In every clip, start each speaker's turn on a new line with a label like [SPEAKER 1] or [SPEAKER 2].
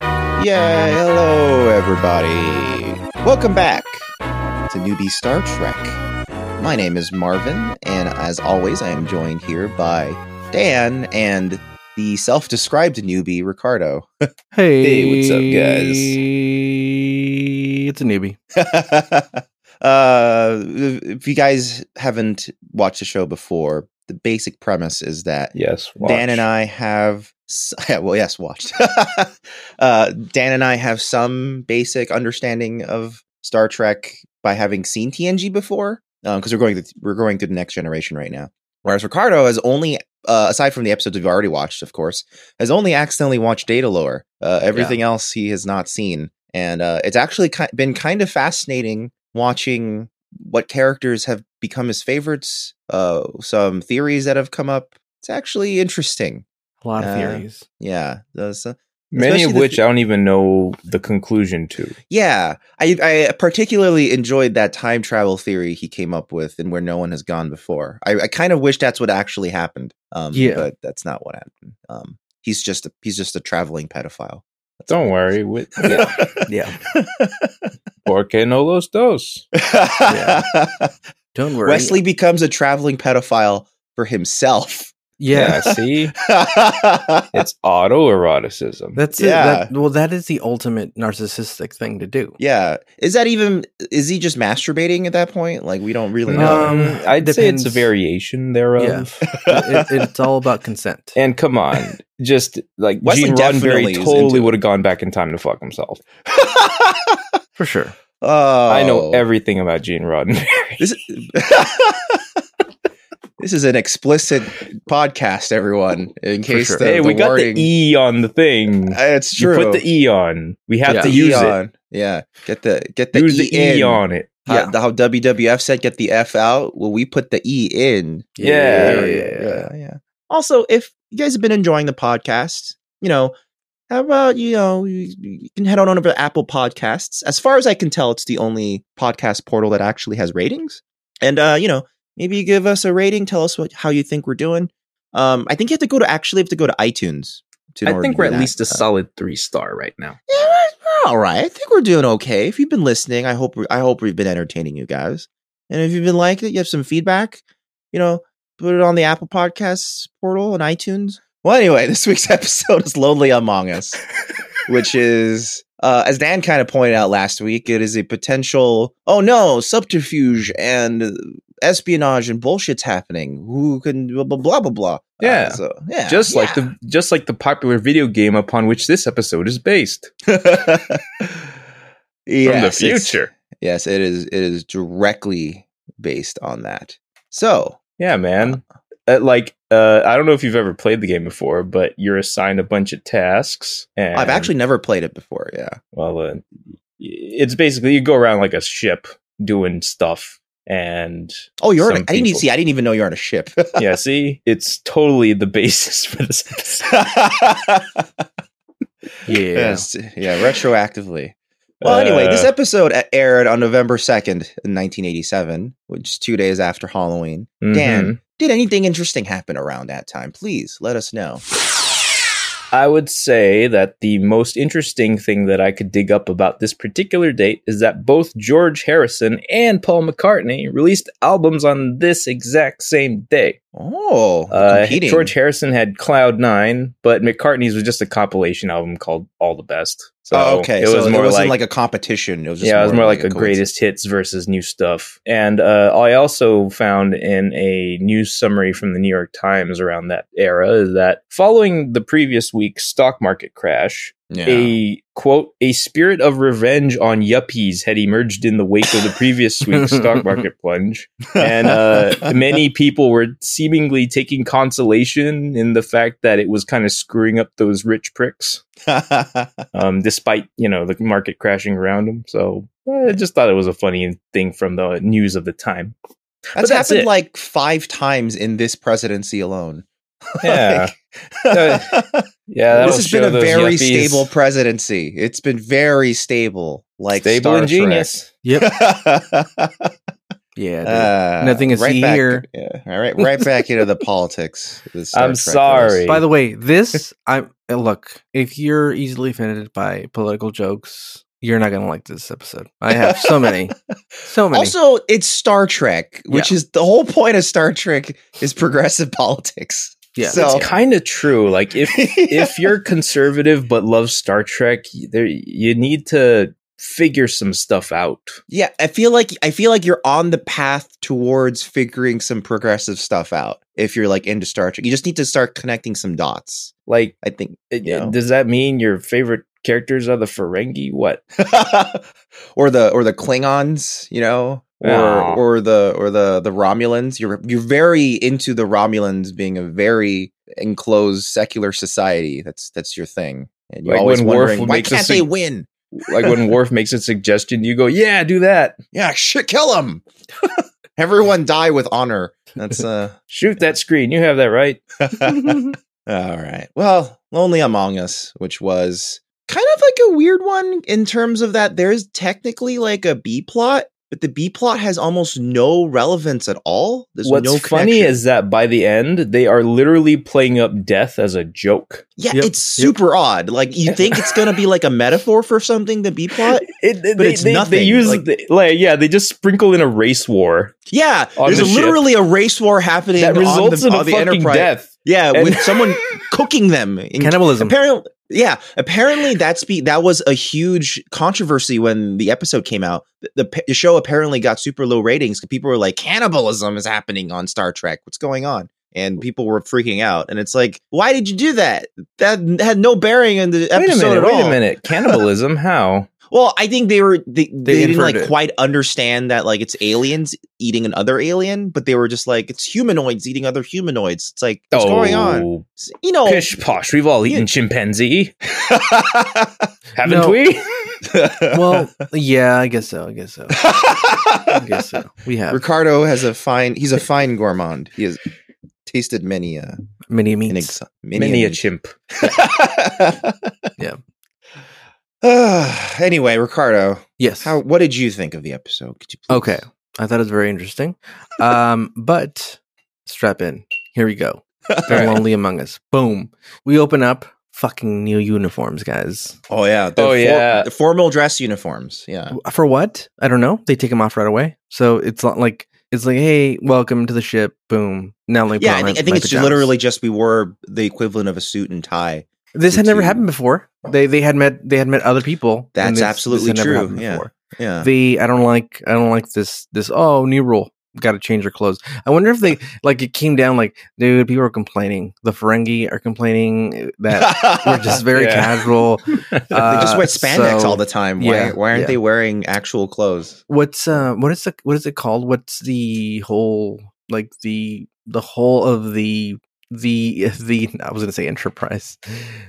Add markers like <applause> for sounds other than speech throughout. [SPEAKER 1] Yeah, hello everybody. Welcome back to Newbie Star Trek. My name is Marvin, and as always, I am joined here by Dan and the self-described newbie Ricardo. <laughs>
[SPEAKER 2] Hey,
[SPEAKER 3] Hey, what's up, guys?
[SPEAKER 2] It's a newbie.
[SPEAKER 1] <laughs> uh, if you guys haven't watched the show before, the basic premise is that
[SPEAKER 3] Yes.
[SPEAKER 1] Dan and I have s- <laughs> yeah, well, yes, watched. uh, Dan and I have some basic understanding of Star Trek by having seen TNG before, because we're going to, we're going through the next generation right now. Whereas Ricardo has only, uh, aside from the episodes we've already watched, of course, has only accidentally watched Data Lore. Uh, everything else he has not seen, and uh, it's actually ki- been kind of fascinating watching what characters have become his favorites. Uh, some theories that have come up. It's actually interesting.
[SPEAKER 2] A lot of
[SPEAKER 1] Uh,
[SPEAKER 2] theories.
[SPEAKER 1] Yeah, those, uh,
[SPEAKER 3] Many
[SPEAKER 1] especially
[SPEAKER 3] of
[SPEAKER 1] the
[SPEAKER 3] which
[SPEAKER 1] fe-
[SPEAKER 3] I don't even know the conclusion to.
[SPEAKER 1] yeah. I, I particularly enjoyed that time travel theory he came up with, and where no one has gone before. I, I kind of wish that's what actually happened. Um,
[SPEAKER 2] Yeah.
[SPEAKER 1] but that's not what happened. Um, he's just a, he's just a traveling pedophile. That's
[SPEAKER 3] Don't
[SPEAKER 1] all.
[SPEAKER 3] worry. With
[SPEAKER 1] <laughs>
[SPEAKER 2] Yeah.
[SPEAKER 3] porque no los dos.
[SPEAKER 1] <laughs>
[SPEAKER 2] Don't worry.
[SPEAKER 1] Wesley becomes a traveling pedophile for himself. <laughs>
[SPEAKER 2] Yeah.
[SPEAKER 3] see, it's autoeroticism.
[SPEAKER 2] That's
[SPEAKER 1] Yeah.
[SPEAKER 2] it. That, well, that is the ultimate narcissistic thing to do.
[SPEAKER 1] yeah, is that even? Is he just masturbating at that point? Like we don't really know.
[SPEAKER 3] Um,
[SPEAKER 2] Um,
[SPEAKER 3] I'd say it's
[SPEAKER 2] depends.
[SPEAKER 3] a
[SPEAKER 1] <laughs>
[SPEAKER 3] variation thereof.
[SPEAKER 2] It- it- it's all about consent.
[SPEAKER 3] And come on, just like
[SPEAKER 1] Wesley
[SPEAKER 3] Gene
[SPEAKER 1] definitely
[SPEAKER 3] Roddenberry
[SPEAKER 1] is
[SPEAKER 3] totally
[SPEAKER 1] into
[SPEAKER 3] would have gone back in time to fuck himself.
[SPEAKER 2] For sure.
[SPEAKER 1] oh,
[SPEAKER 3] I know everything about Gene Roddenberry.
[SPEAKER 1] This, <laughs> this is an explicit podcast, everyone. In case
[SPEAKER 2] sure.
[SPEAKER 1] the,
[SPEAKER 3] hey,
[SPEAKER 1] the
[SPEAKER 3] we got
[SPEAKER 1] wording,
[SPEAKER 3] the E on the thing.
[SPEAKER 1] Uh, it's
[SPEAKER 3] You
[SPEAKER 1] true.
[SPEAKER 3] put the E on. We have
[SPEAKER 2] Yeah.
[SPEAKER 3] to
[SPEAKER 1] E
[SPEAKER 3] use
[SPEAKER 1] on. Yeah, get the get
[SPEAKER 3] it.
[SPEAKER 1] the
[SPEAKER 3] use
[SPEAKER 1] E
[SPEAKER 3] the E
[SPEAKER 1] in.
[SPEAKER 3] on it.
[SPEAKER 1] How,
[SPEAKER 2] Yeah.
[SPEAKER 1] how WWF said get the F out. Well, we put the E in.
[SPEAKER 3] Yeah.
[SPEAKER 1] There we go. yeah, yeah. Also, if you guys have been enjoying the podcast, you know, how about you know you, you can head on over to Apple Podcasts. As far as I can tell, it's the only podcast portal that actually has ratings. And uh, you know, maybe you give us a rating, tell us what how you think we're doing. Um, I think you have to go to actually have to go to iTunes. To in order to do that. Uh,
[SPEAKER 3] solid three star right now.
[SPEAKER 1] yeah, we're, we're all right. I think we're doing okay. If you've been listening, I hope we- I hope we've been entertaining you guys. And if you've been liking it, you have some feedback, you know, put it on the Apple Podcasts portal and iTunes. Well, anyway, <laughs> this week's episode is Lonely Among Us, which is, uh, as Dan kind of pointed out last week, it is a potential, oh no, subterfuge and espionage and bullshit's happening. Who can, blah, blah, blah, blah, blah.
[SPEAKER 3] Yeah.
[SPEAKER 1] Uh, so, yeah.
[SPEAKER 3] just
[SPEAKER 1] yeah.
[SPEAKER 3] like the just like the popular video game upon which this episode is based
[SPEAKER 1] <laughs>
[SPEAKER 3] from the
[SPEAKER 1] Yes, it's-
[SPEAKER 3] future.
[SPEAKER 1] Yes, it is. It is directly based on that. So
[SPEAKER 3] Yeah, man. Uh, like uh, I don't know if you've ever played the game before, but you're assigned a bunch of tasks. And,
[SPEAKER 1] I've actually never played it before. Yeah,
[SPEAKER 3] well, uh, it's basically you go around like a ship doing stuff, and
[SPEAKER 1] Oh, you're. On a,
[SPEAKER 3] Some
[SPEAKER 1] I didn't even
[SPEAKER 3] people-
[SPEAKER 1] see. I didn't even know you're on a ship. <laughs>
[SPEAKER 3] yeah, see, it's totally the <laughs> basis for this episode.
[SPEAKER 2] Yeah.
[SPEAKER 1] Yes, yeah, retroactively. Well, anyway,
[SPEAKER 3] Uh,
[SPEAKER 1] this episode a- aired on November second, nineteen eighty-seven, which is two days after Halloween.
[SPEAKER 3] Mhm.
[SPEAKER 1] Dan, did anything interesting happen around that time? Please let us know.
[SPEAKER 3] I would say that the most interesting thing that I could dig up about this particular date is that both George Harrison and Paul McCartney released albums on this exact same day.
[SPEAKER 1] Oh,
[SPEAKER 3] Uh,
[SPEAKER 1] competing.
[SPEAKER 3] George Harrison had Cloud Nine, but McCartney's was just a compilation album called All the Best. So
[SPEAKER 1] oh, okay.
[SPEAKER 3] it
[SPEAKER 1] so
[SPEAKER 3] was
[SPEAKER 1] it
[SPEAKER 3] more
[SPEAKER 1] wasn't like,
[SPEAKER 3] like,
[SPEAKER 1] a competition. It was just
[SPEAKER 3] yeah, it was more like,
[SPEAKER 1] a
[SPEAKER 3] a greatest hits versus new stuff. And uh, I also found in a news summary from the New York Times around that era is that following the previous week's stock market crash,
[SPEAKER 1] coincidence. Yeah.
[SPEAKER 3] a quote a spirit of revenge on yuppies had emerged in the wake of the previous
[SPEAKER 1] <laughs>
[SPEAKER 3] week's stock market plunge and uh, many people were seemingly taking consolation in the fact that it was kind of screwing up those rich pricks <laughs>
[SPEAKER 1] <laughs>
[SPEAKER 3] um, despite you know the market crashing around them so eh, i just thought it was a funny thing from the news of
[SPEAKER 1] <laughs>
[SPEAKER 3] the time
[SPEAKER 1] That's,
[SPEAKER 3] that's
[SPEAKER 1] happened
[SPEAKER 3] it.
[SPEAKER 1] like five times in this presidency alone. <laughs>
[SPEAKER 3] yeah <laughs>
[SPEAKER 1] Like- <laughs>
[SPEAKER 3] Uh, yeah that'll
[SPEAKER 1] this has been
[SPEAKER 3] show
[SPEAKER 1] a
[SPEAKER 3] those
[SPEAKER 1] very
[SPEAKER 3] yuppies
[SPEAKER 1] stable presidency. It's been very stable, like <laughs>
[SPEAKER 3] stable
[SPEAKER 1] Star
[SPEAKER 3] and genius
[SPEAKER 2] Yep.
[SPEAKER 1] Trek.
[SPEAKER 2] Yeah. dude.
[SPEAKER 1] Uh,
[SPEAKER 2] Nothing to see
[SPEAKER 1] back,
[SPEAKER 2] here.
[SPEAKER 1] Yeah, all right, right back into the politics. with Star
[SPEAKER 3] <laughs> I'm
[SPEAKER 1] Trek for us. Uh,
[SPEAKER 3] sorry.
[SPEAKER 2] By the
[SPEAKER 1] <laughs>
[SPEAKER 2] way, this I uh, look. If you're easily offended by political jokes, you're not gonna like this episode. I have
[SPEAKER 1] <laughs>
[SPEAKER 2] so many, so many.
[SPEAKER 1] Also, it's Star Trek, which is the whole point of Star Trek is progressive <laughs> politics.
[SPEAKER 2] yeah,
[SPEAKER 1] so-
[SPEAKER 3] it's kind of true. Like if
[SPEAKER 1] <laughs>
[SPEAKER 3] if you're conservative but love Star Trek, there you need to figure some stuff out.
[SPEAKER 1] Yeah, I feel like I feel like you're on the path towards figuring some progressive stuff out. If you're like into Star Trek, you just need to start connecting some dots.
[SPEAKER 3] Like,
[SPEAKER 1] I think, <laughs>
[SPEAKER 3] it-
[SPEAKER 1] Yeah.
[SPEAKER 3] does that mean your favorite characters are the Ferengi? What?
[SPEAKER 1] or the or the Klingons, you know, or
[SPEAKER 3] Aw.
[SPEAKER 1] or the or the the Romulans. You're you're very into the Romulans being a very enclosed secular society. That's that's your thing, and you're
[SPEAKER 3] Like
[SPEAKER 1] always
[SPEAKER 3] when Worf
[SPEAKER 1] wondering
[SPEAKER 3] would
[SPEAKER 1] why
[SPEAKER 3] make the
[SPEAKER 1] can't they
[SPEAKER 3] sig-
[SPEAKER 1] win?
[SPEAKER 3] Like
[SPEAKER 1] <laughs>
[SPEAKER 3] when Worf makes a suggestion, you go, "Yeah, do that.
[SPEAKER 1] Yeah, shit, kill them. <laughs> Everyone die with honor. That's
[SPEAKER 3] <laughs>
[SPEAKER 1] uh.
[SPEAKER 3] Shoot that screen. You have that right."
[SPEAKER 1] All right. Well, Lonely Among Us, which was kind of like a weird one in terms of that there's technically like a B plot, but the B plot has almost no relevance at all. There's
[SPEAKER 3] What's
[SPEAKER 1] no
[SPEAKER 3] funny
[SPEAKER 1] connection.
[SPEAKER 3] is that by the end, they are literally playing up death as a joke.
[SPEAKER 1] yeah,
[SPEAKER 2] Yep,
[SPEAKER 1] it's super odd. Like you think it's gonna be like a metaphor for something, the B
[SPEAKER 3] <laughs>
[SPEAKER 1] plot.
[SPEAKER 3] It, but
[SPEAKER 1] it's nothing,
[SPEAKER 3] They use
[SPEAKER 1] like-
[SPEAKER 3] like, like yeah, they just sprinkle in a race war
[SPEAKER 1] Yeah,
[SPEAKER 3] On
[SPEAKER 1] there's
[SPEAKER 3] the ship.
[SPEAKER 1] literally a race war happening
[SPEAKER 3] that results
[SPEAKER 1] on
[SPEAKER 3] in
[SPEAKER 1] the,
[SPEAKER 3] a
[SPEAKER 1] on the
[SPEAKER 3] fucking
[SPEAKER 1] Enterprise.
[SPEAKER 3] death.
[SPEAKER 1] Yeah,
[SPEAKER 3] And-
[SPEAKER 1] with
[SPEAKER 3] <laughs>
[SPEAKER 1] someone cooking them in
[SPEAKER 2] <laughs>
[SPEAKER 1] <laughs>
[SPEAKER 2] cannibalism.
[SPEAKER 1] Apparently, yeah. Apparently, that's be that was a huge controversy when the episode came out. The, the, p- the show apparently got super low ratings because people were like, "Cannibalism is happening on Star Trek. What's going on?" And people were freaking out. And it's like, why did you do that? That had no bearing in the
[SPEAKER 3] Wait a
[SPEAKER 1] episode at
[SPEAKER 3] minute.
[SPEAKER 1] all.
[SPEAKER 3] Wait a minute. Cannibalism? How?
[SPEAKER 1] Well, I think they were they, they, didn't like
[SPEAKER 2] inferred it.
[SPEAKER 1] quite understand that like it's aliens eating another alien, but they were just like it's humanoids eating other humanoids. It's like what's going on?
[SPEAKER 3] Oh,
[SPEAKER 1] You know, <laughs>
[SPEAKER 3] <laughs> Pish posh. We've all eaten
[SPEAKER 1] Yeah.
[SPEAKER 3] chimpanzee, haven't
[SPEAKER 2] No. <laughs>
[SPEAKER 3] we?
[SPEAKER 2] well, yeah, I guess so. I guess so. I guess so. We
[SPEAKER 1] <laughs>
[SPEAKER 2] have
[SPEAKER 1] Ricardo has a fine. He's a fine gourmand. He has tasted many uh,
[SPEAKER 2] mini
[SPEAKER 1] an
[SPEAKER 2] meats.
[SPEAKER 1] ex-
[SPEAKER 3] Many
[SPEAKER 1] many
[SPEAKER 3] a
[SPEAKER 1] a
[SPEAKER 2] <laughs>
[SPEAKER 3] chimp.
[SPEAKER 1] <laughs>
[SPEAKER 2] Yeah.
[SPEAKER 1] Ah, <sighs> anyway, Ricardo,
[SPEAKER 2] Yes.
[SPEAKER 1] how what did you think of the episode? Could you please-
[SPEAKER 2] Okay. I thought it was very interesting. Um, but strap in. Here
[SPEAKER 1] <laughs>
[SPEAKER 2] we go. They're lonely among us. Boom. We open up fucking new uniforms, guys.
[SPEAKER 1] Oh yeah. the
[SPEAKER 3] Oh, yeah.
[SPEAKER 1] The formal dress uniforms. Yeah.
[SPEAKER 2] For what? I don't know. They take them off right away. So it's not like it's like, hey, welcome to the ship. Boom. Now let me put
[SPEAKER 1] Yeah,
[SPEAKER 2] on
[SPEAKER 1] I
[SPEAKER 2] my-
[SPEAKER 1] think I think
[SPEAKER 2] my
[SPEAKER 1] it's
[SPEAKER 2] pajamas.
[SPEAKER 1] literally just we wore the equivalent of a suit and tie.
[SPEAKER 2] this had
[SPEAKER 1] it's
[SPEAKER 2] never
[SPEAKER 1] you.
[SPEAKER 2] happened before. They they had met they had met other people. and
[SPEAKER 1] That's
[SPEAKER 2] this- this
[SPEAKER 1] absolutely
[SPEAKER 2] had never
[SPEAKER 1] true,
[SPEAKER 2] happened
[SPEAKER 1] yeah.
[SPEAKER 2] before.
[SPEAKER 1] Yeah.
[SPEAKER 2] <laughs> the I don't like I don't like this this oh new rule. Got to change your clothes. I wonder if
[SPEAKER 1] <laughs>
[SPEAKER 2] they like it came down like dude, people are complaining. The Ferengi are complaining uh, that
[SPEAKER 1] <laughs>
[SPEAKER 2] we're just very
[SPEAKER 3] Yeah.
[SPEAKER 2] casual.
[SPEAKER 1] they just
[SPEAKER 2] Uh,
[SPEAKER 1] wear spandex
[SPEAKER 2] so-
[SPEAKER 1] all the time. Why,
[SPEAKER 2] yeah,
[SPEAKER 1] why aren't
[SPEAKER 2] yeah.
[SPEAKER 1] they wearing actual clothes?
[SPEAKER 2] What's uh what is the what is it called? What's the whole like the the whole of the the <laughs> the I was gonna say enterprise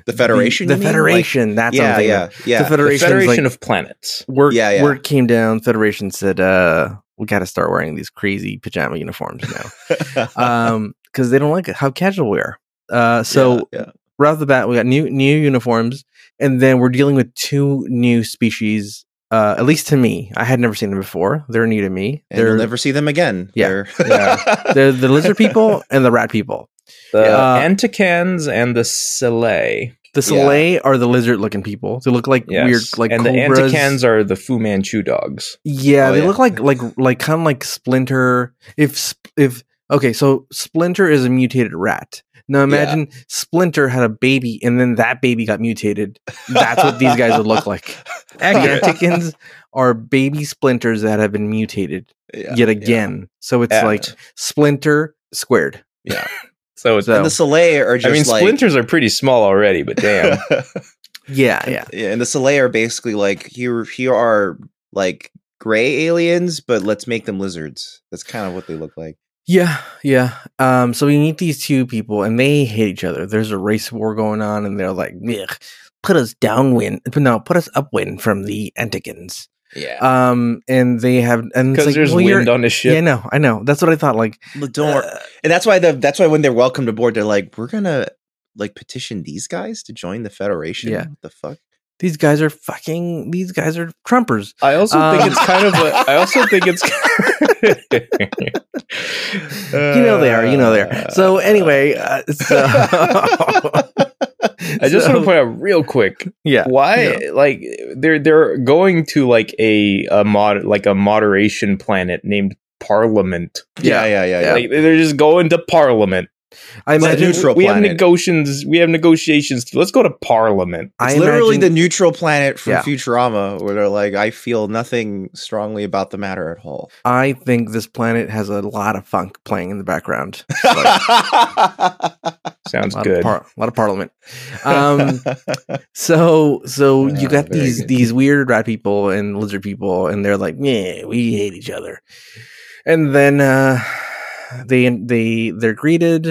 [SPEAKER 1] The Federation,
[SPEAKER 2] the,
[SPEAKER 1] you mean? Like-
[SPEAKER 2] Federation that's what I'm
[SPEAKER 1] yeah,
[SPEAKER 2] thinking of.
[SPEAKER 1] yeah, yeah.
[SPEAKER 2] the Federation,
[SPEAKER 3] Federation,
[SPEAKER 2] like,
[SPEAKER 3] of Planets.
[SPEAKER 2] word
[SPEAKER 1] Yeah, yeah.
[SPEAKER 2] word came down federation said uh we got to start wearing these crazy pajama uniforms <laughs> now
[SPEAKER 1] <laughs>
[SPEAKER 2] um because they don't like how casual we are uh so
[SPEAKER 1] yeah, yeah.
[SPEAKER 2] right off the bat we got new new uniforms and then we're dealing with two new species uh at least to me i had never seen them before they're new to me
[SPEAKER 1] and
[SPEAKER 2] they're
[SPEAKER 1] you'll <laughs> never see them again.
[SPEAKER 2] Yeah, <laughs>
[SPEAKER 1] They're-
[SPEAKER 2] they're the lizard people and the rat people
[SPEAKER 3] The
[SPEAKER 2] Yeah. Uh,
[SPEAKER 3] Anticans and the Soleil.
[SPEAKER 2] the Soleil are the lizard looking people they look like
[SPEAKER 3] Yes.
[SPEAKER 2] weird like
[SPEAKER 3] and the
[SPEAKER 2] cobras.
[SPEAKER 3] Anticans are the Fu Manchu dogs.
[SPEAKER 2] Yeah,
[SPEAKER 1] Oh,
[SPEAKER 2] they
[SPEAKER 1] yeah.
[SPEAKER 2] look like like like kind of like Splinter. If Sp- if okay, so Splinter is a mutated rat. Now imagine Splinter had a baby, and then that baby got mutated. That's what these guys would look
[SPEAKER 1] <laughs>
[SPEAKER 2] like. The
[SPEAKER 1] Accurate.
[SPEAKER 2] Antikins are baby splinters that have been
[SPEAKER 1] <laughs>
[SPEAKER 2] mutated
[SPEAKER 1] Yeah,
[SPEAKER 2] yet
[SPEAKER 1] yeah.
[SPEAKER 2] again. So it's
[SPEAKER 3] Yeah.
[SPEAKER 2] like Splinter squared.
[SPEAKER 3] So it's.
[SPEAKER 2] So-
[SPEAKER 1] And the Soleil are just
[SPEAKER 3] I mean,
[SPEAKER 1] like <laughs>
[SPEAKER 3] splinters are pretty small
[SPEAKER 2] <laughs>
[SPEAKER 3] already, but damn.
[SPEAKER 2] Yeah, yeah,
[SPEAKER 1] yeah, and the Soleil are basically like here. Here are like gray aliens, but let's make them lizards. That's kind of what they look like.
[SPEAKER 2] yeah, yeah. Um, so we meet these two people, and they hate each other. There's a race war going on, and they're like, "Ugh, "Put us downwind, no, put us upwind from the Antikins."
[SPEAKER 1] Yeah,
[SPEAKER 2] Um, and they have, and it's
[SPEAKER 3] Because
[SPEAKER 2] like,
[SPEAKER 3] there's
[SPEAKER 2] well, you're-
[SPEAKER 3] wind on the ship.
[SPEAKER 2] Yeah, I know, I know. That's what I thought. Like,
[SPEAKER 1] but don't. worry.
[SPEAKER 2] uh,
[SPEAKER 1] And that's why the that's why when they're welcomed aboard, they're like, we're gonna like petition these guys to join the Federation.
[SPEAKER 2] Yeah.
[SPEAKER 1] What the fuck.
[SPEAKER 2] These guys are fucking. These guys are Trumpers.
[SPEAKER 3] I also
[SPEAKER 2] Um,
[SPEAKER 3] think it's kind of a.
[SPEAKER 2] <laughs>
[SPEAKER 3] I also think it's. <laughs>
[SPEAKER 2] You know they are. You know they are. So
[SPEAKER 3] <laughs>
[SPEAKER 2] anyway, uh,
[SPEAKER 1] <laughs>
[SPEAKER 2] so <laughs>
[SPEAKER 3] I just want
[SPEAKER 2] So-
[SPEAKER 3] to point out real quick
[SPEAKER 1] Uh,
[SPEAKER 2] yeah,
[SPEAKER 3] why like they're they're going to like a a mod like a moderation planet named Parliament.
[SPEAKER 1] yeah, yeah, yeah, yeah.
[SPEAKER 3] Like they're just going to Parliament.
[SPEAKER 2] I
[SPEAKER 1] It's a
[SPEAKER 2] imagine.
[SPEAKER 1] neutral
[SPEAKER 3] we have
[SPEAKER 1] planet.
[SPEAKER 3] negotiations. We have negotiations. Let's go to Parliament.
[SPEAKER 2] I
[SPEAKER 1] it's literally the
[SPEAKER 2] imagine-
[SPEAKER 1] neutral planet from
[SPEAKER 2] Yeah.
[SPEAKER 1] Futurama, where they're like, "I feel nothing strongly about the matter at all."
[SPEAKER 2] I think this planet has a lot of funk playing in the background.
[SPEAKER 1] <laughs>
[SPEAKER 3] Sounds
[SPEAKER 2] a lot
[SPEAKER 3] good.
[SPEAKER 2] Of
[SPEAKER 3] <laughs>
[SPEAKER 2] par- a lot of parliament. Um,
[SPEAKER 1] Oh,
[SPEAKER 2] so so you
[SPEAKER 1] Yeah,
[SPEAKER 2] got
[SPEAKER 1] very
[SPEAKER 2] these
[SPEAKER 1] good.
[SPEAKER 2] these weird rat people and lizard people, and they're like, yeah, we hate each other. And then uh, they they they're greeted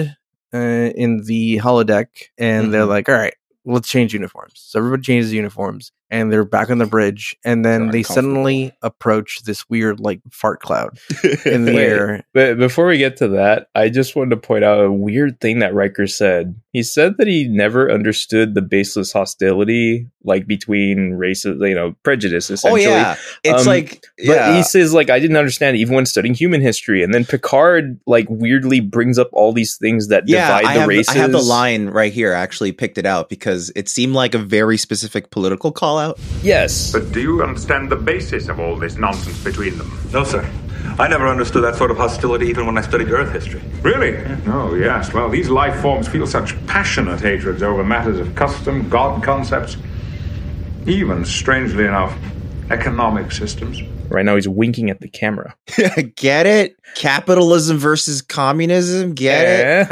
[SPEAKER 2] uh, in the holodeck, and they're
[SPEAKER 1] Mhm.
[SPEAKER 2] like, all right, let's change uniforms. So everybody changes uniforms, and they're back on the bridge, and then
[SPEAKER 1] They're
[SPEAKER 2] they suddenly approach this weird like fart
[SPEAKER 1] <laughs>
[SPEAKER 2] cloud in the
[SPEAKER 3] Wait.
[SPEAKER 2] air.
[SPEAKER 3] But before we get to that, I just wanted to point out a weird thing that Riker said. He said that he never understood the baseless hostility, like between races, you know, prejudice
[SPEAKER 1] oh
[SPEAKER 3] essentially.
[SPEAKER 1] yeah, it's
[SPEAKER 3] Um,
[SPEAKER 1] like
[SPEAKER 3] But
[SPEAKER 1] yeah,
[SPEAKER 3] he says, like, I didn't understand even when studying human history. And then Picard, like, weirdly brings up all these things that
[SPEAKER 1] yeah.
[SPEAKER 3] divide
[SPEAKER 1] I
[SPEAKER 3] the
[SPEAKER 1] have,
[SPEAKER 3] races.
[SPEAKER 1] I have the line right here. I actually picked it out because it seemed like a very specific political call out.
[SPEAKER 3] Yes.
[SPEAKER 4] But do you understand the basis of all this nonsense between them?
[SPEAKER 5] No, sir. I never understood that sort of hostility even when I studied Earth history.
[SPEAKER 4] Really? Oh, yes. Well, these life forms feel such passionate hatreds over matters of custom, God concepts, even, strangely enough, economic systems.
[SPEAKER 3] Right now he's winking at the camera.
[SPEAKER 1] Get it? Capitalism versus communism. Get it?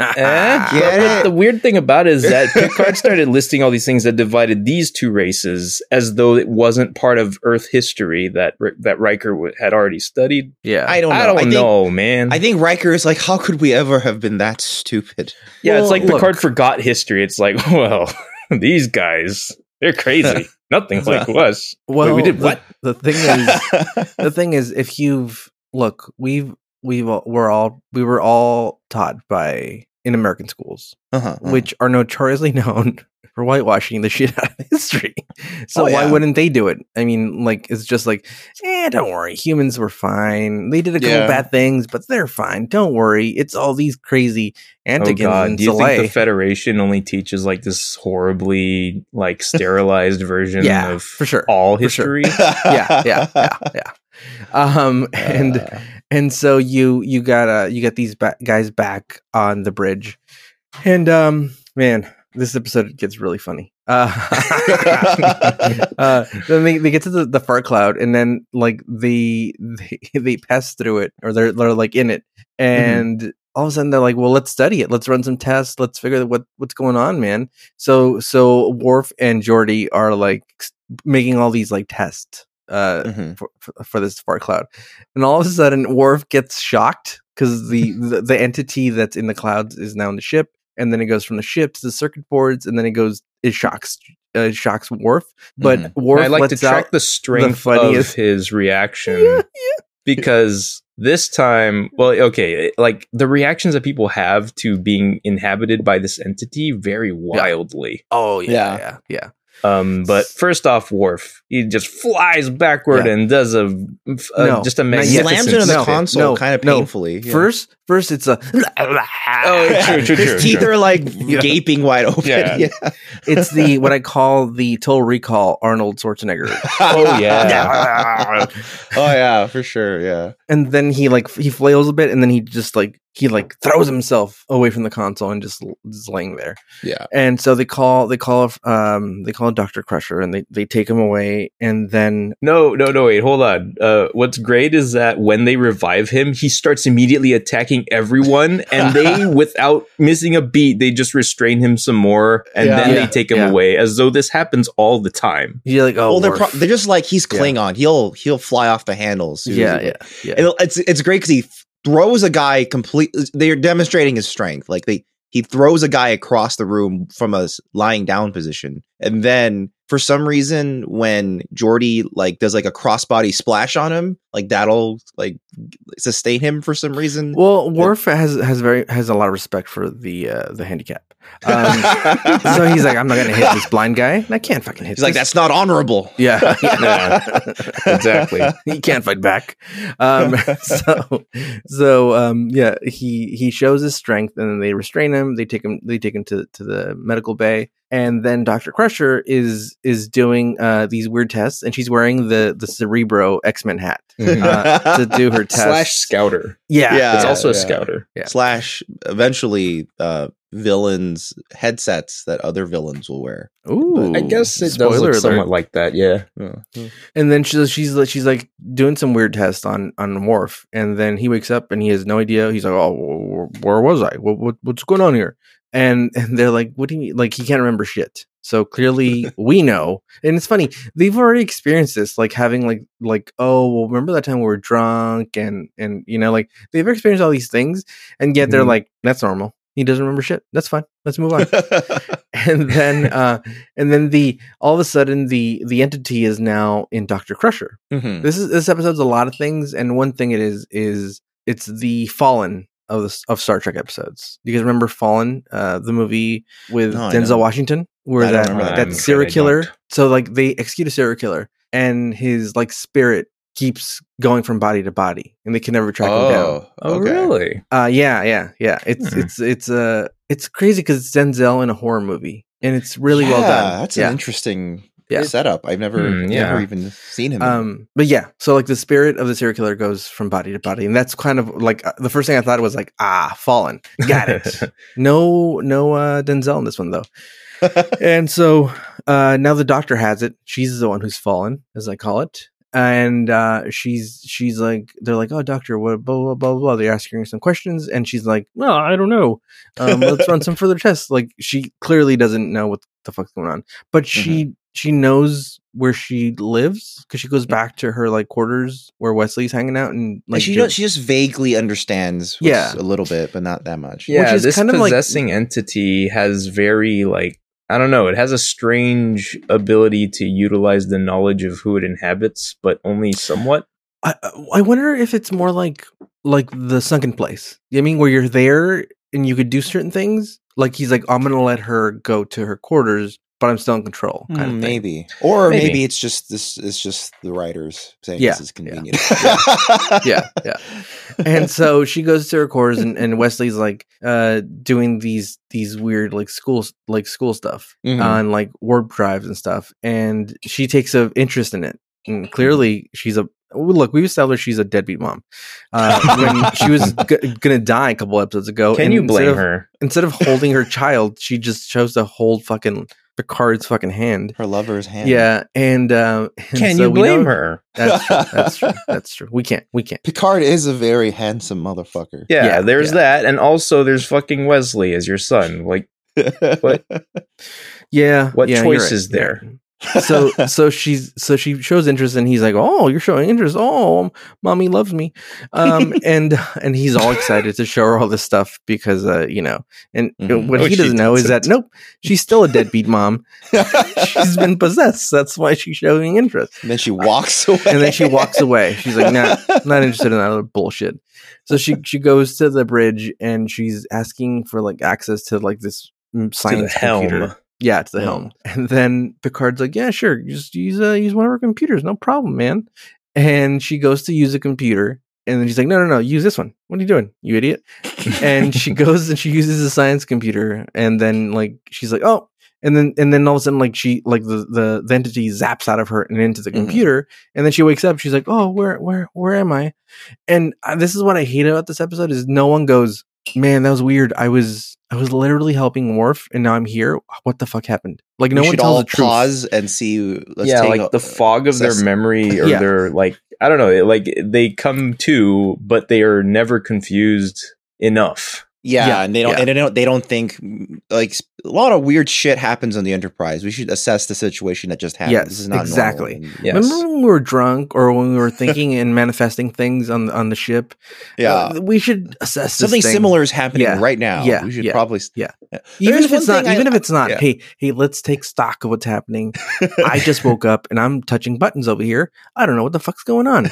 [SPEAKER 1] <laughs> Get
[SPEAKER 3] Eh? But- but
[SPEAKER 1] it?
[SPEAKER 3] the weird thing about it is that Picard started listing all these things that divided these two races as though it wasn't part of Earth history that R- that Riker w- had already studied.
[SPEAKER 2] Yeah,
[SPEAKER 1] I don't know.
[SPEAKER 3] I don't
[SPEAKER 1] I think-
[SPEAKER 3] know, man.
[SPEAKER 1] I think Riker is like, how could we ever have been that stupid?
[SPEAKER 3] yeah,
[SPEAKER 2] Well,
[SPEAKER 3] it's like Picard
[SPEAKER 2] look.
[SPEAKER 3] forgot history. It's like, <laughs> well, these guys,
[SPEAKER 1] <laughs>
[SPEAKER 3] they're crazy. Nothing's like us.
[SPEAKER 2] Well,
[SPEAKER 3] we did
[SPEAKER 2] the-
[SPEAKER 3] what?
[SPEAKER 2] The thing is, the thing is, if you've look, we've we've all- we're all we were all taught by in American schools,
[SPEAKER 1] Uh-huh. <laughs>
[SPEAKER 3] Mm.
[SPEAKER 2] which are notoriously <laughs> known for whitewashing the shit out of history. So
[SPEAKER 1] Oh,
[SPEAKER 2] why
[SPEAKER 1] yeah.
[SPEAKER 2] wouldn't they do it? I mean, like it's just like, eh, don't worry, humans were fine. They did a couple
[SPEAKER 1] Yeah.
[SPEAKER 2] bad things, but they're fine. Don't worry. It's all these crazy
[SPEAKER 3] Oh
[SPEAKER 2] antigens
[SPEAKER 3] God!
[SPEAKER 2] and
[SPEAKER 3] Do you think the
[SPEAKER 2] Soleil.
[SPEAKER 3] Federation only teaches like this horribly
[SPEAKER 2] <laughs>
[SPEAKER 3] like sterilized version
[SPEAKER 2] Yeah,
[SPEAKER 3] of
[SPEAKER 2] for sure,
[SPEAKER 3] all
[SPEAKER 2] for sure.
[SPEAKER 3] history?
[SPEAKER 2] <laughs> yeah, yeah, yeah, yeah. Um, and
[SPEAKER 1] <laughs> Uh,
[SPEAKER 2] and so you you got uh you got these ba- guys back on the bridge and um man this episode gets really funny uh, <laughs> uh then they, they get to the, the fart cloud and then like the they, they pass through it or they're, they're like in it and all of a sudden they're like well let's study it let's run some tests let's figure out what what's going on man so so Worf and Jordy are like s- making all these like tests uh
[SPEAKER 1] mhm.
[SPEAKER 2] for, for, for this fart cloud. And all of a sudden, Worf gets shocked because the, the the entity that's in the clouds is now in the ship, and then it goes from the ship to the circuit boards, and then it goes it shocks uh, shocks Worf, but
[SPEAKER 1] Mhm.
[SPEAKER 2] Worf
[SPEAKER 3] I like to
[SPEAKER 2] lets
[SPEAKER 3] track
[SPEAKER 2] out.
[SPEAKER 3] the strength
[SPEAKER 2] funniest-
[SPEAKER 3] of his
[SPEAKER 2] <laughs>
[SPEAKER 3] reaction
[SPEAKER 2] Yeah,
[SPEAKER 3] because this time, well, okay, it- like the reactions that people have to being inhabited by this entity vary wildly.
[SPEAKER 2] oh yeah, yeah,
[SPEAKER 1] Yeah.
[SPEAKER 2] yeah,
[SPEAKER 3] Um, but first off, Worf he just flies backward
[SPEAKER 2] Yeah.
[SPEAKER 3] and does a, a-
[SPEAKER 2] No,
[SPEAKER 3] just a
[SPEAKER 2] not yet.
[SPEAKER 3] magnificent
[SPEAKER 1] slams into the
[SPEAKER 2] No,
[SPEAKER 1] console
[SPEAKER 2] no,
[SPEAKER 1] kind of
[SPEAKER 2] no.
[SPEAKER 1] painfully. yeah.
[SPEAKER 2] First, first it's a.
[SPEAKER 3] Oh, true, true, true.
[SPEAKER 1] His teeth
[SPEAKER 3] true.
[SPEAKER 1] are <laughs> like
[SPEAKER 2] Yeah.
[SPEAKER 1] gaping wide open.
[SPEAKER 3] Yeah.
[SPEAKER 1] Yeah.
[SPEAKER 2] it's the what I call the total recall Arnold Schwarzenegger.
[SPEAKER 3] Oh,
[SPEAKER 4] <laughs>
[SPEAKER 3] yeah.
[SPEAKER 1] <laughs> oh yeah, for sure. Yeah.
[SPEAKER 2] and then he like he flails a bit and then he just like he like throws himself away from the console and just l- is laying there
[SPEAKER 1] Yeah.
[SPEAKER 2] and so they call they call um they call dr crusher and they they take him away and then
[SPEAKER 3] No, no, no, wait, hold on. Uh, what's great is that when they revive him, he starts immediately attacking everyone, and <laughs> they, without missing a beat, they just restrain him some more, and
[SPEAKER 1] Yeah.
[SPEAKER 3] then
[SPEAKER 2] Yeah.
[SPEAKER 3] they take him
[SPEAKER 2] Yeah.
[SPEAKER 3] away, as though this happens all the time.
[SPEAKER 2] you're like oh
[SPEAKER 1] well, they're pro-
[SPEAKER 2] Worf.
[SPEAKER 1] they're just like he's Klingon. He'll he'll fly off the handle. as soon as
[SPEAKER 2] yeah
[SPEAKER 1] he-
[SPEAKER 2] yeah yeah
[SPEAKER 1] It'll- It's it's great because he throws a guy completely. They're demonstrating his strength. Like they he throws a guy across the room from a s- lying down position, and then for some reason when Jordy like does like a crossbody splash on him, like that'll like sustain hhim for some
[SPEAKER 2] <laughs>
[SPEAKER 1] reason.
[SPEAKER 2] Well, Worf has has very has a lot of respect for the uh, the handicap. Um,
[SPEAKER 1] <laughs>
[SPEAKER 2] so he's like, I'm not gonna hit this blind guy. And I can't fucking hit.
[SPEAKER 1] He's like,
[SPEAKER 2] this.
[SPEAKER 1] that's not honorable.
[SPEAKER 2] <laughs> yeah,
[SPEAKER 1] <laughs>
[SPEAKER 3] <laughs> exactly.
[SPEAKER 2] he can't fight back. Um, <laughs> so, so um, yeah, he he shows his strength, and then they restrain him. They take him. They take him to to the medical bay, and then Doctor Crusher is is doing uh, these weird tests, and she's wearing the the Cerebro X Men hat Uh, to do
[SPEAKER 3] <laughs>
[SPEAKER 2] her test.
[SPEAKER 3] Slash scouter.
[SPEAKER 2] yeah,
[SPEAKER 1] Yeah.
[SPEAKER 3] it's also a
[SPEAKER 2] yeah.
[SPEAKER 3] scouter.
[SPEAKER 2] Yeah.
[SPEAKER 1] slash eventually uh villains headsets that other villains will wear
[SPEAKER 2] Ooh,
[SPEAKER 3] I guess it does
[SPEAKER 2] spoiler
[SPEAKER 3] look
[SPEAKER 2] alert.
[SPEAKER 3] somewhat like that. Yeah.
[SPEAKER 2] And then she's she's like- she's like doing some weird test on on Worf, and then he wakes up and he has no idea. He's like, "Oh, wh- wh- where was I? What, what what's going on here?" And <laughs> and they're like, "What do you mean?" Like he can't remember shit. So clearly we know, and it's funny they've already experienced this, like having like like oh well, remember that time we were drunk and and you know like they've experienced all these things, and yet they're
[SPEAKER 3] Mhm.
[SPEAKER 2] like, "That's normal." He doesn't remember shit. That's fine. Let's
[SPEAKER 1] <laughs>
[SPEAKER 2] move on and then uh and then the all of a sudden the the entity is now in Doctor Crusher.
[SPEAKER 1] Mhm.
[SPEAKER 2] This is this episode's a lot of things, and one thing it is is it's the Fallen of the of Star Trek episodes. You guys remember Fallen, uh, the movie with
[SPEAKER 1] No, I
[SPEAKER 2] Denzel
[SPEAKER 1] don't.
[SPEAKER 2] Washington, where
[SPEAKER 1] I don't
[SPEAKER 2] that
[SPEAKER 1] remember that.
[SPEAKER 2] that
[SPEAKER 1] I'm
[SPEAKER 3] afraid
[SPEAKER 2] serial
[SPEAKER 3] I
[SPEAKER 2] killer.
[SPEAKER 3] don't.
[SPEAKER 2] So like they execute a serial killer, and his like spirit keeps going from body to body, and they can never track him down.
[SPEAKER 3] Oh,
[SPEAKER 1] okay.
[SPEAKER 3] really?
[SPEAKER 2] Uh, yeah, yeah, yeah. It's
[SPEAKER 3] Hmm.
[SPEAKER 2] it's it's uh it's crazy because it's Denzel in a horror movie, and it's really well
[SPEAKER 1] Yeah,
[SPEAKER 2] done.
[SPEAKER 1] that's
[SPEAKER 2] yeah.
[SPEAKER 1] an interesting
[SPEAKER 2] Yeah.
[SPEAKER 1] setup i've never
[SPEAKER 3] Hmm, yeah.
[SPEAKER 1] never even seen him in.
[SPEAKER 2] um, but yeah, so like the spirit of the serial killer goes from body to body, and that's kind of like uh, the first thing I thought was like, ah, fallen, got
[SPEAKER 3] <laughs>
[SPEAKER 2] it. no, no, uh, Denzel in this one
[SPEAKER 1] <laughs>
[SPEAKER 2] though. and so uh, now the doctor has it. She's the one who's fallen, as I call it. And uh, she's she's like they're like oh doctor what blah blah blah blah, blah. They're asking her some questions and she's like well I don't know um, let's run some further tests like she clearly doesn't know what the fuck's going on but
[SPEAKER 1] Mm-hmm.
[SPEAKER 2] she she knows where she lives because she goes back to her like quarters where Wesley's hanging out and like
[SPEAKER 1] like she
[SPEAKER 2] doing-
[SPEAKER 1] knows, she just vaguely understands what's
[SPEAKER 2] Yeah.
[SPEAKER 1] a little bit but not that much
[SPEAKER 3] Yeah.
[SPEAKER 2] is
[SPEAKER 3] this
[SPEAKER 2] kind of like-
[SPEAKER 3] possessing entity has very like I don't know. It has a strange ability to utilize the knowledge of who it inhabits, but only somewhat.
[SPEAKER 2] I, uh, I wonder if it's more like like the sunken place. You know what I mean where you're there and you could do certain things. Like he's like, I'm gonna let her go to her quarters, but I'm still in control.
[SPEAKER 1] Hmm,
[SPEAKER 2] Kind of thing.
[SPEAKER 1] maybe or maybe.
[SPEAKER 3] Maybe.
[SPEAKER 1] it's just this it's just the writers saying
[SPEAKER 2] Yeah,
[SPEAKER 1] this is convenient <laughs>
[SPEAKER 2] Yeah, yeah. And so she goes to her quarters, and, and Wesley's like uh doing these these weird like school like school stuff
[SPEAKER 3] Mm-hmm.
[SPEAKER 1] Mhm.
[SPEAKER 2] on like warp drives and stuff. And she takes a interest in it. And clearly, she's a look. We established she's a deadbeat mom. Uh, when she was
[SPEAKER 3] <laughs>
[SPEAKER 2] g- gonna die a couple episodes ago.
[SPEAKER 3] Can
[SPEAKER 2] and
[SPEAKER 3] you
[SPEAKER 2] instead
[SPEAKER 3] blame
[SPEAKER 2] of-
[SPEAKER 3] her?
[SPEAKER 2] instead of holding her child, she just chose to hold fucking Picard's fucking hand.
[SPEAKER 1] <laughs> her lover's hand
[SPEAKER 2] Yeah, and, um, and
[SPEAKER 3] <laughs> Can
[SPEAKER 2] so
[SPEAKER 3] you
[SPEAKER 2] we
[SPEAKER 3] blame
[SPEAKER 2] know-
[SPEAKER 3] her?
[SPEAKER 2] That's true. That's
[SPEAKER 3] <laughs>
[SPEAKER 2] true. That's true. We can't. We can't.
[SPEAKER 1] picard is a very handsome motherfucker
[SPEAKER 3] Yeah,
[SPEAKER 2] Yeah,
[SPEAKER 3] there's
[SPEAKER 2] yeah.
[SPEAKER 3] that, and also there's fucking Wesley as your son. Like,
[SPEAKER 1] <laughs>
[SPEAKER 3] What?
[SPEAKER 2] Yeah.
[SPEAKER 3] What
[SPEAKER 2] yeah, you're
[SPEAKER 3] choice
[SPEAKER 2] right,
[SPEAKER 3] is
[SPEAKER 2] you're
[SPEAKER 3] there?
[SPEAKER 2] right.
[SPEAKER 3] <laughs>
[SPEAKER 2] so so she's so she shows interest and he's like oh you're showing interest oh mommy loves me um
[SPEAKER 3] <laughs>
[SPEAKER 2] and and he's all excited to show her all this stuff because uh you know and
[SPEAKER 1] Mhm.
[SPEAKER 2] what
[SPEAKER 3] Oh,
[SPEAKER 2] he
[SPEAKER 3] she
[SPEAKER 2] doesn't know is that
[SPEAKER 3] doesn't.
[SPEAKER 2] nope she's still a deadbeat mom she's been possessed that's why she's showing interest
[SPEAKER 1] And then she walks away.
[SPEAKER 2] and then she walks away. She's like, "Nah, not interested in that other bullshit." So she she goes to the bridge and she's asking for like access to like this mm,
[SPEAKER 3] to
[SPEAKER 2] science
[SPEAKER 3] the helm.
[SPEAKER 2] computer. Yeah, to the
[SPEAKER 1] Yeah.
[SPEAKER 2] helm. <laughs> And then Picard's like, "Yeah, sure, just use uh, use one of our computers, no problem, man." And she goes to use a computer, and then she's like, "No, no, no, use this one. What are you doing, you idiot?" and she goes and she uses a science computer, and then like she's like, "Oh." And then, and then all of a sudden, like she, like the the, the entity zaps out of her and into the
[SPEAKER 1] Mhm.
[SPEAKER 2] computer, and then she wakes up. She's like, "Oh, where, where, where am I?" And uh, this is what I hate about this episode: is no one goes, "Man, that was weird. I was, I was literally helping Worf, and now I'm here. What the fuck happened?" Like no
[SPEAKER 1] we
[SPEAKER 2] one
[SPEAKER 1] should
[SPEAKER 2] tells
[SPEAKER 1] all
[SPEAKER 2] the truth.
[SPEAKER 1] pause and see. Let's
[SPEAKER 3] yeah,
[SPEAKER 1] take
[SPEAKER 3] like
[SPEAKER 1] a-
[SPEAKER 3] the fog of
[SPEAKER 1] assess-
[SPEAKER 3] their memory or
[SPEAKER 2] Yeah.
[SPEAKER 3] their like I don't know, like they come to, but they are never confused enough.
[SPEAKER 1] Yeah,
[SPEAKER 2] Yeah,
[SPEAKER 1] and they don't
[SPEAKER 2] yeah.
[SPEAKER 1] and they don't they don't think like a lot of weird shit happens on the Enterprise. We should assess the situation that just happened.
[SPEAKER 2] Yes,
[SPEAKER 1] this is not normal.
[SPEAKER 2] exactly.
[SPEAKER 1] And-
[SPEAKER 3] Yeah. Yes.
[SPEAKER 2] Remember uh, when we were drunk or when we
[SPEAKER 1] <laughs>
[SPEAKER 2] were thinking and manifesting things on on the ship?
[SPEAKER 1] Yeah.
[SPEAKER 2] Uh, we should assess this
[SPEAKER 1] Something
[SPEAKER 2] thing.
[SPEAKER 1] similar is happening
[SPEAKER 2] Yeah.
[SPEAKER 1] right now.
[SPEAKER 2] Yeah,
[SPEAKER 1] we should
[SPEAKER 2] yeah.
[SPEAKER 1] probably
[SPEAKER 2] <laughs>
[SPEAKER 1] s-
[SPEAKER 2] Yeah.
[SPEAKER 1] There
[SPEAKER 2] Even
[SPEAKER 1] is
[SPEAKER 2] if it's
[SPEAKER 1] one
[SPEAKER 2] not,
[SPEAKER 1] thing I-
[SPEAKER 2] even if it's not,
[SPEAKER 1] yeah.
[SPEAKER 2] hey, hey, let's take stock of what's happening. I just woke up and I'm touching buttons over here. I don't know what the fuck's
[SPEAKER 1] <laughs>
[SPEAKER 2] going on.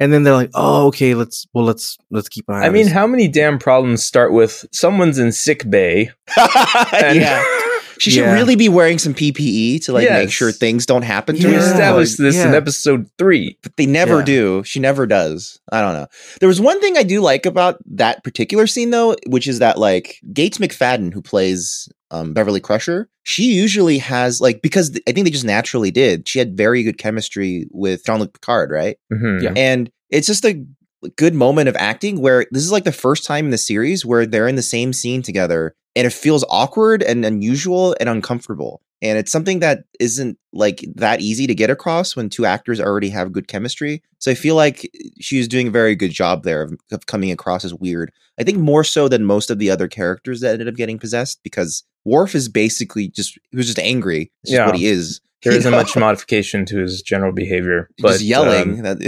[SPEAKER 2] And then they're like, "Oh, okay, let's well, let's let's keep an eye."
[SPEAKER 3] I
[SPEAKER 2] on
[SPEAKER 3] mean,
[SPEAKER 2] this.
[SPEAKER 3] how many damn problems start with someone's in sick bay? And
[SPEAKER 1] yeah. <laughs> She should
[SPEAKER 2] Yeah.
[SPEAKER 1] really be wearing some PPE to like make
[SPEAKER 3] Yes.
[SPEAKER 1] sure things don't happen to
[SPEAKER 3] we
[SPEAKER 1] her.
[SPEAKER 2] Yeah.
[SPEAKER 3] established this in
[SPEAKER 2] Yeah.
[SPEAKER 3] episode three.
[SPEAKER 1] but they never
[SPEAKER 2] Yeah.
[SPEAKER 1] do. She never does. I don't know. There was one thing I do like about that particular scene though, which is that like Gates McFadden, who plays um, Beverly Crusher, she usually has like because th- I think they just naturally did. She had very good chemistry with John Luke Picard, right?
[SPEAKER 3] Mhm.
[SPEAKER 2] Yeah.
[SPEAKER 1] And it's just a good moment of acting where this is like the first time in the series where they're in the same scene together and it feels awkward and unusual and uncomfortable. And it's something that isn't like that easy to get across when two actors already have good chemistry. So I feel like she was doing a very good job there of, of coming across as weird. I think more so than most of the other characters that ended up getting possessed because Worf is basically just he was just angry. It's just
[SPEAKER 3] Yeah.
[SPEAKER 1] what he is.
[SPEAKER 3] There
[SPEAKER 1] You
[SPEAKER 2] <laughs>
[SPEAKER 1] <laughs>
[SPEAKER 3] isn't
[SPEAKER 1] know?
[SPEAKER 3] much modification to his general behavior, but
[SPEAKER 1] just yelling.
[SPEAKER 3] um,
[SPEAKER 1] that,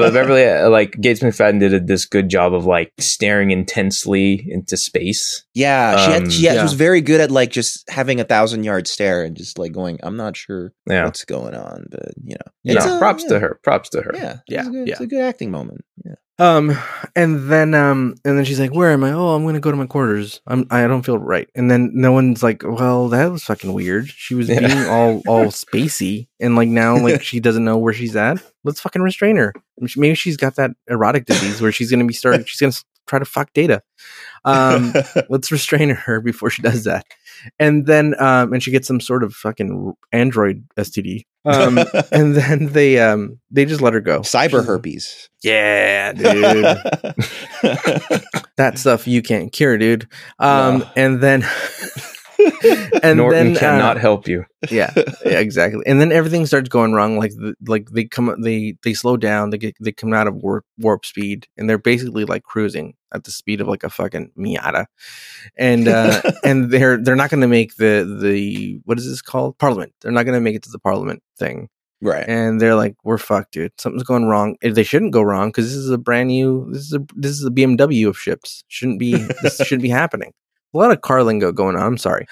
[SPEAKER 1] <laughs>
[SPEAKER 3] but Beverly, uh, like Gates McFadden, did a, this good job of like staring intensely into space.
[SPEAKER 1] Yeah, she had, she,
[SPEAKER 2] Um,
[SPEAKER 1] had- she was very good at like just having a thousand yard stare and just like going, I'm not sure
[SPEAKER 3] Yeah,
[SPEAKER 1] what's going on, but you know,
[SPEAKER 3] yeah.
[SPEAKER 1] It's a-
[SPEAKER 3] props
[SPEAKER 1] yeah.
[SPEAKER 3] to her. Props to her.
[SPEAKER 1] yeah, it's
[SPEAKER 2] Yeah,
[SPEAKER 1] a good, it's
[SPEAKER 2] yeah.
[SPEAKER 1] a good acting moment. Yeah,
[SPEAKER 2] Um, and then um, and then she's like, "Where am I? Oh, I'm gonna go to my quarters. I'm I don't feel right." And then no one's like, "Well, that was fucking weird. She was
[SPEAKER 3] Yeah.
[SPEAKER 2] being all all spacey, and like now like she doesn't know where she's at. Let's fucking restrain her. Maybe she's got that erotic disease where she's gonna be starting. She's gonna s- try to fuck Data.
[SPEAKER 1] <laughs>
[SPEAKER 2] Um, let's restrain her before she does that. And then um, and she gets some sort of fucking android STD. Um, and then they um they just let her
[SPEAKER 1] <laughs>
[SPEAKER 2] go.
[SPEAKER 1] cyber
[SPEAKER 2] She's-
[SPEAKER 1] herpes,
[SPEAKER 2] Yeah, dude
[SPEAKER 1] <laughs>
[SPEAKER 2] that stuff you can't cure, dude. Um,
[SPEAKER 1] No.
[SPEAKER 2] and
[SPEAKER 3] <laughs>
[SPEAKER 2] then, and
[SPEAKER 3] Norton
[SPEAKER 2] then, uh,
[SPEAKER 3] cannot help you.
[SPEAKER 2] <laughs> yeah, yeah, exactly. And then everything starts going wrong. Like, the, like they come, they they slow down. They get, they come out of warp warp speed, and they're basically like cruising at the speed of like a fucking Miata, and
[SPEAKER 3] <laughs>
[SPEAKER 2] uh, and they're they're not going to make the the what is this called Parliament? They're not going to make it to the Parliament thing
[SPEAKER 1] right?
[SPEAKER 2] and they're like, "We're fucked, dude. Something's going wrong. Eh, They shouldn't go wrong because this is a brand new. This is a this is a BMW of ships. Shouldn't be.
[SPEAKER 1] <laughs>
[SPEAKER 2] This shouldn't be happening. A lot of car lingo going on. I'm sorry.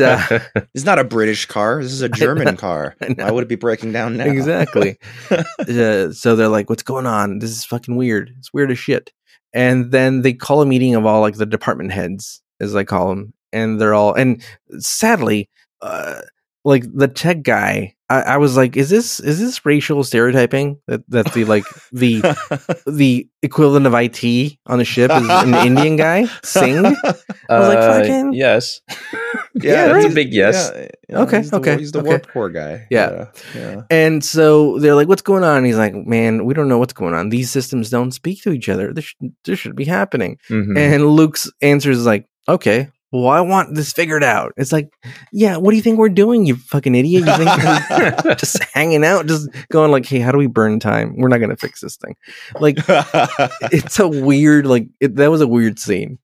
[SPEAKER 1] <laughs>
[SPEAKER 2] uh,
[SPEAKER 1] It's not a British car. This is
[SPEAKER 2] <laughs>
[SPEAKER 1] a German car.
[SPEAKER 2] I know.
[SPEAKER 1] Why would it be breaking down now? <laughs>
[SPEAKER 2] exactly. uh, so they're like, "What's going on? This is fucking weird. It's weird as shit." And then they call a meeting of all like the department heads, as I call them, and they're all. And sadly, uh, like the tech guy, I, I was like, "Is this is this racial stereotyping that that the like the
[SPEAKER 1] <laughs>
[SPEAKER 2] the equivalent of IT on a ship is an Indian guy sing. I was like,
[SPEAKER 3] Uh,
[SPEAKER 2] fucking- <laughs>
[SPEAKER 3] yes. <laughs>
[SPEAKER 2] Yeah,
[SPEAKER 3] that's
[SPEAKER 2] right.
[SPEAKER 3] a big yes.
[SPEAKER 1] Yeah, yeah,
[SPEAKER 2] Okay,
[SPEAKER 1] he's the,
[SPEAKER 2] okay,
[SPEAKER 1] He's the
[SPEAKER 2] okay.
[SPEAKER 1] warp core guy.
[SPEAKER 2] Yeah.
[SPEAKER 1] yeah.
[SPEAKER 2] And so they're like, "What's going on?" And he's like, "Man, we don't know what's going on. These systems don't speak to each other. This should, this should be happening."
[SPEAKER 1] Hmm.
[SPEAKER 3] Mhm.
[SPEAKER 2] And Luke's answer is like, "Okay." Well, I want this figured out. It's like, yeah, what do you think we're doing, you fucking idiot? You think
[SPEAKER 1] <laughs>
[SPEAKER 2] we're just hanging out, just going like, hey, how do we burn time? We're not gonna fix this thing. Like, <laughs>
[SPEAKER 1] <laughs>
[SPEAKER 2] it's a weird, like, it, that was a weird scene.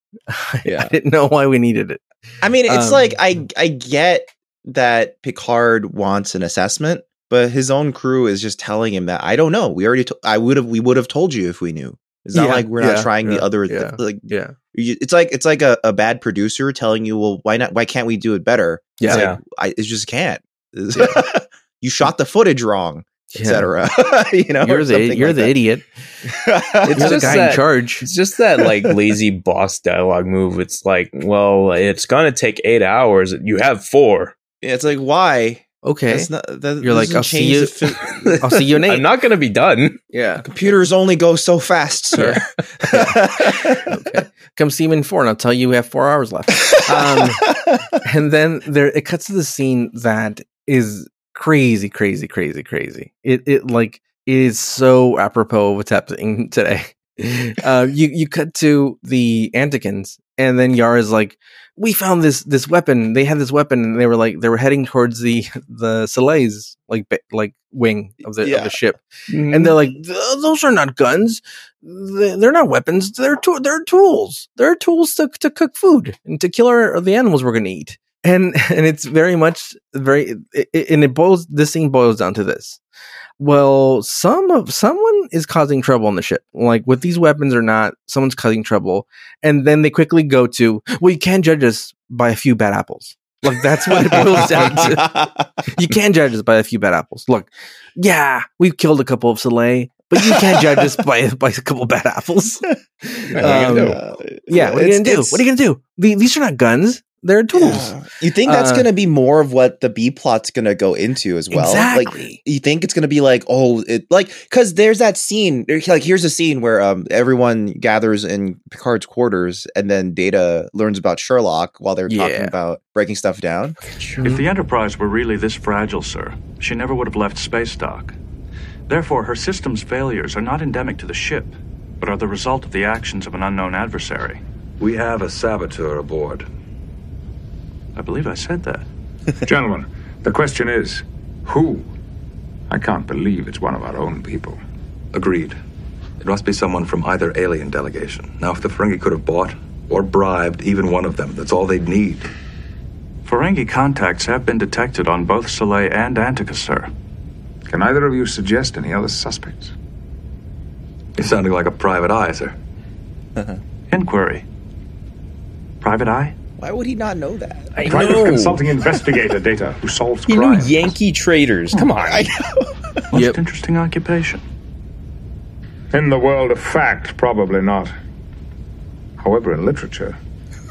[SPEAKER 1] Yeah.
[SPEAKER 2] I didn't know why we needed it.
[SPEAKER 1] I mean, it's
[SPEAKER 2] Um,
[SPEAKER 1] like I I get that Picard wants an assessment, but his own crew is just telling him that I don't know. We already to- I would have we would have told you if we knew. It's not
[SPEAKER 2] Yeah,
[SPEAKER 1] like we're
[SPEAKER 2] yeah,
[SPEAKER 1] not trying
[SPEAKER 2] yeah,
[SPEAKER 1] the other
[SPEAKER 2] yeah.
[SPEAKER 1] like
[SPEAKER 2] Yeah,
[SPEAKER 1] you, it's like it's like a, a bad producer telling you, well, why not? Why can't we do it better?
[SPEAKER 2] yeah,
[SPEAKER 3] Yeah.
[SPEAKER 1] I it just can't. <laughs> you shot the footage wrong, etc. <laughs> you know, or
[SPEAKER 2] you're the
[SPEAKER 1] something
[SPEAKER 2] you're
[SPEAKER 1] like <laughs>
[SPEAKER 2] the
[SPEAKER 1] that.
[SPEAKER 2] idiot.
[SPEAKER 3] <laughs> It's
[SPEAKER 2] you're the
[SPEAKER 3] just
[SPEAKER 2] guy
[SPEAKER 3] that-
[SPEAKER 2] in charge.
[SPEAKER 3] <laughs> It's just that like lazy boss dialogue move. It's like, well, it's gonna take eight hours. You have four.
[SPEAKER 1] it's like why?
[SPEAKER 2] Okay,
[SPEAKER 1] That's not, that,
[SPEAKER 2] You're like,
[SPEAKER 1] doesn't
[SPEAKER 2] I'll see
[SPEAKER 1] change
[SPEAKER 2] you-
[SPEAKER 1] the fi-
[SPEAKER 2] <laughs> I'll see you in eight.
[SPEAKER 3] <laughs> I'm not gonna be done.
[SPEAKER 2] yeah,
[SPEAKER 1] computers only go so fast, sir. <laughs>
[SPEAKER 2] okay. Come see me in four, and I'll tell you we have four hours
[SPEAKER 3] <laughs>
[SPEAKER 2] left. Um, and then there, it cuts to the scene that is crazy, crazy, crazy, crazy. It it like is so apropos of what's happening <laughs> today. uh, you you cut to the Antikins, and then Yara's like, "We found this this weapon. They had this weapon, and they were like they were heading towards the <laughs> the Soleil's like ba- like wing of the, of
[SPEAKER 1] Yeah.
[SPEAKER 2] the ship, <laughs>
[SPEAKER 3] Mm-hmm.
[SPEAKER 2] and they're like, "Th- "Those are not guns. Th- They're not weapons. They're to- they're tools. They're tools to to cook food and to kill our, the animals we're going to eat." And <laughs> and it's very much very it, it- and it boils this scene boils down to this. Well, some of someone is causing trouble on the ship. Like with these weapons or not, someone's causing trouble. And then they quickly go to, well, you can't judge us by a few bad apples. Like that's what it boils down to
[SPEAKER 1] <laughs>
[SPEAKER 2] you can judge us by a few bad apples. Look, yeah, we've killed a couple of Soleil, but you can't judge us by <laughs> by a couple of bad apples.
[SPEAKER 3] Um,
[SPEAKER 2] Yeah, what are you gonna do? What are you gonna do? The- These are not guns; they're tools.
[SPEAKER 1] You think that's
[SPEAKER 2] Uh,
[SPEAKER 1] going to be more of what the B plot's going to go into as well? Like,
[SPEAKER 2] exactly.
[SPEAKER 1] you think it's going to be like, oh, it, like, because there's that scene. there- Like, here's a scene where um everyone gathers in Picard's quarters, and then Data learns about Sherlock while they're
[SPEAKER 2] Yeah.
[SPEAKER 1] talking about breaking stuff down.
[SPEAKER 6] If
[SPEAKER 4] Hmm?
[SPEAKER 6] the Enterprise were really this fragile, sir, she never would have left space dock. Therefore, her system's failures are not endemic to the ship, but are the result of the actions of an unknown adversary.
[SPEAKER 5] We have a saboteur aboard.
[SPEAKER 6] I believe I said that.
[SPEAKER 4] <laughs> Gentlemen, the question is who? I can't believe it's one of our own people.
[SPEAKER 5] Agreed. It must be someone from either alien delegation. Now, if the Ferengi could have bought or bribed even one of them, that's all they'd need.
[SPEAKER 6] Ferengi contacts have been detected on both Soleil and Antica, sir.
[SPEAKER 4] Can either of you suggest any other suspects?
[SPEAKER 5] You're sounding like a private eye, sir.
[SPEAKER 6] <laughs> Inquiry. Private Eye?
[SPEAKER 1] Why would he not know that?
[SPEAKER 3] I
[SPEAKER 4] Private
[SPEAKER 3] know.
[SPEAKER 4] consulting investigator data who
[SPEAKER 3] <laughs>
[SPEAKER 4] solves
[SPEAKER 3] You know,
[SPEAKER 4] crime.
[SPEAKER 3] Yankee traders. <laughs> Come on.
[SPEAKER 6] Most
[SPEAKER 2] Yep.
[SPEAKER 6] interesting occupation.
[SPEAKER 4] In the world of fact, probably not. However, in literature,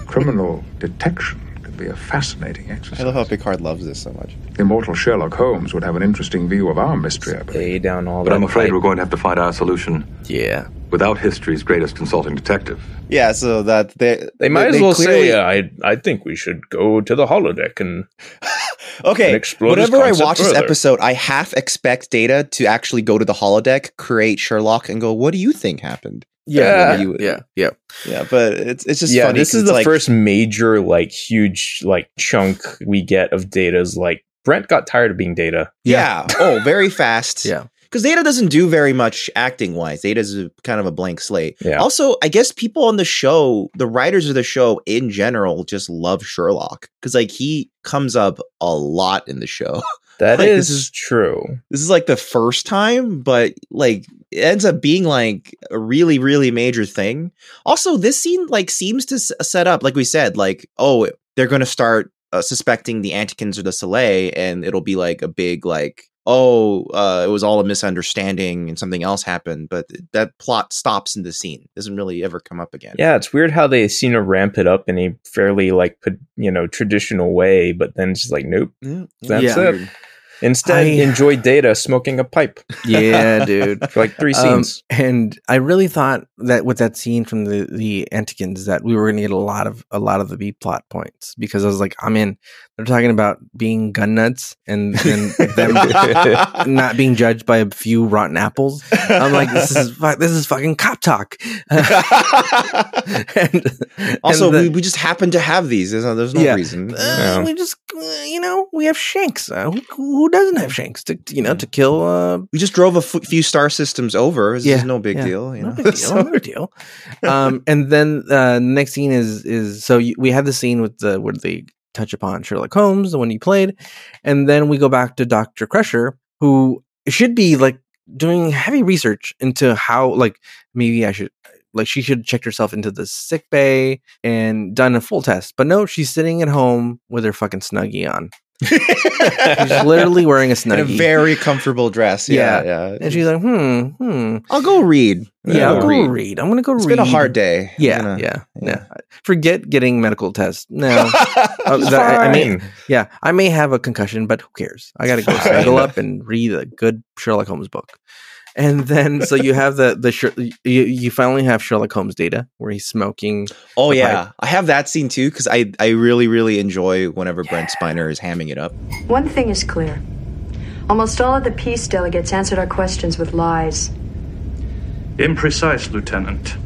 [SPEAKER 4] criminal detection could be a fascinating
[SPEAKER 1] I
[SPEAKER 4] exercise.
[SPEAKER 1] love how Picard loves this so much.
[SPEAKER 4] The immortal Sherlock Holmes would have an interesting view of our mystery, I believe.
[SPEAKER 3] Lay down all
[SPEAKER 5] But
[SPEAKER 3] that
[SPEAKER 5] I'm afraid
[SPEAKER 3] pipe.
[SPEAKER 5] we're going to have to find our solution
[SPEAKER 2] Yeah.
[SPEAKER 5] without history's greatest consulting detective.
[SPEAKER 1] Yeah, so that they
[SPEAKER 3] They might as well
[SPEAKER 1] clearly-
[SPEAKER 3] say, uh, I, I think we should go to the holodeck and and
[SPEAKER 1] Okay,
[SPEAKER 3] explore this
[SPEAKER 1] whenever I
[SPEAKER 3] concept
[SPEAKER 1] watch this
[SPEAKER 3] further.
[SPEAKER 1] episode, I half expect Data to actually go to the holodeck, create Sherlock, and go, "What do you think happened?"
[SPEAKER 3] Yeah.
[SPEAKER 1] What do you-
[SPEAKER 2] Yeah. Yeah.
[SPEAKER 1] yeah, but it's it's just
[SPEAKER 3] yeah,
[SPEAKER 1] funny
[SPEAKER 3] this
[SPEAKER 1] 'cause
[SPEAKER 3] is
[SPEAKER 1] it's
[SPEAKER 3] the
[SPEAKER 1] like-
[SPEAKER 3] first major, like, huge, like, chunk we get of data's like, Brent got tired of being data.
[SPEAKER 1] Yeah. <laughs> Oh, very fast.
[SPEAKER 2] Yeah.
[SPEAKER 1] Because Data doesn't do very much acting wise. Data's a, kind of a blank slate.
[SPEAKER 3] Yeah.
[SPEAKER 1] Also, I guess people on the show, the writers of the show in general, just love Sherlock because like he comes up a lot in the show.
[SPEAKER 3] That is
[SPEAKER 1] Like, this is-
[SPEAKER 3] true.
[SPEAKER 1] this is like the first time, but like it ends up being like a really, really major thing. Also, this scene like seems to s- set up, like we said, like oh, they're gonna start uh, suspecting the Antikins or the Soleil, and it'll be like a big like oh, uh, it was all a misunderstanding and something else happened. But that plot stops in the scene; doesn't really ever come up again.
[SPEAKER 3] Yeah, it's weird how they seem to ramp it up in a fairly, like, pa- you know, traditional way, but then it's just like, nope.
[SPEAKER 1] Yeah,
[SPEAKER 3] That's
[SPEAKER 2] Yeah.
[SPEAKER 3] it. Instead,
[SPEAKER 2] I-
[SPEAKER 3] enjoy data smoking a pipe
[SPEAKER 2] <laughs> Yeah, dude.
[SPEAKER 3] for like <laughs> three
[SPEAKER 2] Um,
[SPEAKER 3] scenes.
[SPEAKER 2] and I really thought that with that scene from the the Antikins that we were going to get a lot of a lot of the B plot points because I was like, I'm in. They're talking about being gun nuts and
[SPEAKER 3] <laughs>
[SPEAKER 2] then
[SPEAKER 1] <laughs>
[SPEAKER 2] them not being judged by a few rotten apples. I'm like,
[SPEAKER 1] <laughs>
[SPEAKER 2] this is fu- this is fucking cop talk. <laughs> and,
[SPEAKER 1] also,
[SPEAKER 2] and the-
[SPEAKER 1] we, we just happen to have these. There's no, there's no
[SPEAKER 2] Yeah.
[SPEAKER 1] reason.
[SPEAKER 2] uh,
[SPEAKER 3] No.
[SPEAKER 2] we just uh, you know we have shanks. Uh, who, who doesn't have shanks to you know to kill? Uh,
[SPEAKER 1] We just drove a f- few star systems over. This
[SPEAKER 2] Yeah,
[SPEAKER 1] is no big
[SPEAKER 2] yeah.
[SPEAKER 1] deal. You
[SPEAKER 2] no
[SPEAKER 1] know? <laughs>
[SPEAKER 2] big deal.
[SPEAKER 1] So-
[SPEAKER 2] no big deal.
[SPEAKER 1] <laughs>
[SPEAKER 2] Um, and then uh, next scene is is so you, we had the scene with the where they touch upon Sherlock Holmes, the one he played, and then we go back to Doctor Crusher, who should be like doing heavy research into how like maybe I should like she should have checked herself into the sick bay and done a full test, but no, she's sitting at home with her fucking snuggie on. She's
[SPEAKER 1] <laughs>
[SPEAKER 2] literally wearing a
[SPEAKER 1] in a
[SPEAKER 2] snuggie.
[SPEAKER 1] very comfortable dress. Yeah, yeah.
[SPEAKER 2] and she's like, hmm, hmm.
[SPEAKER 1] I'll go read.
[SPEAKER 2] Yeah, I'll
[SPEAKER 1] I'll
[SPEAKER 2] go read. I'm gonna go
[SPEAKER 1] It's
[SPEAKER 2] read.
[SPEAKER 1] been a hard day. I'm
[SPEAKER 2] Yeah, <laughs>
[SPEAKER 1] gonna-
[SPEAKER 2] yeah, yeah,
[SPEAKER 1] yeah.
[SPEAKER 2] Forget getting medical tests. No, Uh, that- I, I mean, yeah, I may have a concussion, but who cares? I gotta go
[SPEAKER 1] Fine.
[SPEAKER 2] snuggle up and read a good Sherlock Holmes book. And then, so you have the the Sher- you, you finally have Sherlock Holmes data where he's smoking.
[SPEAKER 1] <laughs> Oh
[SPEAKER 2] The
[SPEAKER 1] yeah, I have that scene too because I I really really enjoy whenever Brent Spiner is hamming it up.
[SPEAKER 7] One thing is clear. Almost all of the peace delegates answered our questions with lies.
[SPEAKER 6] Imprecise, Lieutenant.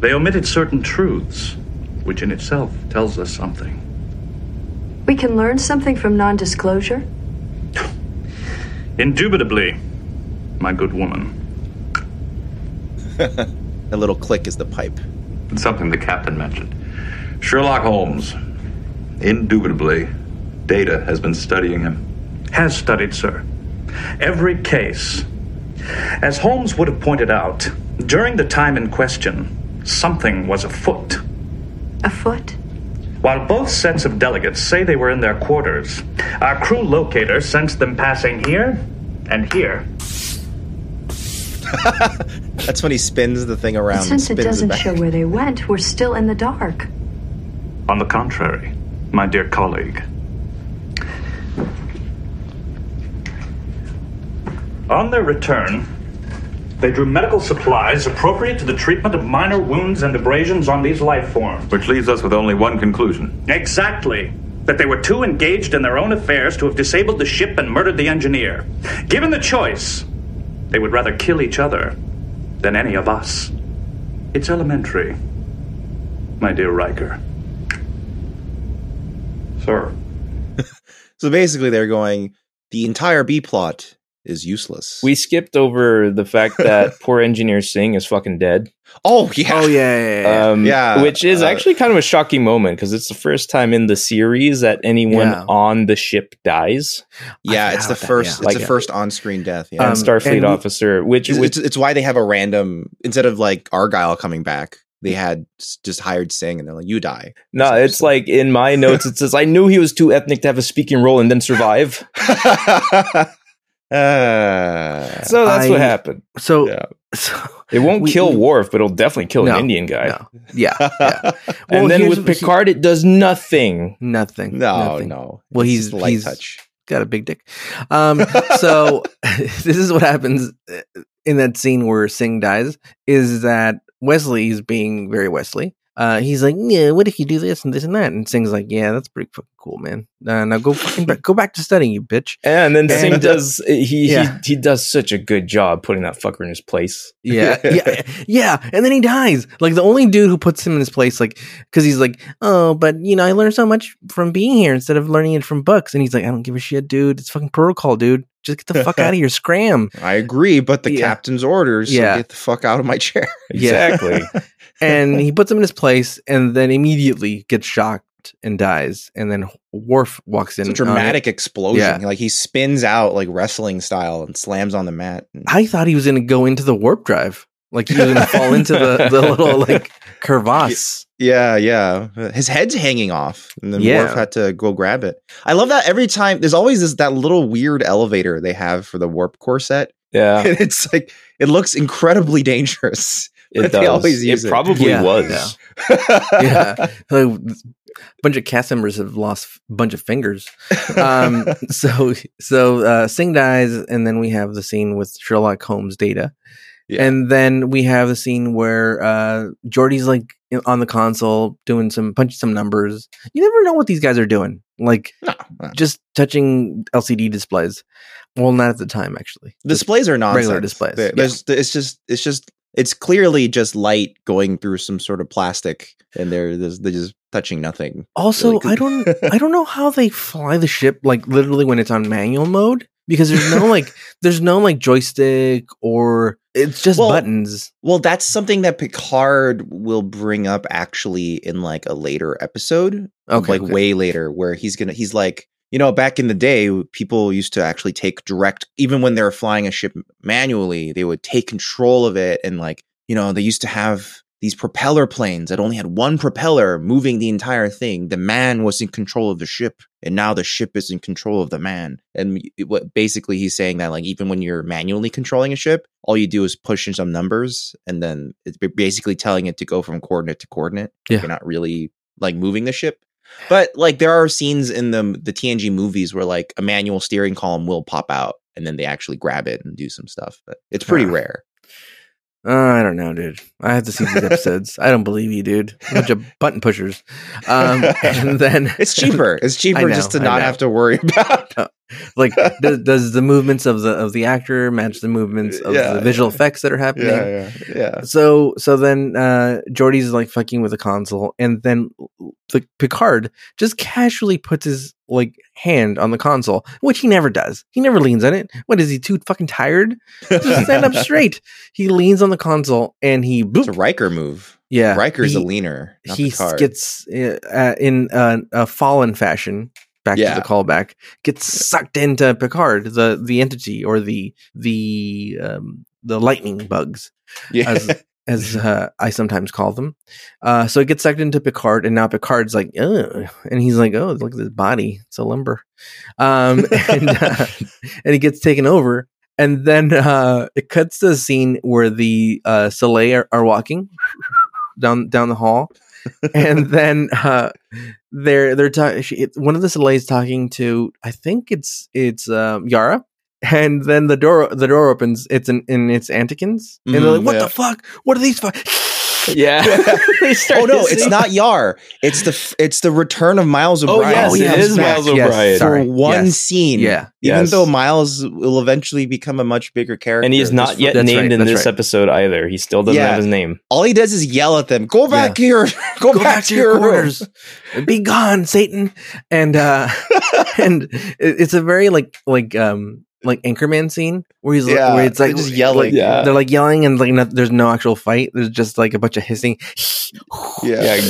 [SPEAKER 6] they omitted certain truths, which in itself tells us something.
[SPEAKER 7] We can learn something from non disclosure.
[SPEAKER 6] Indubitably, my good woman.
[SPEAKER 1] A little click is the pipe.
[SPEAKER 5] It's something the captain mentioned. Sherlock Holmes. Indubitably, Data has been studying him.
[SPEAKER 6] Has studied, sir. Every case. As Holmes would have pointed out, during the time in question, something was afoot.
[SPEAKER 7] A foot?
[SPEAKER 6] While both sets of delegates say they were in their quarters, our crew locator sensed them passing here and here.
[SPEAKER 1] That's when he spins the thing around. and
[SPEAKER 7] Since it
[SPEAKER 1] spins
[SPEAKER 7] doesn't
[SPEAKER 1] back.
[SPEAKER 7] show where they went, we're still in the dark.
[SPEAKER 6] On the contrary, my dear colleague. On their return, they drew medical supplies appropriate to the treatment of minor wounds and abrasions on these life forms.
[SPEAKER 5] Which leaves us with only one conclusion.
[SPEAKER 6] Exactly. That they were too engaged in their own affairs to have disabled the ship and murdered the engineer. Given the choice, they would rather kill each other than any of us. It's elementary, my dear Riker. Sir.
[SPEAKER 1] So basically, they're going. The entire B plot is useless.
[SPEAKER 3] We skipped over the
[SPEAKER 2] <laughs>
[SPEAKER 3] fact that poor engineer Singh is fucking dead.
[SPEAKER 1] oh yeah.
[SPEAKER 2] Oh yeah, yeah, yeah, yeah.
[SPEAKER 3] Um,
[SPEAKER 1] Yeah,
[SPEAKER 3] which is
[SPEAKER 1] uh,
[SPEAKER 3] actually kind of a shocking moment because it's the first time in the series that anyone
[SPEAKER 2] Yeah.
[SPEAKER 3] on the ship dies,
[SPEAKER 1] yeah, it's the
[SPEAKER 2] forgot
[SPEAKER 1] first.
[SPEAKER 2] about that, yeah.
[SPEAKER 1] It's the
[SPEAKER 3] Like-
[SPEAKER 1] first on-screen death. Yeah,
[SPEAKER 2] Um,
[SPEAKER 3] and Starfleet
[SPEAKER 2] and we-
[SPEAKER 3] officer, which
[SPEAKER 1] it's,
[SPEAKER 3] which
[SPEAKER 1] it's, it's why they have a random instead of like Argyle coming back. They had s- just hired Singh, and they're like, "You die." <laughs>
[SPEAKER 3] no, it's like
[SPEAKER 2] <laughs>
[SPEAKER 3] in my notes it says I knew he was too ethnic to have a speaking role and then survive.
[SPEAKER 1] Uh,
[SPEAKER 3] So that's what
[SPEAKER 2] I-
[SPEAKER 3] happened.
[SPEAKER 2] So,
[SPEAKER 1] Yeah.
[SPEAKER 2] so
[SPEAKER 3] It won't
[SPEAKER 2] We-
[SPEAKER 3] kill Worf, but it'll definitely kill
[SPEAKER 2] No,
[SPEAKER 3] an Indian guy.
[SPEAKER 2] no. yeah,
[SPEAKER 1] Uh,
[SPEAKER 2] yeah. Well,
[SPEAKER 3] and then
[SPEAKER 2] here's
[SPEAKER 3] with
[SPEAKER 2] what he-
[SPEAKER 3] Picard, it does nothing.
[SPEAKER 2] nothing.
[SPEAKER 1] no,
[SPEAKER 2] nothing.
[SPEAKER 1] no.
[SPEAKER 2] Well,
[SPEAKER 1] It's
[SPEAKER 2] he's-
[SPEAKER 1] just a light
[SPEAKER 2] he's-
[SPEAKER 1] touch.
[SPEAKER 2] got a big dick. Um, so <laughs> this is what happens uh, in that scene where Singh dies is that Wesley's being very Wesley. Uh, he's like, yeah, what if you do this and this and that? And Singh's like, yeah, that's pretty fucking cool, man. Uh, now go fucking back, go back to studying, you bitch.
[SPEAKER 3] And then
[SPEAKER 2] And-
[SPEAKER 3] Singh does he,
[SPEAKER 2] Yeah.
[SPEAKER 3] he he does such a good job putting that fucker in his place.
[SPEAKER 2] Yeah, yeah, yeah. And then he dies. Like the only dude who puts him in his place, like, because he's like, oh, but you know, I learned so much from being here instead of learning it from books. And he's like, I don't give a shit, dude. It's fucking protocol, dude. Just get the fuck out of here, scram.
[SPEAKER 1] I agree, but the
[SPEAKER 2] Yeah.
[SPEAKER 1] captain's orders. Yeah,
[SPEAKER 2] Yeah.
[SPEAKER 1] get the fuck out of my chair.
[SPEAKER 2] Yeah.
[SPEAKER 3] Exactly.
[SPEAKER 1] <laughs>
[SPEAKER 2] and he puts him in his place and then immediately gets shocked and dies and then Worf walks in
[SPEAKER 1] It's a
[SPEAKER 2] on it.
[SPEAKER 1] dramatic explosion.
[SPEAKER 2] Yeah.
[SPEAKER 1] Like he spins out like wrestling style and slams on the mat. And-
[SPEAKER 2] i thought he was going to go into the warp drive like he was going to fall into the, the little
[SPEAKER 1] <laughs>
[SPEAKER 2] like crevasse
[SPEAKER 1] Yeah, yeah. Uh, His head's hanging off, and then
[SPEAKER 2] Yeah.
[SPEAKER 1] Worf had to go grab it. I love that every time. There's always this that little weird elevator they have for the warp corset,
[SPEAKER 2] <laughs>
[SPEAKER 3] yeah.
[SPEAKER 1] <laughs> and it's like it looks incredibly dangerous.
[SPEAKER 3] It
[SPEAKER 1] They
[SPEAKER 3] does.
[SPEAKER 1] always use
[SPEAKER 3] it
[SPEAKER 1] it.
[SPEAKER 3] probably
[SPEAKER 2] Yeah,
[SPEAKER 3] was.
[SPEAKER 2] yeah. <laughs> yeah
[SPEAKER 1] <laughs>
[SPEAKER 2] Like, a bunch of cast members have lost a bunch of fingers
[SPEAKER 1] <laughs>
[SPEAKER 2] um so so uh sing dies and then we have the scene with sherlock holmes data
[SPEAKER 1] Yeah.
[SPEAKER 2] and then we have the scene where uh jordy's like in- on the console doing some punching some numbers you never know what these guys are doing like
[SPEAKER 1] No, no.
[SPEAKER 2] just touching lcd displays well not at the time actually
[SPEAKER 1] displays are nonsense.
[SPEAKER 2] regular displays,
[SPEAKER 1] There-
[SPEAKER 2] yeah.
[SPEAKER 1] There's, it's just, it's just, it's clearly just light going through some sort of plastic, and they're there's- they're just touching nothing.
[SPEAKER 2] also
[SPEAKER 1] Really
[SPEAKER 2] i don't
[SPEAKER 1] <laughs>
[SPEAKER 2] i don't know how they fly the ship like literally when it's on manual mode because there's no like there's no like joystick or it's just
[SPEAKER 1] Well,
[SPEAKER 2] buttons
[SPEAKER 1] Well, that's something that Picard will bring up actually in like a later episode,
[SPEAKER 2] okay
[SPEAKER 1] like
[SPEAKER 2] okay.
[SPEAKER 1] way later, where he's gonna he's like, you know, back in the day, people used to actually take direct, even when they were flying a ship manually, they would take control of it, and like, you know, they used to have these propeller planes that only had one propeller moving the entire thing. The man was in control of the ship, and now the ship is in control of the man. And it- what basically he's saying that like even when you're manually controlling a ship, all you do is push in some numbers, and then it's ba- basically telling it to go from coordinate to coordinate.
[SPEAKER 2] Yeah.
[SPEAKER 1] You're not really like moving the ship. But like there are scenes in the the TNG movies where like a manual steering column will pop out and then they actually grab it and do some stuff. But it's pretty
[SPEAKER 2] Ah.
[SPEAKER 1] rare.
[SPEAKER 2] Uh, I don't know, dude. I have to see these episodes. I don't believe you, dude. A bunch of button pushers.
[SPEAKER 1] <laughs>
[SPEAKER 2] Um, and then
[SPEAKER 1] It's cheaper. It's cheaper
[SPEAKER 2] know,
[SPEAKER 1] just to
[SPEAKER 2] I
[SPEAKER 1] not
[SPEAKER 2] know.
[SPEAKER 1] have to worry <laughs> about.
[SPEAKER 2] <laughs> like, does, does the movements of the of the actor match the movements of
[SPEAKER 1] Yeah.
[SPEAKER 2] the visual effects that are happening?
[SPEAKER 1] yeah, yeah, yeah.
[SPEAKER 2] So so then uh Jordy's like fucking with the console and then the Picard just casually puts his like hand on the console, which he never does. He never leans on it. What is he too fucking tired? <laughs> Just
[SPEAKER 1] <laughs>
[SPEAKER 2] stand up straight. He leans on the console and he
[SPEAKER 1] It's a
[SPEAKER 2] boop.
[SPEAKER 1] Riker move.
[SPEAKER 2] Yeah.
[SPEAKER 1] Riker's
[SPEAKER 2] he,
[SPEAKER 1] a leaner. Not
[SPEAKER 2] He
[SPEAKER 1] Picard.
[SPEAKER 2] gets uh, in uh, a fallen fashion back
[SPEAKER 1] Yeah.
[SPEAKER 2] to the callback gets sucked into Picard, the the entity or the the um the lightning bugs
[SPEAKER 1] <laughs> yeah.
[SPEAKER 2] as as
[SPEAKER 1] Mm-hmm.
[SPEAKER 2] uh, I sometimes call them. Uh, so it gets sucked into Picard, and now Picard's like, oh, and he's like, oh, look at this body, it's a lumber,
[SPEAKER 1] <laughs>
[SPEAKER 2] um, and uh, and he gets taken over. And then uh, it cuts to a scene where the uh, Soleil are, are walking down down the hall,
[SPEAKER 1] <laughs>
[SPEAKER 2] and then uh, they're they're talking. One of the Soleil's talking to I think it's it's um, Yara, and then the door the door opens. It's an and it's Antikins, and they're
[SPEAKER 1] Mm,
[SPEAKER 2] like, "What
[SPEAKER 1] yeah.
[SPEAKER 2] the fuck? What are these fuck?"
[SPEAKER 3] Yeah.
[SPEAKER 2] <laughs> They start
[SPEAKER 1] oh
[SPEAKER 2] <laughs>
[SPEAKER 1] no, it's
[SPEAKER 2] hissing.
[SPEAKER 1] not Yar. It's the f- it's the return of Miles
[SPEAKER 3] Oh,
[SPEAKER 1] O'Brien.
[SPEAKER 3] yes,
[SPEAKER 2] yeah,
[SPEAKER 3] it is
[SPEAKER 2] smack.
[SPEAKER 3] Miles
[SPEAKER 2] Yes,
[SPEAKER 3] O'Brien.
[SPEAKER 1] for
[SPEAKER 2] sorry.
[SPEAKER 1] one
[SPEAKER 2] Yes.
[SPEAKER 1] scene.
[SPEAKER 2] Yeah,
[SPEAKER 1] Even
[SPEAKER 3] Yes.
[SPEAKER 1] though Miles will eventually become a much bigger character,
[SPEAKER 3] And he is not
[SPEAKER 1] Just-
[SPEAKER 3] yet
[SPEAKER 2] that's
[SPEAKER 3] named
[SPEAKER 2] right,
[SPEAKER 3] in
[SPEAKER 2] that's
[SPEAKER 3] this
[SPEAKER 2] right.
[SPEAKER 3] episode either. He still doesn't
[SPEAKER 1] Yeah.
[SPEAKER 3] have his name.
[SPEAKER 1] All he does is yell at them. Go back <laughs> here. Go, back, to your, quarters.
[SPEAKER 2] Be gone, Satan. And uh <laughs> and it- it's a very like like um like Anchorman scene where he's
[SPEAKER 1] Yeah,
[SPEAKER 2] where it's
[SPEAKER 1] they're
[SPEAKER 2] like
[SPEAKER 1] just yelling.
[SPEAKER 2] like,
[SPEAKER 3] Yeah.
[SPEAKER 2] They're like yelling and like no, there's no actual fight. There's just like a bunch of hissing,
[SPEAKER 1] Yeah.
[SPEAKER 3] Yeah,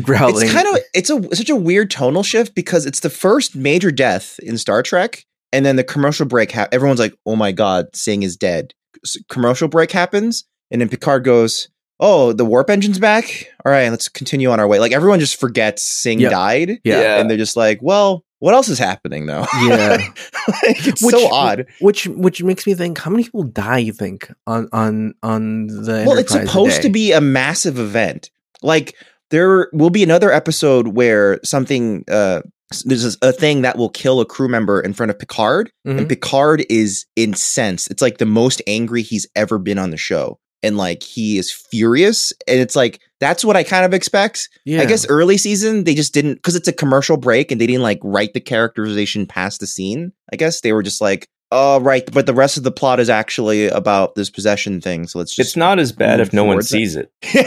[SPEAKER 2] <laughs> growling.
[SPEAKER 1] It's kind of it's a such a weird tonal shift because it's the first major death in Star Trek, and then the commercial break. Ha- everyone's like, "Oh my god, Singh is dead." S- commercial break happens, and then Picard goes, "Oh, the warp engine's back. All right, let's continue on our way." Like everyone just forgets Singh
[SPEAKER 2] Yep.
[SPEAKER 1] died,
[SPEAKER 2] yeah.
[SPEAKER 1] and they're just like, "Well, what else is happening though?" <laughs>
[SPEAKER 2] Yeah.
[SPEAKER 1] like, it's so odd.
[SPEAKER 2] Which which makes me think, how many people die? You think on on on the
[SPEAKER 1] Well, it's
[SPEAKER 2] Enterprise a
[SPEAKER 1] supposed to
[SPEAKER 2] day?
[SPEAKER 1] be a massive event. Like there will be another episode where something uh s- there's a thing that will kill a crew member in front of Picard and
[SPEAKER 2] Mhm.
[SPEAKER 1] Picard is incensed. It's like the most angry he's ever been on the show. And like he is furious and it's like that's what I kind of expect.
[SPEAKER 2] yeah.
[SPEAKER 1] I guess early season they just didn't cuz it's a commercial break and they didn't like write the characterization past the scene. I guess they were just like, "Oh, right, but the rest of the plot is actually about this possession thing, so let's just
[SPEAKER 3] It's not as bad if no one
[SPEAKER 1] Towards that.
[SPEAKER 2] <laughs>
[SPEAKER 3] sees it.
[SPEAKER 1] <laughs>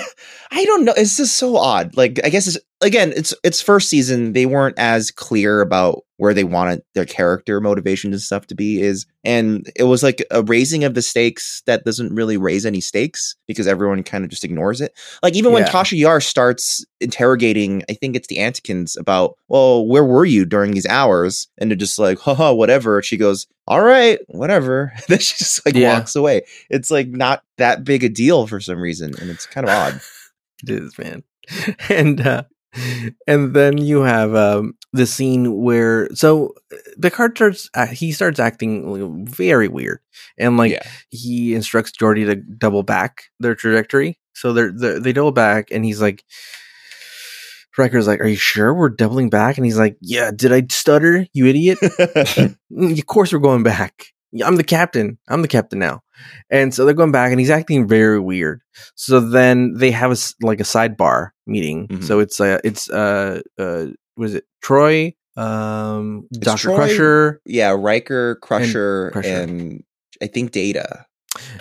[SPEAKER 1] I don't know. It's just so odd. Like I guess it's again, it's it's first season. They weren't as clear about where they wanted their character motivations and stuff to be is, and it was like a raising of the stakes that doesn't really raise any stakes because everyone kind of just ignores it. Like even when
[SPEAKER 2] Yeah.
[SPEAKER 1] Tasha Yar E starts interrogating, I think it's the Antikins about, well, where were you during these hours? And they're just like, haha, whatever. She goes, all right, whatever. <laughs> then she just like
[SPEAKER 2] Yeah.
[SPEAKER 1] walks away. It's like not that big a deal for some reason, and it's kind of odd.
[SPEAKER 2] It is, man. <laughs> And uh and then you have um the scene where so uh, Picard starts uh, he starts acting like, very weird and like
[SPEAKER 3] Yeah.
[SPEAKER 2] he instructs Jordy to double back their trajectory. So they're, they're they double back and he's like Riker's like, "Are you sure we're doubling back?" And he's like, "Yeah, did I stutter, you idiot?" <laughs> "Mm, of course we're going back. Yeah, I'm the captain. I'm the captain now. And so they're going back and he's acting very weird. So then they have a s- like a sidebar meeting.
[SPEAKER 1] Mhm.
[SPEAKER 2] So it's uh it's uh uh was it Troy um Dr.
[SPEAKER 1] Troy-
[SPEAKER 2] Crusher?
[SPEAKER 1] yeah, Riker, Crusher, and,
[SPEAKER 2] Crusher.
[SPEAKER 1] I think Data.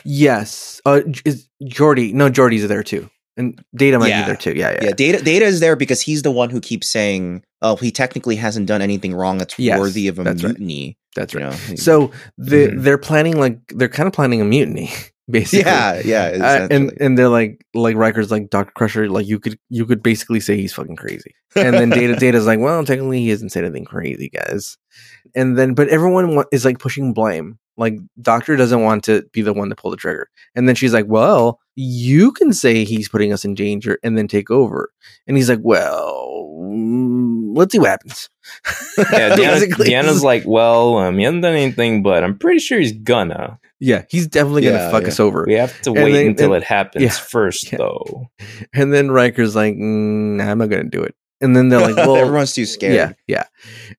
[SPEAKER 2] Yes. Uh J- is Jordy. No, Jordy's there too. And Data might
[SPEAKER 1] Yeah.
[SPEAKER 2] be there too. Yeah, yeah.
[SPEAKER 1] Yeah, Data Data is there because he's the one who keeps saying, "Oh, he technically hasn't done anything wrong that's
[SPEAKER 2] Yes,
[SPEAKER 1] worthy of a
[SPEAKER 2] that's right.
[SPEAKER 1] mutiny."
[SPEAKER 2] That's
[SPEAKER 1] you
[SPEAKER 2] right.
[SPEAKER 1] know? He-
[SPEAKER 2] So the,
[SPEAKER 3] Mhm.
[SPEAKER 2] they're planning like they're kind of planning a mutiny <laughs> basically.
[SPEAKER 1] <laughs> Mm-hmm. yeah, yeah,
[SPEAKER 2] Uh, and <laughs>
[SPEAKER 1] essentially.
[SPEAKER 2] and they're like like Riker's like Doctor Crusher like you could you could basically say he's fucking crazy and
[SPEAKER 1] <laughs>
[SPEAKER 2] then Data Data's like well technically he hasn't said anything crazy guys and then but everyone wa- is like pushing blame like Doctor doesn't want to be the one to pull the trigger and then she's like well you can say he's putting us in danger and then take over and he's like well mm, let's see what happens
[SPEAKER 3] Yeah, Deanna,
[SPEAKER 2] Basically, this
[SPEAKER 3] Deanna's
[SPEAKER 2] is-
[SPEAKER 3] like, well, um, he hasn't done anything, but I'm pretty sure he's gonna.
[SPEAKER 2] yeah he's definitely gonna
[SPEAKER 1] Yeah,
[SPEAKER 2] fuck
[SPEAKER 1] yeah.
[SPEAKER 2] us over
[SPEAKER 3] We have to
[SPEAKER 2] And
[SPEAKER 3] wait
[SPEAKER 2] they-
[SPEAKER 3] until
[SPEAKER 2] and-
[SPEAKER 3] it happens
[SPEAKER 2] yeah.
[SPEAKER 3] first,
[SPEAKER 2] Yeah.
[SPEAKER 3] though.
[SPEAKER 2] and then Riker's like mm, nah, I'm not gonna do it and then they're
[SPEAKER 1] <laughs>
[SPEAKER 2] like well
[SPEAKER 1] everyone's too scared.
[SPEAKER 2] Yeah, yeah.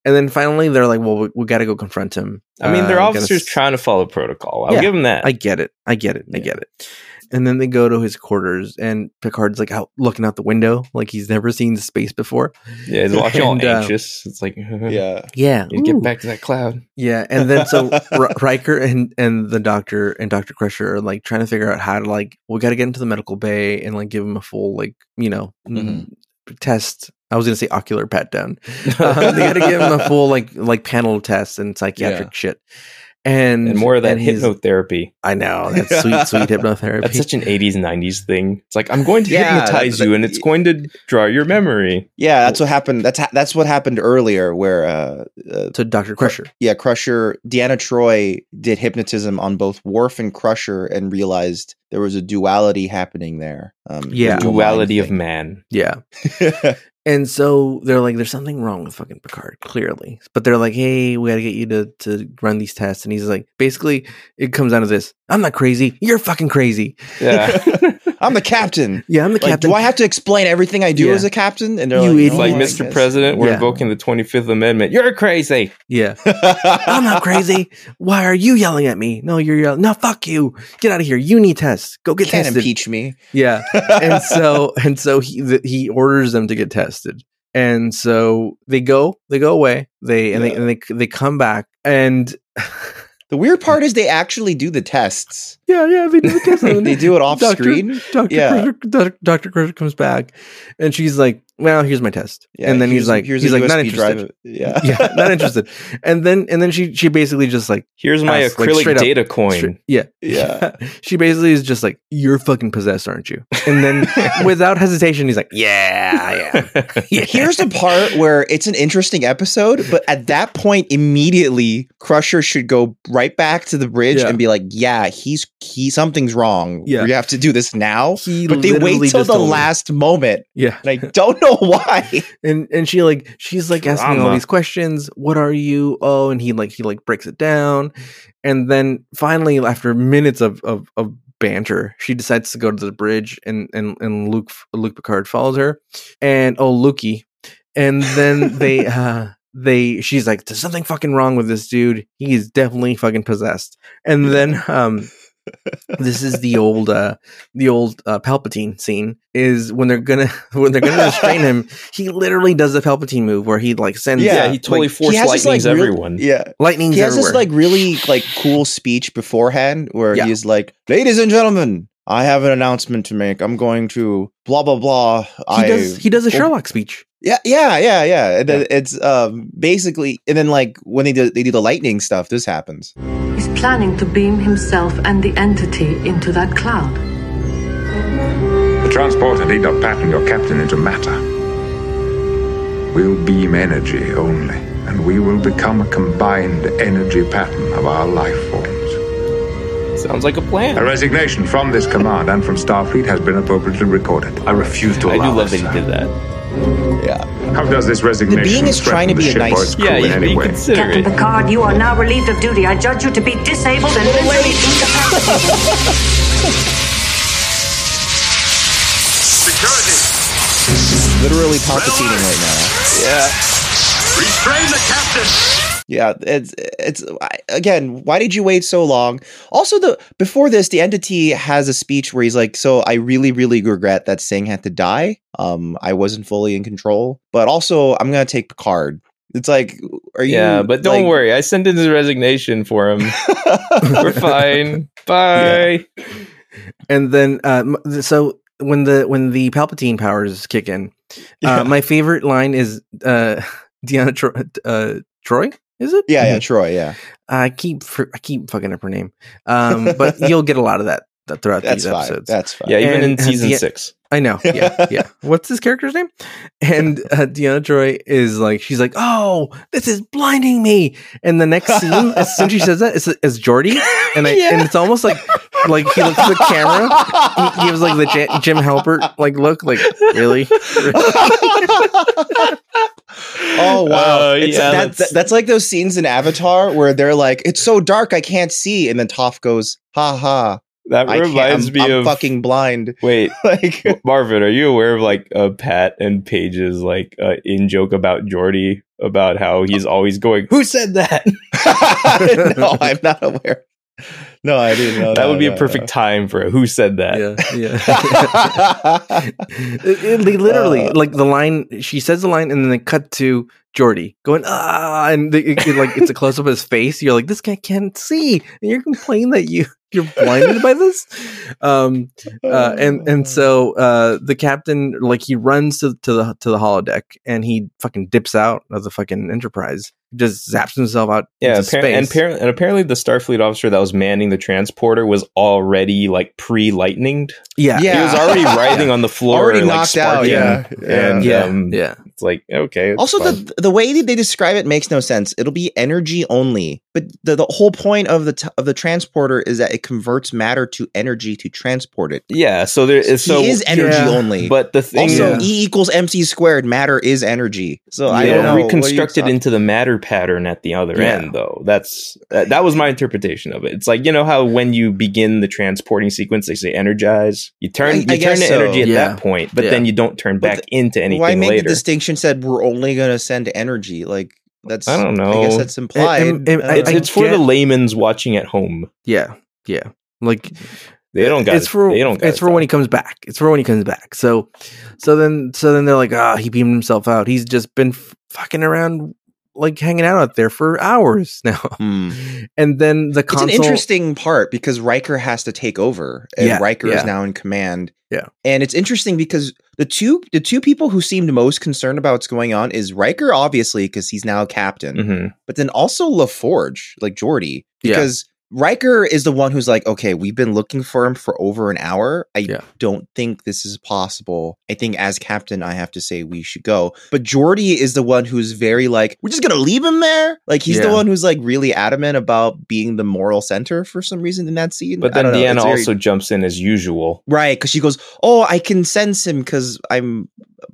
[SPEAKER 2] And then finally, they're like, "Well, we, we got to go confront him."
[SPEAKER 3] I mean,
[SPEAKER 2] Uh,
[SPEAKER 3] their
[SPEAKER 2] we gotta
[SPEAKER 3] officers
[SPEAKER 2] s-
[SPEAKER 3] trying to follow protocol. I'll
[SPEAKER 2] Yeah,
[SPEAKER 3] give them that.
[SPEAKER 2] I get it. I get it. I
[SPEAKER 1] Yeah.
[SPEAKER 2] get it. And then they go to his quarters, and Picard's like out looking out the window, like he's never seen space before.
[SPEAKER 3] Yeah, it's watching all
[SPEAKER 2] And, uh,
[SPEAKER 3] anxious. It's like, <laughs> yeah,
[SPEAKER 1] Yeah.
[SPEAKER 2] Yeah,
[SPEAKER 3] get back to that cloud.
[SPEAKER 2] Yeah, and then so
[SPEAKER 3] <laughs>
[SPEAKER 2] R- Riker and and the doctor and Doctor Crusher are like trying to figure out how to like we got to get into the medical bay and like give him a full like you know mm,
[SPEAKER 3] Mm-hmm.
[SPEAKER 2] test. I was gonna say ocular pat
[SPEAKER 3] <laughs>
[SPEAKER 2] down. Uh, they got to give him a full like like panel test and psychiatric
[SPEAKER 3] Yeah.
[SPEAKER 2] shit, and
[SPEAKER 3] And more of that
[SPEAKER 2] and he's-
[SPEAKER 3] hypnotherapy.
[SPEAKER 2] I
[SPEAKER 3] <laughs>
[SPEAKER 2] know that's sweet sweet hypnotherapy.
[SPEAKER 3] That's such an 80s, 90s thing. It's like, I'm going to
[SPEAKER 1] Yeah,
[SPEAKER 3] hypnotize
[SPEAKER 1] that-
[SPEAKER 3] you and it's going to draw your memory.
[SPEAKER 1] Yeah, that's what happened. That's ha- that's what happened earlier, where uh, uh,
[SPEAKER 2] to Doctor Crusher.
[SPEAKER 1] yeah, Crusher, Deanna Troy did hypnotism on both Worf and Crusher, and realized there was a duality happening there. Um, it was
[SPEAKER 2] Yeah.
[SPEAKER 1] a mind
[SPEAKER 3] Duality of
[SPEAKER 1] thing.
[SPEAKER 2] <laughs>
[SPEAKER 3] man.
[SPEAKER 2] Yeah,
[SPEAKER 1] <laughs>
[SPEAKER 2] and so they're like, there's something wrong with fucking Picard, clearly. But they're like, hey, we got to get you to to run these tests, and he's like, basically, it comes down to this: I'm not crazy, you're
[SPEAKER 1] <laughs>
[SPEAKER 2] fucking crazy.
[SPEAKER 3] Yeah.
[SPEAKER 1] I'm the captain.
[SPEAKER 2] Yeah, I'm the
[SPEAKER 1] Like,
[SPEAKER 2] captain.
[SPEAKER 1] do I have to explain everything I do
[SPEAKER 2] Yeah.
[SPEAKER 1] as a captain? And they're
[SPEAKER 2] You
[SPEAKER 1] like,
[SPEAKER 2] idiot.
[SPEAKER 3] It's
[SPEAKER 1] "No,
[SPEAKER 3] like,
[SPEAKER 1] I
[SPEAKER 3] Mr.
[SPEAKER 1] guess." <laughs>
[SPEAKER 3] President, we're
[SPEAKER 2] Yeah.
[SPEAKER 3] invoking the 25th Amendment. You're crazy.
[SPEAKER 2] yeah, I'm not crazy. Why are you yelling at me? No, you're yelling. No, fuck you. Get out of here. You need tests. Go
[SPEAKER 1] You
[SPEAKER 2] get
[SPEAKER 1] can't
[SPEAKER 2] tested.
[SPEAKER 1] impeach me. <laughs>
[SPEAKER 2] Yeah, and so and so he th- he orders them to get tested, and so they go they go away. They and they
[SPEAKER 1] Yeah.
[SPEAKER 2] and they they come back and.
[SPEAKER 1] The weird part is they actually do the tests.
[SPEAKER 2] Yeah, yeah, they do the
[SPEAKER 1] <laughs>
[SPEAKER 2] test. and then
[SPEAKER 1] They do it off
[SPEAKER 2] Doctor-
[SPEAKER 1] screen.
[SPEAKER 2] Dr.
[SPEAKER 1] Yeah.
[SPEAKER 2] Crusher, Doc- Dr. Crusher comes back and she's like, well, here's my test.
[SPEAKER 1] Yeah,
[SPEAKER 2] and then
[SPEAKER 1] here's-
[SPEAKER 2] he's like,
[SPEAKER 1] here's
[SPEAKER 2] he's
[SPEAKER 1] a
[SPEAKER 2] like, not
[SPEAKER 1] USB drive.
[SPEAKER 2] interested.
[SPEAKER 1] Yeah.
[SPEAKER 2] <laughs>
[SPEAKER 1] <laughs>
[SPEAKER 2] yeah, not interested. And then, and then she, she basically just like,
[SPEAKER 3] Here's my
[SPEAKER 2] Ass, like,
[SPEAKER 3] acrylic
[SPEAKER 2] straight up.
[SPEAKER 3] data coin.
[SPEAKER 2] <laughs> stri- yeah,
[SPEAKER 1] Yeah.
[SPEAKER 2] she basically is just like, you're fucking possessed, aren't you?
[SPEAKER 1] <laughs>
[SPEAKER 2] And then without hesitation, he's like, yeah, I am. Yeah.
[SPEAKER 1] Here's the part where it's an interesting episode, but at that point, immediately Crusher should go right back to the bridge
[SPEAKER 2] Yeah.
[SPEAKER 1] and be like, "Yeah, he's he something's wrong.
[SPEAKER 2] Yeah.
[SPEAKER 1] We have to do this now."
[SPEAKER 2] He
[SPEAKER 1] But they
[SPEAKER 2] literally
[SPEAKER 1] wait till
[SPEAKER 2] just
[SPEAKER 1] the
[SPEAKER 2] told me.
[SPEAKER 1] last moment,
[SPEAKER 2] Yeah. <laughs>
[SPEAKER 1] and I don't know why.
[SPEAKER 2] and and she like she's like asking all
[SPEAKER 3] Drama.
[SPEAKER 2] these questions what are you oh and he like he like breaks it down and then finally after minutes of of, of banter she decides to go to the bridge and and and luke luke picard follows her and oh lukey and then they uh they she's like there's something fucking wrong with this dude he's definitely fucking possessed and then um this is the old uh the old uh, palpatine scene is when they're gonna <laughs> when they're gonna restrain him he literally does the palpatine move where he like sends uh,
[SPEAKER 3] yeah,
[SPEAKER 1] Yeah,
[SPEAKER 3] he totally
[SPEAKER 2] like,
[SPEAKER 3] force
[SPEAKER 1] has this,
[SPEAKER 3] lightnings
[SPEAKER 1] like, real-
[SPEAKER 3] everyone.
[SPEAKER 1] Yeah,
[SPEAKER 2] lightning
[SPEAKER 1] he has this like really like cool speech beforehand where
[SPEAKER 2] Yeah.
[SPEAKER 1] he's like, "Ladies and gentlemen, I have an announcement to make. I'm going to blah blah blah.
[SPEAKER 2] he
[SPEAKER 1] I
[SPEAKER 2] does he does a sherlock speech
[SPEAKER 1] Yeah, yeah, yeah, yeah. And then it's um basically, and then like when they do they do the lightning stuff, this happens.
[SPEAKER 7] He's planning to beam himself and the entity into that cloud.
[SPEAKER 4] The transporter need not pattern your captain into matter. We'll beam energy only, and we will become a combined energy pattern of our life forms.
[SPEAKER 3] <laughs> Sounds like a plan.
[SPEAKER 4] A resignation from this command and from Starfleet has been appropriately recorded. I refuse to
[SPEAKER 3] I do
[SPEAKER 4] allow
[SPEAKER 3] love that
[SPEAKER 4] this,
[SPEAKER 3] he
[SPEAKER 4] sir.
[SPEAKER 3] did that.
[SPEAKER 1] Yeah,
[SPEAKER 4] How does this resignation
[SPEAKER 1] being is trying to
[SPEAKER 4] threaten
[SPEAKER 1] be
[SPEAKER 4] the
[SPEAKER 1] a
[SPEAKER 4] ship
[SPEAKER 1] nice-
[SPEAKER 4] or its crew
[SPEAKER 3] Yeah,
[SPEAKER 4] in
[SPEAKER 3] he's
[SPEAKER 4] any
[SPEAKER 3] being
[SPEAKER 4] way?
[SPEAKER 7] Captain
[SPEAKER 3] considerate.
[SPEAKER 7] Picard, you are now relieved of duty. I judge you to be disabled and mentally incapacitated.
[SPEAKER 4] Security!
[SPEAKER 1] literally Palpatine right
[SPEAKER 4] Restrain the captain!
[SPEAKER 1] now. Yeah, it's it's I- again. Why did you wait so long? Also, the before this, the entity has a speech where he's like, "So I really, really regret that Singh had to die. Um, I wasn't fully in control, but also I'm gonna take Picard." It's like, are you?
[SPEAKER 3] Yeah, but don't
[SPEAKER 1] like-
[SPEAKER 3] worry. I sent in his resignation
[SPEAKER 1] <laughs>
[SPEAKER 3] for him. <laughs> We're fine. Bye.
[SPEAKER 2] and then uh m- so when the when the palpatine powers kick in
[SPEAKER 1] Yeah.
[SPEAKER 2] uh
[SPEAKER 3] um,
[SPEAKER 2] my favorite line is uh <laughs> deanna Tro- uh troy is it
[SPEAKER 1] yeah, yeah, Troy. Yeah,
[SPEAKER 2] I keep fr- I keep fucking up her name, um, but you'll get a lot of that th- throughout
[SPEAKER 1] that's
[SPEAKER 2] these
[SPEAKER 1] fine.
[SPEAKER 2] episodes.
[SPEAKER 1] That's fine.
[SPEAKER 3] Yeah, even
[SPEAKER 2] And-
[SPEAKER 3] in season
[SPEAKER 2] yeah.
[SPEAKER 3] six.
[SPEAKER 2] I know. Yeah, yeah. What's this character's name? And uh, Deanna Troy is like, she's like, "Oh, this is blinding me." And the next scene, as soon as she says that, it's, it's Jordy, and I, and it's almost like like he looks at the <laughs> camera. He gives like the J- Jim Halpert like look, like really.
[SPEAKER 1] <laughs> Oh wow!
[SPEAKER 3] Uh,
[SPEAKER 1] It's-
[SPEAKER 3] yeah,
[SPEAKER 1] that,
[SPEAKER 3] that's-
[SPEAKER 1] that- that's like those scenes in Avatar where they're like, "It's so dark, I can't see," and then Toph goes, "Ha ha!
[SPEAKER 3] That
[SPEAKER 1] I
[SPEAKER 3] reminds
[SPEAKER 1] can't, I'm,
[SPEAKER 3] me
[SPEAKER 1] I'm
[SPEAKER 3] of
[SPEAKER 1] fucking blind." <laughs>
[SPEAKER 3] wait.
[SPEAKER 1] Like,
[SPEAKER 3] Marvin, are you aware of like uh, Pat and Paige's like uh, in joke about Jordy
[SPEAKER 1] <laughs>
[SPEAKER 3] about how he's always going, "Who said that?"
[SPEAKER 1] no, I'm not aware. No, I didn't know that.
[SPEAKER 3] that would be
[SPEAKER 1] no,
[SPEAKER 3] a perfect time for a who said that.
[SPEAKER 2] yeah, yeah. <laughs>
[SPEAKER 3] <laughs>
[SPEAKER 1] no.
[SPEAKER 2] It- it- they literally,
[SPEAKER 1] Uh.
[SPEAKER 2] like the line she says the line, and then they cut to Jordy going ah, and the, it- it, like it's a close up of his face. You're like, this guy can't see, and you're complaining that you you're blinded by this. Um, uh, and and so uh, the captain like he runs to, to the to the holodeck and he fucking dips out of the fucking Enterprise, just zaps himself out.
[SPEAKER 3] Yeah,
[SPEAKER 2] into
[SPEAKER 3] appar- and,
[SPEAKER 2] space.
[SPEAKER 3] par- and apparently the Starfleet officer that was manning the transporter was already like pre-lightninged.
[SPEAKER 2] yeah,
[SPEAKER 1] Yeah.
[SPEAKER 3] He
[SPEAKER 1] <laughs>
[SPEAKER 3] was already writhing on the floor,
[SPEAKER 1] already
[SPEAKER 3] and, like,
[SPEAKER 1] knocked out.
[SPEAKER 3] sparking.
[SPEAKER 1] Yeah,
[SPEAKER 3] and
[SPEAKER 2] yeah,
[SPEAKER 3] um,
[SPEAKER 2] yeah.
[SPEAKER 3] it's like okay. it's
[SPEAKER 1] Also,
[SPEAKER 3] fine.
[SPEAKER 1] the the way that they describe it makes no sense. It'll be energy only, but the, the whole point of the t- of the transporter is that it converts matter to energy to transport it.
[SPEAKER 3] yeah. So there is so
[SPEAKER 1] he is energy
[SPEAKER 2] yeah,
[SPEAKER 1] only.
[SPEAKER 3] but the thing
[SPEAKER 1] also,
[SPEAKER 2] Yeah.
[SPEAKER 1] E equals mc squared. Matter is energy. So I
[SPEAKER 3] Yeah.
[SPEAKER 1] don't know.
[SPEAKER 3] reconstructed into the matter pattern at the other
[SPEAKER 2] Yeah.
[SPEAKER 3] end though that's that, that was my interpretation of it it's like you know how when you begin the transporting sequence they say energize you turn
[SPEAKER 1] I-
[SPEAKER 3] you
[SPEAKER 1] I
[SPEAKER 3] turn
[SPEAKER 1] guess
[SPEAKER 3] to
[SPEAKER 1] so.
[SPEAKER 3] energy at
[SPEAKER 2] Yeah.
[SPEAKER 3] that point but
[SPEAKER 2] Yeah.
[SPEAKER 3] then you don't turn
[SPEAKER 1] But
[SPEAKER 3] back into anything
[SPEAKER 1] Why make
[SPEAKER 3] later
[SPEAKER 1] the distinction? Said we're only going to send energy. Like that's
[SPEAKER 3] i don't know
[SPEAKER 1] I guess that's implied.
[SPEAKER 2] and- and
[SPEAKER 1] I don't
[SPEAKER 3] it's,
[SPEAKER 2] I-
[SPEAKER 1] know.
[SPEAKER 3] it's for
[SPEAKER 2] get-
[SPEAKER 3] the layman's watching at home
[SPEAKER 2] Yeah, yeah. Like
[SPEAKER 3] they don't got
[SPEAKER 2] it's
[SPEAKER 3] it.
[SPEAKER 2] for
[SPEAKER 3] they don't got
[SPEAKER 2] it's
[SPEAKER 3] it
[SPEAKER 2] for when he comes back. It's for when he comes back. So, so then so then they're like, ah, he beamed himself out. He's just been f- fucking around, like hanging out out there for hours <laughs> now.
[SPEAKER 1] Hmm.
[SPEAKER 2] And then the console,
[SPEAKER 1] It's an interesting part because Riker has to take over, and
[SPEAKER 2] Yeah,
[SPEAKER 1] Riker
[SPEAKER 2] yeah.
[SPEAKER 1] is now in command.
[SPEAKER 2] Yeah.
[SPEAKER 1] and it's interesting because the two the two people who seemed most concerned about what's going on is Riker, obviously, because he's now captain,
[SPEAKER 2] Mm-hmm.
[SPEAKER 3] Mhm.
[SPEAKER 1] but then also LaForge, like Jordy,
[SPEAKER 2] Yeah.
[SPEAKER 1] because Riker is the one who's like, okay, we've been looking for him for over an hour. I
[SPEAKER 2] Yeah.
[SPEAKER 1] don't think this is possible. I think as captain, I have to say we should go. But Jordy is the one who's very like, we're just gonna leave him there. Like he's
[SPEAKER 2] Yeah.
[SPEAKER 1] the one who's like really adamant about being the moral center for some reason in that scene.
[SPEAKER 3] but
[SPEAKER 1] I
[SPEAKER 3] then
[SPEAKER 1] don't know.
[SPEAKER 3] deanna
[SPEAKER 1] It's very-
[SPEAKER 3] also jumps in as usual
[SPEAKER 1] right because she goes, oh, I can sense him because I'm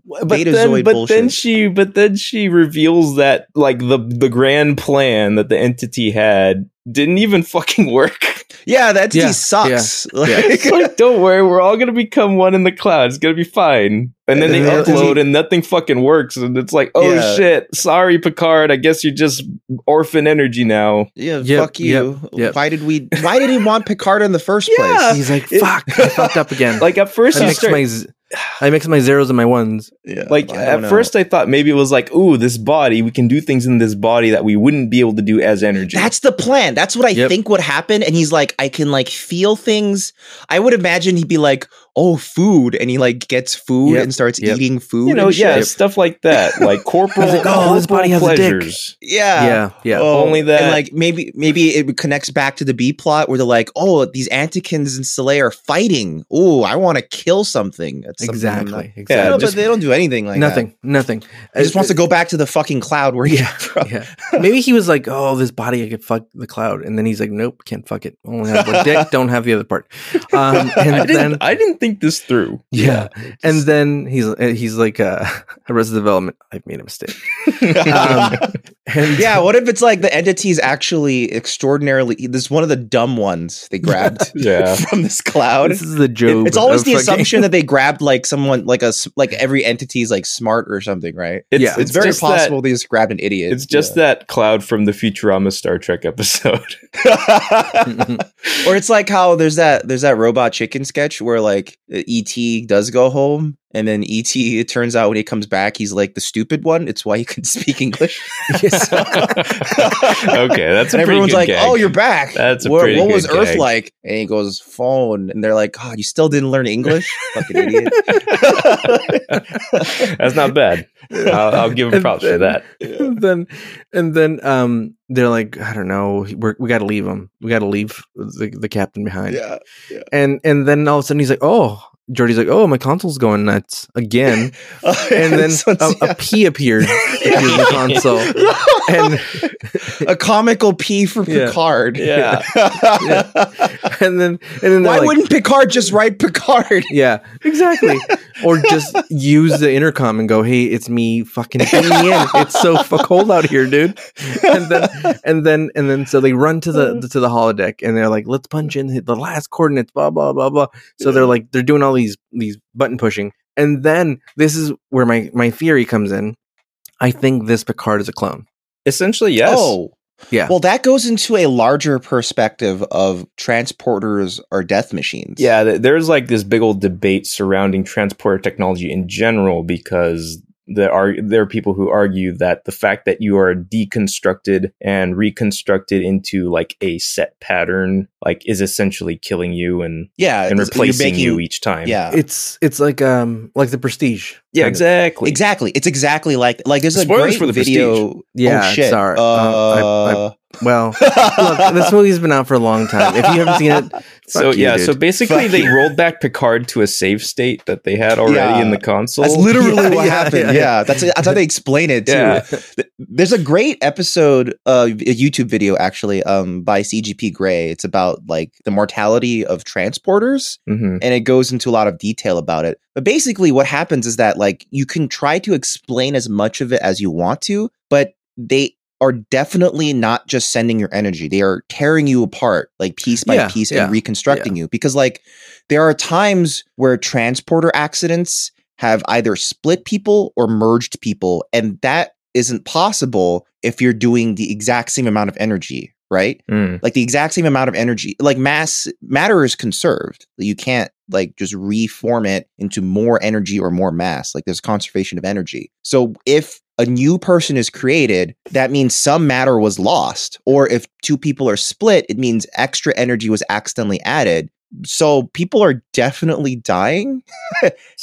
[SPEAKER 3] but
[SPEAKER 1] Beta
[SPEAKER 3] then,
[SPEAKER 1] Zoid
[SPEAKER 3] but then
[SPEAKER 1] bullshit.
[SPEAKER 3] she but then she reveals that like the the grand plan that the entity had didn't even fucking work.
[SPEAKER 1] yeah, that
[SPEAKER 2] Yeah,
[SPEAKER 1] he sucks. <laughs>
[SPEAKER 3] It's
[SPEAKER 1] Like,
[SPEAKER 3] <laughs> like, don't worry, we're all gonna become one in the cloud. It's gonna be fine. And then they
[SPEAKER 2] And then the
[SPEAKER 3] upload
[SPEAKER 2] entity-
[SPEAKER 3] and nothing fucking works. And it's like, oh
[SPEAKER 1] Yeah.
[SPEAKER 3] shit, sorry, Picard. I guess you're just orphan energy now.
[SPEAKER 1] Yeah,
[SPEAKER 2] Yep,
[SPEAKER 1] fuck you.
[SPEAKER 2] yep, yep.
[SPEAKER 1] Why did we? Why did he want Picard in the first
[SPEAKER 3] Yeah.
[SPEAKER 1] place?
[SPEAKER 2] he's like,
[SPEAKER 3] It-
[SPEAKER 2] fuck, I fucked up again.
[SPEAKER 3] <laughs> Like at first,
[SPEAKER 2] I
[SPEAKER 3] you
[SPEAKER 2] mixed
[SPEAKER 3] start,
[SPEAKER 2] my z- I mixed my zeros and my ones.
[SPEAKER 1] Yeah,
[SPEAKER 3] like
[SPEAKER 1] I don't
[SPEAKER 3] at
[SPEAKER 1] know.
[SPEAKER 3] first, I thought maybe it was like, ooh, this body, we can do things in this body that we wouldn't be able to do as energy.
[SPEAKER 1] That's the plan. That's what I
[SPEAKER 2] Yep.
[SPEAKER 1] think would happen. And he's like, I can like feel things. I would imagine he'd be like, oh, food. And he like gets food
[SPEAKER 2] Yep.
[SPEAKER 1] and starts
[SPEAKER 2] Yep.
[SPEAKER 1] eating food.
[SPEAKER 3] you know,
[SPEAKER 1] and shit.
[SPEAKER 3] yeah, stuff like that, like corporal,
[SPEAKER 2] Like, oh, this body
[SPEAKER 3] corporal
[SPEAKER 2] has a dick.
[SPEAKER 3] pleasures.
[SPEAKER 1] Yeah.
[SPEAKER 2] Yeah, yeah.
[SPEAKER 1] Oh,
[SPEAKER 3] Only that-
[SPEAKER 1] and like maybe maybe it connects back to the B plot where they're like, oh, these Antikins and Soleil are fighting. Oh, I want to kill something. That's something I'm not-
[SPEAKER 2] exactly.
[SPEAKER 3] Yeah,
[SPEAKER 1] No,
[SPEAKER 2] Exactly.
[SPEAKER 3] just-
[SPEAKER 1] but they don't do anything like
[SPEAKER 2] nothing. Nothing.
[SPEAKER 1] That. He just wants to go back to the fucking cloud where he came <laughs> from.
[SPEAKER 2] <laughs> yeah. Maybe he was like, "Oh, this body, I could fuck the cloud," and then he's like, "Nope, can't fuck it. Only have
[SPEAKER 1] <laughs>
[SPEAKER 2] one dick. Don't have the other part." Um, and
[SPEAKER 3] I
[SPEAKER 2] then
[SPEAKER 3] didn't, I didn't think this through.
[SPEAKER 2] yeah, and then he's uh, he's like, uh, <laughs> "Arrested Development. I've made
[SPEAKER 1] <laughs>
[SPEAKER 2] a mistake."
[SPEAKER 1] Oh,
[SPEAKER 2] Um, and
[SPEAKER 1] Yeah, what if it's like the entity is actually extraordinarily this is one of the dumb ones they grabbed
[SPEAKER 3] <laughs> Yeah.
[SPEAKER 1] <laughs> from this cloud.
[SPEAKER 2] this is the joke.
[SPEAKER 1] It- it's always the
[SPEAKER 3] <laughs>
[SPEAKER 1] assumption that they grabbed like someone like us like every entity's like smart or something, right?
[SPEAKER 3] It's,
[SPEAKER 2] Yeah.
[SPEAKER 1] It's, very
[SPEAKER 3] just
[SPEAKER 1] possible
[SPEAKER 3] That,
[SPEAKER 1] they just grabbed an idiot.
[SPEAKER 3] it's just that cloud from the Futurama Star Trek episode.
[SPEAKER 1] <laughs>
[SPEAKER 3] <laughs>
[SPEAKER 1] or it's like how there's that there's that robot chicken sketch where like ET does go home and then ET it turns out when he comes back he's like the stupid one. It's why he can speak
[SPEAKER 3] <laughs>
[SPEAKER 1] English. <laughs>
[SPEAKER 3] okay, that's a
[SPEAKER 1] and
[SPEAKER 3] pretty
[SPEAKER 1] everyone's
[SPEAKER 3] good
[SPEAKER 1] like,
[SPEAKER 3] gag.
[SPEAKER 1] "Oh, you're back."
[SPEAKER 3] That's a
[SPEAKER 1] what,
[SPEAKER 3] pretty
[SPEAKER 1] what
[SPEAKER 3] good
[SPEAKER 1] was Earth
[SPEAKER 3] gag.
[SPEAKER 1] like? And he goes, "Phone." And they're like, "God, you still didn't learn
[SPEAKER 3] <laughs>
[SPEAKER 1] English, fucking idiot."
[SPEAKER 3] <laughs> That's not bad. I'll, I'll give him
[SPEAKER 2] And
[SPEAKER 3] props for that.
[SPEAKER 2] <laughs> and then and then um, they're like, "I don't know. We're, we got to leave him. We got to leave the, the captain behind."
[SPEAKER 1] yeah,
[SPEAKER 2] And and then all of a sudden he's like, "Oh." Jordy's like, oh, my console's going nuts
[SPEAKER 1] <laughs>
[SPEAKER 2] again, and
[SPEAKER 3] <laughs>
[SPEAKER 2] then
[SPEAKER 1] So it's-
[SPEAKER 2] a, a pea appeared in the
[SPEAKER 1] <laughs>
[SPEAKER 2] console, and
[SPEAKER 1] yeah. a comical P for
[SPEAKER 2] Yeah.
[SPEAKER 1] Picard. <laughs>
[SPEAKER 3] Yeah.
[SPEAKER 2] and then and then
[SPEAKER 1] Why
[SPEAKER 2] they're like,
[SPEAKER 1] wouldn't Picard just write Picard? <laughs>
[SPEAKER 2] yeah exactly or just use the intercom and go hey it's me fucking bring me in it's so fu- cold out here dude and then and then and then so they run to
[SPEAKER 3] Uh.
[SPEAKER 2] the to the holodeck and they're like let's punch in the last coordinates blah blah blah blah so they're like they're doing all these these button pushing and then this is where my my theory comes in i think this picard is a clone
[SPEAKER 3] Essentially, yes.
[SPEAKER 1] Oh,
[SPEAKER 2] Yeah.
[SPEAKER 1] Well, that goes into a larger perspective of transporters are death machines.
[SPEAKER 3] Yeah, th- there's like this big old debate surrounding transporter technology in general because there are there are people who argue that the fact that you are deconstructed and reconstructed into like a set pattern like is essentially killing you and
[SPEAKER 1] Yeah.
[SPEAKER 3] and
[SPEAKER 1] it's- you're
[SPEAKER 3] replacing
[SPEAKER 1] making-
[SPEAKER 3] you each time.
[SPEAKER 1] Yeah.
[SPEAKER 2] it's it's like um like the prestige.
[SPEAKER 3] yeah,
[SPEAKER 2] kind of.
[SPEAKER 3] exactly,
[SPEAKER 1] Exactly. It's exactly like like there's a
[SPEAKER 3] Spoilers
[SPEAKER 1] great
[SPEAKER 3] for the
[SPEAKER 1] video.
[SPEAKER 2] Yeah,
[SPEAKER 1] oh shit.
[SPEAKER 2] sorry.
[SPEAKER 1] Uh,
[SPEAKER 2] Uh, Well,
[SPEAKER 3] <laughs>
[SPEAKER 1] <laughs>
[SPEAKER 2] look, this movie's been out for a long time. If you haven't seen it, fuck
[SPEAKER 3] So
[SPEAKER 2] you,
[SPEAKER 3] yeah,
[SPEAKER 2] dude.
[SPEAKER 3] so basically
[SPEAKER 1] Fuck
[SPEAKER 3] they
[SPEAKER 1] you.
[SPEAKER 3] rolled back Picard to a save state that they had already
[SPEAKER 1] Yeah.
[SPEAKER 3] in the console.
[SPEAKER 1] that's literally
[SPEAKER 2] <laughs> Yeah,
[SPEAKER 1] what
[SPEAKER 2] yeah,
[SPEAKER 1] happened.
[SPEAKER 2] yeah,
[SPEAKER 1] Yeah, that's that's how they explain it too.
[SPEAKER 3] Yeah.
[SPEAKER 1] Th- There's a great episode, uh, a YouTube video actually, um, by CGP Grey. It's about like the mortality of transporters.
[SPEAKER 3] hmm
[SPEAKER 2] Mm-hmm.
[SPEAKER 1] and it goes into a lot of detail about it. But basically, what happens is that like you can try to explain as much of it as you want to, but they are definitely not just sending your energy. They are tearing you apart, like piece by
[SPEAKER 2] Yeah,
[SPEAKER 1] piece,
[SPEAKER 2] yeah,
[SPEAKER 1] and reconstructing you. Because like there are times where transporter accidents have either split people or merged people, and that isn't possible if you're doing the exact same amount of energy, right?
[SPEAKER 3] Hmm.
[SPEAKER 1] like the exact same amount of energy like mass matter is conserved you can't like just reform it into more energy or more mass like there's conservation of energy so if a new person is created that means some matter was lost or if two people are split it means extra energy was accidentally added so people are definitely dying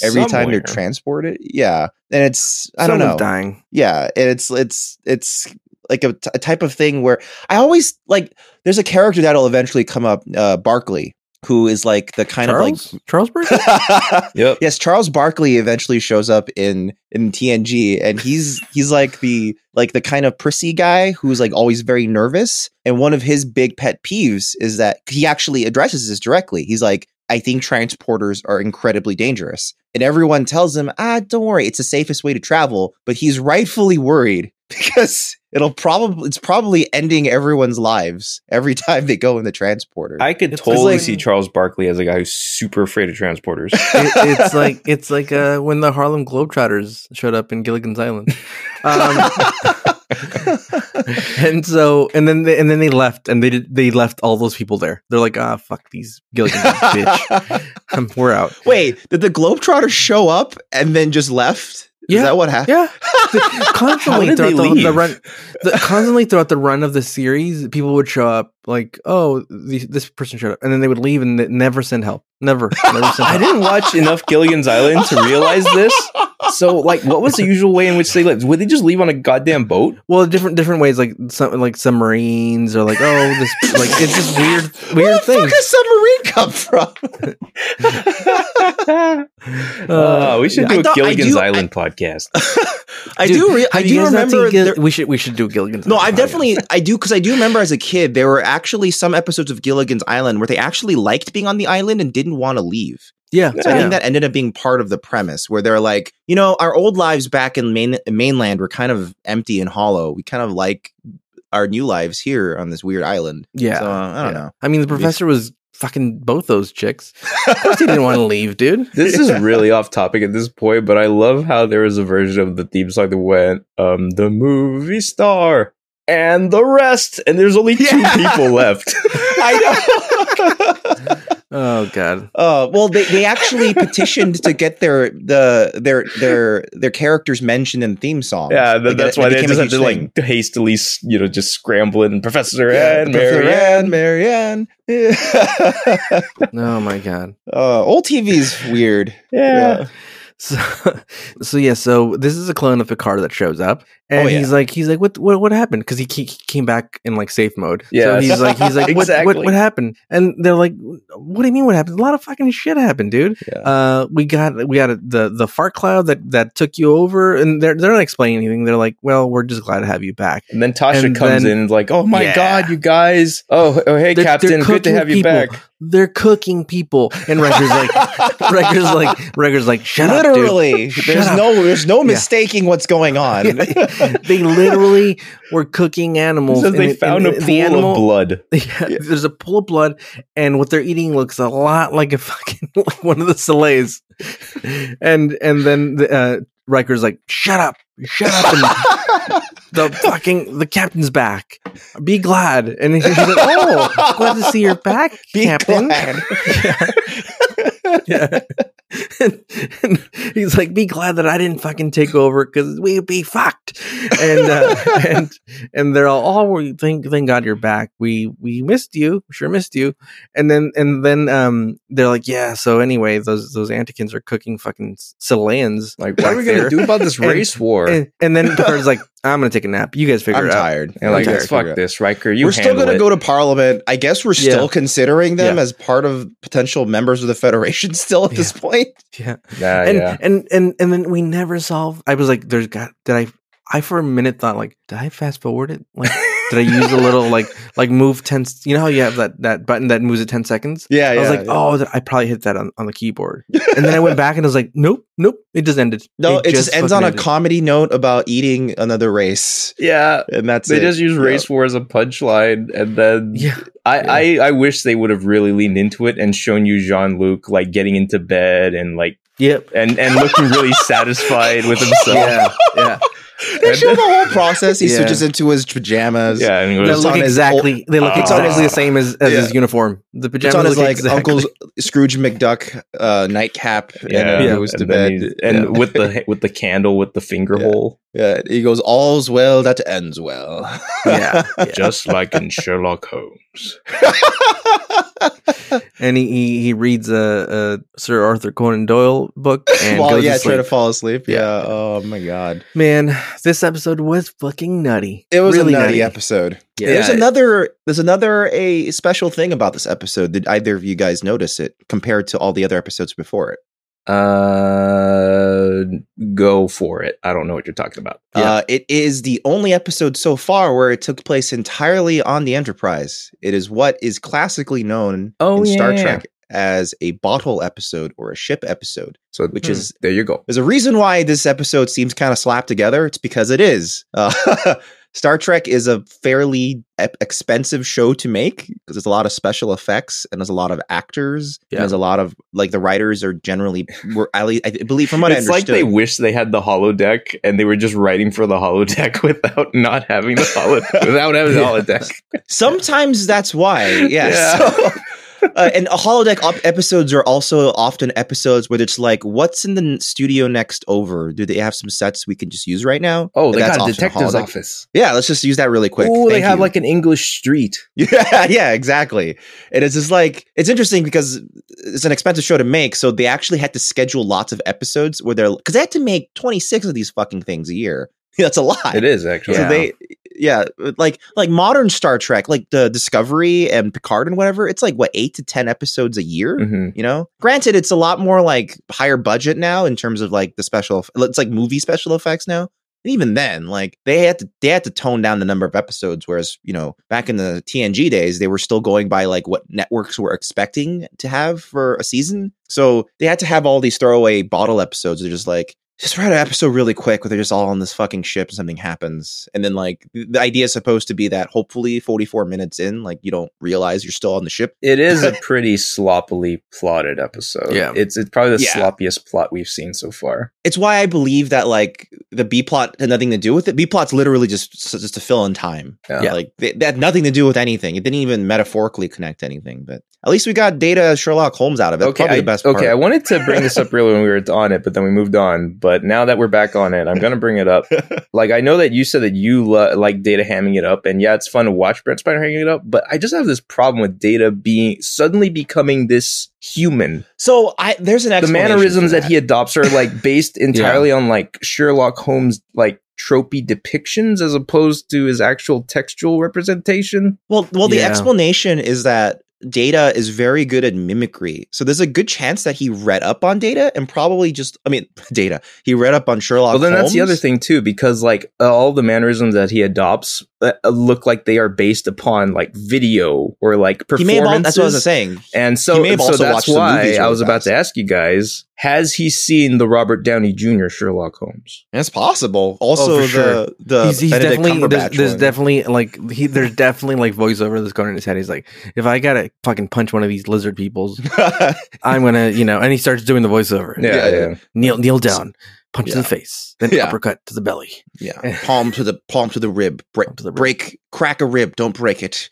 [SPEAKER 1] every time they're transported yeah and it's i don't
[SPEAKER 2] Someone's
[SPEAKER 1] know
[SPEAKER 2] dying.
[SPEAKER 1] yeah, and it's it's it's like a, t- a type of thing where I always like. There's a character that'll eventually come up, uh, Barkley, who is like the kind
[SPEAKER 2] Charles? Charles
[SPEAKER 3] <laughs>
[SPEAKER 2] Burton?
[SPEAKER 1] of <laughs> like.
[SPEAKER 3] Yep.
[SPEAKER 1] yes, Charles Barkley eventually shows up in in TNG, and he's he's like the like the kind of prissy guy who's like always very nervous. And one of his big pet peeves is that he actually addresses this directly. He's like, I think transporters are incredibly dangerous. And everyone tells him, ah, don't worry, it's the safest way to travel. But he's rightfully worried <laughs> because it'll probably it's probably ending everyone's lives every <laughs> time they go in the transporter.
[SPEAKER 3] I could
[SPEAKER 2] It's
[SPEAKER 3] totally
[SPEAKER 2] like-
[SPEAKER 3] see Charles Barkley as a guy who's super afraid of transporters.
[SPEAKER 2] it, it's like it's like
[SPEAKER 3] <laughs>
[SPEAKER 2] uh, when the Harlem Globetrotters showed up in Gilligan's Island. Um, and so and then they, and then they left and they did, they left all those people there. They're like, ah, fuck these Gilligan's
[SPEAKER 3] <laughs>
[SPEAKER 2] bitch. Um, We're out.
[SPEAKER 1] <laughs> Wait, did the Globetrotters show up and then just left?
[SPEAKER 2] Yeah.
[SPEAKER 1] Is that what happened?
[SPEAKER 2] Yeah, The-
[SPEAKER 3] <laughs> How
[SPEAKER 2] constantly
[SPEAKER 3] did they
[SPEAKER 2] throughout the, the
[SPEAKER 3] leave?
[SPEAKER 2] run, the, constantly throughout the run of the series, people would show up like, "Oh, the, this person showed up," and then they would leave and th- never send help. Never, never send
[SPEAKER 3] <laughs> <laughs> I
[SPEAKER 2] help.
[SPEAKER 3] didn't watch enough Gilligan's Island to realize this. So, like, what was the usual way in which they left? Would they just leave on a goddamn boat?
[SPEAKER 2] Well, different different ways, like some like submarines or like, oh, this like it's
[SPEAKER 1] <laughs>
[SPEAKER 2] just weird weird
[SPEAKER 1] Where
[SPEAKER 2] things.
[SPEAKER 1] does submarine come
[SPEAKER 2] <laughs>
[SPEAKER 1] from?
[SPEAKER 3] Uh, we should
[SPEAKER 1] I
[SPEAKER 3] do a
[SPEAKER 1] thought- I
[SPEAKER 3] Gilligan's
[SPEAKER 1] do-
[SPEAKER 3] Island podcast.
[SPEAKER 1] I
[SPEAKER 2] Dude,
[SPEAKER 1] do. Re-
[SPEAKER 2] have
[SPEAKER 1] I
[SPEAKER 2] you
[SPEAKER 1] do
[SPEAKER 2] guys not
[SPEAKER 1] remember.
[SPEAKER 2] seen Gil-
[SPEAKER 1] there-
[SPEAKER 2] we should we should do Gilligan's.
[SPEAKER 1] no, I
[SPEAKER 2] <laughs> Island podcast.
[SPEAKER 1] definitely I do because I do remember as a kid there were actually some episodes of Gilligan's Island where they actually liked being on the island and didn't want to leave.
[SPEAKER 2] yeah.
[SPEAKER 1] So I
[SPEAKER 2] yeah.
[SPEAKER 1] think that ended up being part of the premise where they're like, you know, our old lives back in main mainland were kind of empty and hollow. We kind of like our new lives here on this weird island.
[SPEAKER 2] yeah.
[SPEAKER 1] So uh, I don't
[SPEAKER 2] yeah.
[SPEAKER 1] know.
[SPEAKER 2] I mean, the professor was fucking both those chicks. Of course, he
[SPEAKER 1] <laughs>
[SPEAKER 2] didn't want to leave, dude.
[SPEAKER 3] This is really off topic at this point, but I love how there was a version of the theme song that went, um, the movie star and the rest, and there's only two
[SPEAKER 1] Yeah.
[SPEAKER 3] people left.
[SPEAKER 1] I know.
[SPEAKER 2] Oh god.
[SPEAKER 1] Uh, well, they, they
[SPEAKER 3] <laughs>
[SPEAKER 1] actually petitioned to get their the their their their characters mentioned in theme songs.
[SPEAKER 3] Yeah, th-
[SPEAKER 1] Like,
[SPEAKER 3] that's
[SPEAKER 1] it- it
[SPEAKER 3] why they
[SPEAKER 1] became a
[SPEAKER 3] just had
[SPEAKER 1] huge
[SPEAKER 3] to
[SPEAKER 1] thing.
[SPEAKER 3] like hastily, s- you know, just scramble in Professor
[SPEAKER 1] Yeah,
[SPEAKER 3] Anne,
[SPEAKER 1] Professor
[SPEAKER 3] Mary
[SPEAKER 1] Ann,
[SPEAKER 3] Ann.
[SPEAKER 1] Mary Ann. Yeah.
[SPEAKER 2] Oh my god.
[SPEAKER 1] uh, old TV's weird.
[SPEAKER 3] Yeah.
[SPEAKER 2] So, <laughs> so yeah. So this is a clone of Picard that shows up, and
[SPEAKER 1] Oh, yeah.
[SPEAKER 2] he's like, he's like, what, what, what happened? Because he, ke- he came back in like safe mode. So
[SPEAKER 3] Yes.
[SPEAKER 2] he's like, he's
[SPEAKER 3] <laughs>
[SPEAKER 2] like, what, what,
[SPEAKER 3] Exactly.
[SPEAKER 2] what happened? And they're like, what do you mean? What happened? A lot of fucking shit happened, dude.
[SPEAKER 3] Yeah.
[SPEAKER 2] Uh, we got, we got a, the the fart cloud that that took you over, and they're they're not explaining anything. They're like, well, we're just glad to have you back.
[SPEAKER 3] And then Tasha
[SPEAKER 2] And
[SPEAKER 3] comes
[SPEAKER 2] then-
[SPEAKER 3] in and like, oh my
[SPEAKER 2] Yeah.
[SPEAKER 3] god, you guys. Oh, oh
[SPEAKER 2] They're-
[SPEAKER 3] hey,
[SPEAKER 2] they're
[SPEAKER 3] Captain, good to
[SPEAKER 2] cooking
[SPEAKER 3] have you
[SPEAKER 2] people.
[SPEAKER 3] back.
[SPEAKER 2] They're cooking people, and Riker's like,
[SPEAKER 3] <laughs>
[SPEAKER 2] Riker's like, Riker's like, shut up, dude.
[SPEAKER 1] Literally,
[SPEAKER 2] Shut
[SPEAKER 1] there's
[SPEAKER 2] up.
[SPEAKER 1] no there's no mistaking what's going on.
[SPEAKER 2] <laughs> they literally were cooking animals.
[SPEAKER 3] Says they
[SPEAKER 2] and-
[SPEAKER 3] found
[SPEAKER 2] and
[SPEAKER 3] a pool of blood.
[SPEAKER 2] <laughs> Yeah, There's a pool of blood, and what they're eating looks a lot like a fucking <laughs> like one of the Soleils. and and then the, uh, Riker's like, "Shut up!" shut up
[SPEAKER 3] <laughs>
[SPEAKER 2] and the fucking the captain's back. Be glad. And then she's like, oh, glad to see you're
[SPEAKER 3] <laughs>
[SPEAKER 2] back,
[SPEAKER 1] <laughs> Be
[SPEAKER 2] captain.
[SPEAKER 1] glad.
[SPEAKER 2] Yeah. <laughs> and, and he's like, be glad that I didn't fucking take over because we'd be fucked. And uh, <laughs> and and they're all, oh, we thank thank God you're back. We we missed you, sure missed you. And then and then um they're like, yeah. So anyway, those those Antikins are cooking fucking Scyllaeans.
[SPEAKER 3] Like, what
[SPEAKER 2] back
[SPEAKER 3] are we going
[SPEAKER 2] there.
[SPEAKER 3] to do about this
[SPEAKER 2] And-
[SPEAKER 3] race war?
[SPEAKER 2] And, and
[SPEAKER 1] <laughs>
[SPEAKER 2] then Picard's like, I'm gonna take a nap. You guys figure
[SPEAKER 1] I'm
[SPEAKER 2] it out.
[SPEAKER 1] tired.
[SPEAKER 3] and
[SPEAKER 1] I'm
[SPEAKER 3] like,
[SPEAKER 1] tired.
[SPEAKER 3] let's fuck this, Riker. You
[SPEAKER 1] we're still
[SPEAKER 3] going
[SPEAKER 1] going to go to Parliament. I guess we're
[SPEAKER 2] Yeah.
[SPEAKER 1] still considering them
[SPEAKER 2] Yeah.
[SPEAKER 1] as part of potential members of the Federation. <laughs> Still at this point,
[SPEAKER 2] Yeah.
[SPEAKER 3] Nah,
[SPEAKER 1] Uh,
[SPEAKER 2] and
[SPEAKER 3] yeah.
[SPEAKER 2] and and and then we never solve. I was like, "There's got did I?" I for a minute thought like, "Did I fast forward it? Like, did I use a
[SPEAKER 1] <laughs>
[SPEAKER 2] little like like move ten? s- You know how you have that that button that moves it ten seconds?
[SPEAKER 1] yeah,
[SPEAKER 2] I
[SPEAKER 1] yeah.
[SPEAKER 2] was like,
[SPEAKER 1] yeah.
[SPEAKER 2] "Oh, th- I probably hit that on, on the
[SPEAKER 1] <laughs>
[SPEAKER 2] keyboard." And then I went back and I was like, "Nope, nope, it just ended.
[SPEAKER 1] no, it, just, ends
[SPEAKER 2] fucking
[SPEAKER 1] on a
[SPEAKER 2] ended.
[SPEAKER 1] comedy note about eating another race,
[SPEAKER 3] yeah.
[SPEAKER 1] and that's
[SPEAKER 3] They
[SPEAKER 1] it.
[SPEAKER 3] just use
[SPEAKER 1] Yeah.
[SPEAKER 3] race war as a punchline, and then
[SPEAKER 2] Yeah,
[SPEAKER 3] I, I I wish they would have really leaned into it and shown you Jean Luc like getting into bed and like
[SPEAKER 1] <laughs>
[SPEAKER 2] yep,
[SPEAKER 3] and and looking really satisfied with himself.
[SPEAKER 2] yeah, yeah.
[SPEAKER 1] They show the
[SPEAKER 3] <laughs>
[SPEAKER 1] whole process. He
[SPEAKER 2] Yeah.
[SPEAKER 1] switches into his pajamas.
[SPEAKER 3] Yeah, and it
[SPEAKER 2] They
[SPEAKER 3] was-
[SPEAKER 1] on
[SPEAKER 2] look
[SPEAKER 1] his
[SPEAKER 2] exactly. They look
[SPEAKER 3] Ah.
[SPEAKER 2] exactly the same as, as
[SPEAKER 1] Yeah.
[SPEAKER 2] his uniform. The pajamas
[SPEAKER 1] It's on his
[SPEAKER 2] look
[SPEAKER 1] like
[SPEAKER 2] exactly-
[SPEAKER 1] Uncle's Scrooge McDuck uh, nightcap, and
[SPEAKER 2] Yeah.
[SPEAKER 1] then goes to
[SPEAKER 3] and then
[SPEAKER 1] bed.
[SPEAKER 3] he's- and
[SPEAKER 1] yeah.
[SPEAKER 3] with the with the candle with the finger
[SPEAKER 1] Yeah.
[SPEAKER 3] hole,
[SPEAKER 1] <laughs> Yeah, he goes, "All's well that ends well."
[SPEAKER 2] <laughs>
[SPEAKER 1] <laughs>
[SPEAKER 2] Yeah, yeah.
[SPEAKER 3] just like in Sherlock Holmes.
[SPEAKER 2] and he, he he reads a, a Sir Arthur Conan Doyle
[SPEAKER 1] <laughs>
[SPEAKER 2] book and
[SPEAKER 1] Well,
[SPEAKER 2] goes
[SPEAKER 1] yeah,
[SPEAKER 2] to sleep.
[SPEAKER 1] trying to fall asleep.
[SPEAKER 2] Yeah.
[SPEAKER 1] Yeah. Oh my god,
[SPEAKER 2] Man, this episode was fucking nutty.
[SPEAKER 1] it was a nutty, episode.
[SPEAKER 2] Yeah.
[SPEAKER 1] There's
[SPEAKER 3] Yeah.
[SPEAKER 1] another. There's another a special thing about this episode. Did either of you guys notice it compared to all the other episodes before it?
[SPEAKER 3] Uh, go for it. I don't know what you're talking about.
[SPEAKER 1] Uh, it is the only episode so far where it took place entirely on the Enterprise. It is what is classically known
[SPEAKER 3] Oh,
[SPEAKER 1] in Star
[SPEAKER 3] yeah.
[SPEAKER 1] Trek as a bottle episode or a ship episode,
[SPEAKER 3] So
[SPEAKER 1] which
[SPEAKER 2] Hmm.
[SPEAKER 1] is
[SPEAKER 3] there you go.
[SPEAKER 1] There's a reason why this episode seems kind of slapped together. It's because it is. Uh, <laughs> Star Trek is a fairly ep- expensive show to make because there's a lot of special effects and there's a lot of actors
[SPEAKER 2] Yeah.
[SPEAKER 1] and there's a lot of like the writers are generally were at least, I believe from what
[SPEAKER 3] it's
[SPEAKER 1] I
[SPEAKER 3] like
[SPEAKER 1] understood.
[SPEAKER 3] they wish they had the holodeck and they were just writing for the holodeck <laughs> without not having the <laughs> holodeck without having the holodeck.
[SPEAKER 1] Sometimes that's why. Yeah.
[SPEAKER 3] <laughs> Yeah.
[SPEAKER 1] So, uh, and holodeck op- episodes are also often episodes where it's like, what's in the n- studio next over? Do they have some sets we can just use right now?
[SPEAKER 3] Oh, they
[SPEAKER 1] That's
[SPEAKER 3] got a
[SPEAKER 1] often
[SPEAKER 3] detective's
[SPEAKER 1] holodeck.
[SPEAKER 3] office.
[SPEAKER 1] Yeah, let's just use that really quick.
[SPEAKER 3] Oh, they
[SPEAKER 1] Thank
[SPEAKER 3] have
[SPEAKER 1] you.
[SPEAKER 3] like an English street.
[SPEAKER 1] <laughs> Yeah, yeah, exactly. And it's just like it's interesting because it's an expensive show to make, so they actually had to schedule lots of episodes where they're because they had to make twenty six of these fucking things a year. <laughs> That's a lot.
[SPEAKER 3] It is actually.
[SPEAKER 1] So they, yeah, like like modern Star Trek, like the Discovery and Picard and whatever. It's like what eight to ten episodes a year.
[SPEAKER 3] Mhm.
[SPEAKER 1] You know, granted, it's a lot more like higher budget now in terms of like the special. eff- It's like movie special effects now. And even then, like they had to they had to tone down the number of episodes. Whereas you know back in the TNG days, they were still going by like what networks were expecting to have for a season. So they had to have all these throwaway bottle episodes. They're just like just write an episode really quick where they're just all on this fucking ship and something happens. And then like the idea is supposed to be that hopefully 44 minutes in, like you don't realize you're still on the ship.
[SPEAKER 3] It is <laughs> a pretty sloppily plotted episode.
[SPEAKER 2] Yeah.
[SPEAKER 3] It's it's probably the
[SPEAKER 1] Yeah.
[SPEAKER 3] sloppiest plot we've seen so far.
[SPEAKER 1] it's why I believe that like the B plot had nothing to do with it. B plot's literally just s- just to fill in time.
[SPEAKER 3] Yeah.
[SPEAKER 2] Yeah.
[SPEAKER 1] Like they, they had nothing to do with anything. It didn't even metaphorically connect anything. But at least we got data as Sherlock Holmes out of it.
[SPEAKER 3] okay,
[SPEAKER 1] Probably
[SPEAKER 3] I,
[SPEAKER 1] the best.
[SPEAKER 3] okay. I
[SPEAKER 1] Part.
[SPEAKER 3] wanted to bring this up really when we were on it, but then we moved on. But now that we're back on it, I'm gonna bring
[SPEAKER 1] <laughs>
[SPEAKER 3] it up. like I know that you said that you lo- like Data hamming it up, and yeah, it's fun to watch Brent Spiner hanging it up. But I just have this problem with Data being suddenly becoming this human.
[SPEAKER 1] so I there's an
[SPEAKER 3] The
[SPEAKER 1] explanation for
[SPEAKER 3] mannerisms that. he adopts are
[SPEAKER 1] <laughs>
[SPEAKER 3] like based entirely on like Sherlock Holmes like tropey depictions as opposed to his actual textual representation.
[SPEAKER 1] Well, well, the
[SPEAKER 2] Yeah.
[SPEAKER 1] explanation is that Data is very good at mimicry. So there's a good chance that he read up on Data and probably just, I mean, <laughs> Data. He read up on Sherlock.
[SPEAKER 3] Well, then that's the
[SPEAKER 1] Holmes.
[SPEAKER 3] other thing too, because like all the mannerisms that he adopts uh, look like they are based upon like video or like
[SPEAKER 1] He
[SPEAKER 3] performances.
[SPEAKER 1] may have. al- That's what I was saying.
[SPEAKER 3] And
[SPEAKER 1] He
[SPEAKER 3] so,
[SPEAKER 1] may have
[SPEAKER 3] so
[SPEAKER 1] also
[SPEAKER 3] that's
[SPEAKER 1] watched the
[SPEAKER 3] why
[SPEAKER 1] movies
[SPEAKER 3] I
[SPEAKER 1] really
[SPEAKER 3] was about
[SPEAKER 1] fast.
[SPEAKER 3] to ask you guys: Has he seen the Robert Downey Jr. Sherlock Holmes?
[SPEAKER 1] It's possible. Also,
[SPEAKER 2] Oh, for
[SPEAKER 1] the
[SPEAKER 2] sure.
[SPEAKER 1] the
[SPEAKER 2] he's, he's
[SPEAKER 1] Benedict
[SPEAKER 2] definitely there's,
[SPEAKER 1] Cumberbatch
[SPEAKER 2] there's
[SPEAKER 1] one.
[SPEAKER 2] definitely like he there's definitely like voiceover that's going in his head. He's like, if I gotta fucking punch one of these
[SPEAKER 1] <laughs>
[SPEAKER 2] lizard peoples, I'm gonna you know. And he starts doing the voiceover.
[SPEAKER 1] Yeah, yeah.
[SPEAKER 2] kneel kneel down, punch to
[SPEAKER 1] Yeah.
[SPEAKER 2] the face, then
[SPEAKER 1] Yeah.
[SPEAKER 2] uppercut to the belly.
[SPEAKER 1] Yeah, <laughs> palm to the palm to the rib. Break,
[SPEAKER 2] Palm to the rib.
[SPEAKER 1] break, crack a rib. Don't break
[SPEAKER 2] <laughs>
[SPEAKER 1] it.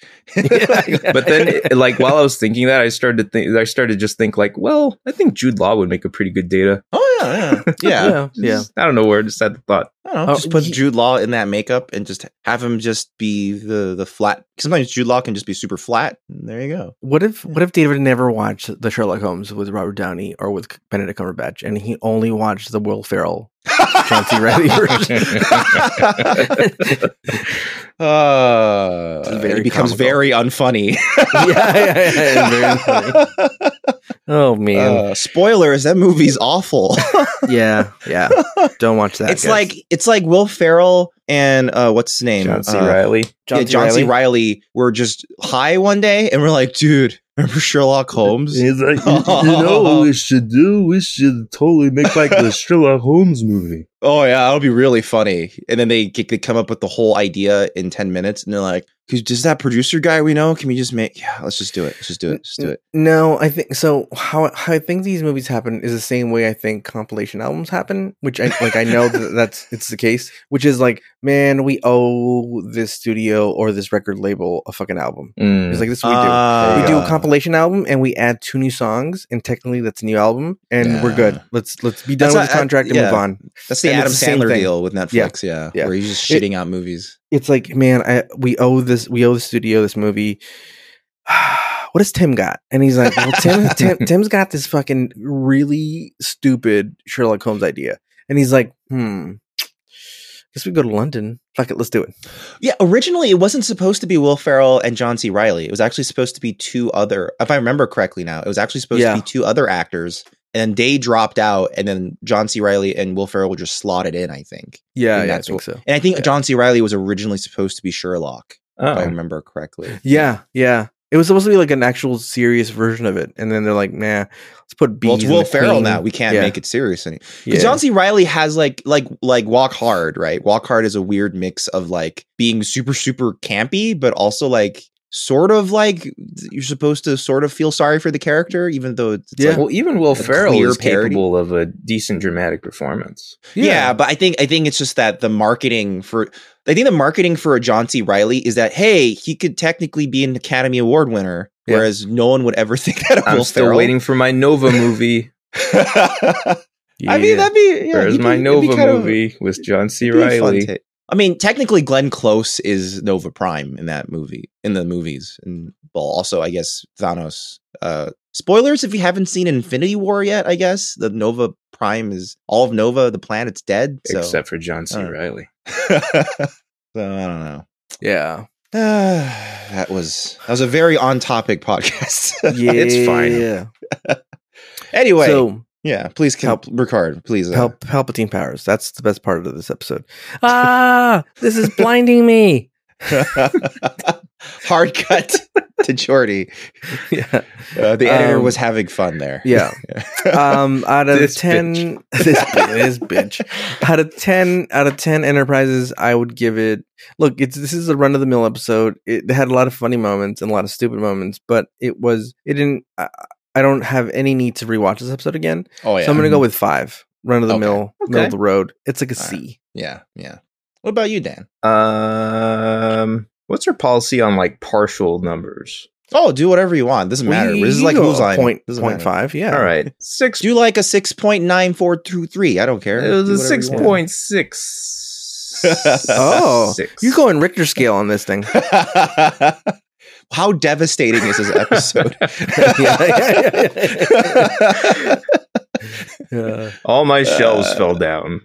[SPEAKER 3] But then, it- like while I was thinking that, I started to think. I started to just think like, well, I think Jude Law would make a pretty good data.
[SPEAKER 1] <laughs> oh yeah, yeah, yeah.
[SPEAKER 2] <laughs> yeah, yeah.
[SPEAKER 3] Just- I don't know where I just had the thought.
[SPEAKER 1] I don't know.
[SPEAKER 2] Oh,
[SPEAKER 1] just put
[SPEAKER 2] ye-
[SPEAKER 1] Jude Law in that makeup and just have him just be the the flat. Sometimes Jude Law can just be super flat. And there you
[SPEAKER 2] <laughs>
[SPEAKER 1] go. <laughs>
[SPEAKER 2] What if what if David never watched the Sherlock Holmes with Robert Downey or with Benedict Cumberbatch, and he only watched the
[SPEAKER 1] <laughs>
[SPEAKER 2] Will Ferrell? Chauncey Riley <laughs> version.
[SPEAKER 1] Uh,
[SPEAKER 2] This is
[SPEAKER 1] it
[SPEAKER 2] very
[SPEAKER 1] becomes
[SPEAKER 2] comical.
[SPEAKER 1] very unfunny.
[SPEAKER 2] <laughs> yeah, yeah, yeah, very funny. <laughs> Oh man,
[SPEAKER 1] Uh, spoilers: that movie's awful.
[SPEAKER 2] yeah, yeah. Don't watch that.
[SPEAKER 1] it's like it's like Will Ferrell and uh, what's his name?
[SPEAKER 3] John C.
[SPEAKER 1] Uh,
[SPEAKER 3] Riley.
[SPEAKER 1] yeah, John C. Riley were just high one day, and we're like, dude, remember <laughs> Sherlock Holmes?
[SPEAKER 3] He's like,
[SPEAKER 1] <laughs>
[SPEAKER 3] should do? We should totally make like the Sherlock Holmes movie.
[SPEAKER 1] oh yeah, that'll be really funny. And then they get- they come up with the whole idea in ten minutes, and they're like, "Who's- "Does that producer guy we know? Can we just make? Yeah, let's just do it. Let's just do it. Let's do it."
[SPEAKER 2] No, I think so. How, how I think these movies happen is the same way I think compilation albums happen, which I like. I know that that's it's the case, which is like, man, we owe this studio or this record label a fucking album. It's like this is what we do.
[SPEAKER 1] Ah.
[SPEAKER 2] we do a compilation album and we add two new songs, and technically that's a new album, and we're good.
[SPEAKER 1] Yeah.
[SPEAKER 2] Let's let's be done
[SPEAKER 1] That's
[SPEAKER 2] with
[SPEAKER 1] not-
[SPEAKER 2] the contract and
[SPEAKER 1] yeah.
[SPEAKER 2] move on.
[SPEAKER 1] That's the
[SPEAKER 2] And
[SPEAKER 1] Adam
[SPEAKER 2] it's the same
[SPEAKER 1] Sandler
[SPEAKER 2] thing.
[SPEAKER 1] deal with Netflix, yeah,
[SPEAKER 2] yeah.
[SPEAKER 1] where he's just
[SPEAKER 2] It-
[SPEAKER 1] shitting out movies.
[SPEAKER 2] It's like, man, I we owe this we owe the studio this movie. <sighs> what does Tim got? And he's like, well, Tim, Tim Tim's got this fucking really stupid Sherlock Holmes idea, and he's like, hmm. Guess we go to London. Fuck it, let's do it.
[SPEAKER 1] Yeah, originally it wasn't supposed to be Will Ferrell and John C. Riley. It was actually supposed to be two other, if I remember correctly now, it was actually supposed
[SPEAKER 2] Yeah.
[SPEAKER 1] to be two other actors. And they dropped out, and then John C. Riley and Will Ferrell just slotted in, I think.
[SPEAKER 2] Yeah,
[SPEAKER 1] And
[SPEAKER 2] yeah I
[SPEAKER 1] that's
[SPEAKER 2] think
[SPEAKER 1] what-
[SPEAKER 2] so.
[SPEAKER 1] And I think
[SPEAKER 2] Yeah.
[SPEAKER 1] John C. Riley was originally supposed to be Sherlock, if I
[SPEAKER 3] oh.
[SPEAKER 1] remember correctly.
[SPEAKER 2] Yeah, yeah. It was supposed to be like an actual serious version of it, and then they're like, "Nah, let's put bees."
[SPEAKER 1] Well, it's
[SPEAKER 2] in
[SPEAKER 1] Will
[SPEAKER 2] the
[SPEAKER 1] Ferrell
[SPEAKER 2] queen.
[SPEAKER 1] now. We can't
[SPEAKER 2] Yeah.
[SPEAKER 1] make it serious anymore.
[SPEAKER 2] Yeah.
[SPEAKER 1] Because John C. Riley has like like like Walk Hard, right? Walk Hard is a weird mix of like being super super campy, but also like sort of like you're supposed to sort of feel sorry for the character, even though it's
[SPEAKER 2] Yeah.
[SPEAKER 1] like,
[SPEAKER 3] Well, even Will
[SPEAKER 1] A
[SPEAKER 3] Ferrell
[SPEAKER 1] clear
[SPEAKER 3] is
[SPEAKER 1] parody.
[SPEAKER 3] capable of a decent dramatic performance.
[SPEAKER 1] yeah. But I think I think it's just that the marketing for I think the marketing for a John C. Riley is that hey, he could technically be an Academy Award winner,
[SPEAKER 2] Yeah.
[SPEAKER 1] whereas no one would ever <laughs> think that of
[SPEAKER 3] I'm
[SPEAKER 1] Will
[SPEAKER 3] still
[SPEAKER 1] Ferrell.
[SPEAKER 3] waiting for my Nova movie.
[SPEAKER 1] <laughs> I mean, that'd be yeah,
[SPEAKER 3] There's
[SPEAKER 1] he'd be-
[SPEAKER 3] my
[SPEAKER 1] it'd be
[SPEAKER 3] Nova
[SPEAKER 1] kind of-
[SPEAKER 3] movie with John C.
[SPEAKER 1] It'd be a fun
[SPEAKER 3] Riley.
[SPEAKER 1] ta- I mean, technically, Glenn Close is Nova Prime in that movie, in the movies, and well, also I guess Thanos. Uh, spoilers if you haven't seen Infinity War yet. I guess the Nova Prime is all of Nova. The planet's dead. So,
[SPEAKER 3] Except for John C.
[SPEAKER 1] Uh.
[SPEAKER 3] Riley.
[SPEAKER 1] <laughs> so I don't know. <sighs>
[SPEAKER 2] yeah,
[SPEAKER 1] that was that was a very on topic podcast. <laughs>
[SPEAKER 2] yeah.
[SPEAKER 3] It's fine.
[SPEAKER 1] anyway,
[SPEAKER 2] So
[SPEAKER 1] yeah, please help Ricard. Please uh,
[SPEAKER 2] Pal- Palpatine powers. That's the best part of this episode. <laughs> Ah, this is blinding me.
[SPEAKER 1] <laughs> Hard cut to Jordy.
[SPEAKER 2] <laughs> Yeah,
[SPEAKER 1] Uh, the editor
[SPEAKER 2] Um,
[SPEAKER 1] was having fun there.
[SPEAKER 2] yeah.
[SPEAKER 3] <laughs>
[SPEAKER 1] Oh,
[SPEAKER 2] Um, out
[SPEAKER 1] <laughs>
[SPEAKER 2] of
[SPEAKER 3] This
[SPEAKER 2] ten, <laughs>
[SPEAKER 3] bitch.
[SPEAKER 2] this bi- this bitch. Out of ten, out of ten enterprises, I would give it. Look, it's this is a run of the mill episode. It had a lot of funny moments and a lot of stupid moments, but it was it didn't. I, I don't have any need to rewatch this episode again.
[SPEAKER 1] Oh yeah.
[SPEAKER 2] So I'm gonna go with five. Run of the
[SPEAKER 1] Okay.
[SPEAKER 2] mill, middle
[SPEAKER 1] Okay.
[SPEAKER 2] of the road. It's like a
[SPEAKER 1] All
[SPEAKER 2] C.
[SPEAKER 1] right. Yeah, yeah. What about you, Dan?
[SPEAKER 3] Um, what's our policy on like partial numbers?
[SPEAKER 1] Oh, do whatever you want. Doesn't matter.
[SPEAKER 2] We-
[SPEAKER 1] this is
[SPEAKER 2] you
[SPEAKER 1] like
[SPEAKER 2] go
[SPEAKER 1] who's line.
[SPEAKER 2] point-
[SPEAKER 1] Doesn't
[SPEAKER 2] point
[SPEAKER 1] matter.
[SPEAKER 2] five. Yeah.
[SPEAKER 3] All right, six.
[SPEAKER 1] Do like a six point nine four two three. I don't care.
[SPEAKER 3] It was
[SPEAKER 1] Do
[SPEAKER 3] a
[SPEAKER 1] whatever
[SPEAKER 3] six
[SPEAKER 1] you want.
[SPEAKER 3] point six.
[SPEAKER 1] <laughs>
[SPEAKER 2] Oh, you're going Richter scale on this thing.
[SPEAKER 1] How devastating is this
[SPEAKER 3] <laughs>
[SPEAKER 1] episode? <laughs>
[SPEAKER 2] <laughs> yeah, yeah, yeah.
[SPEAKER 3] All
[SPEAKER 1] Uh,
[SPEAKER 3] my shelves
[SPEAKER 1] <laughs>
[SPEAKER 3] fell down.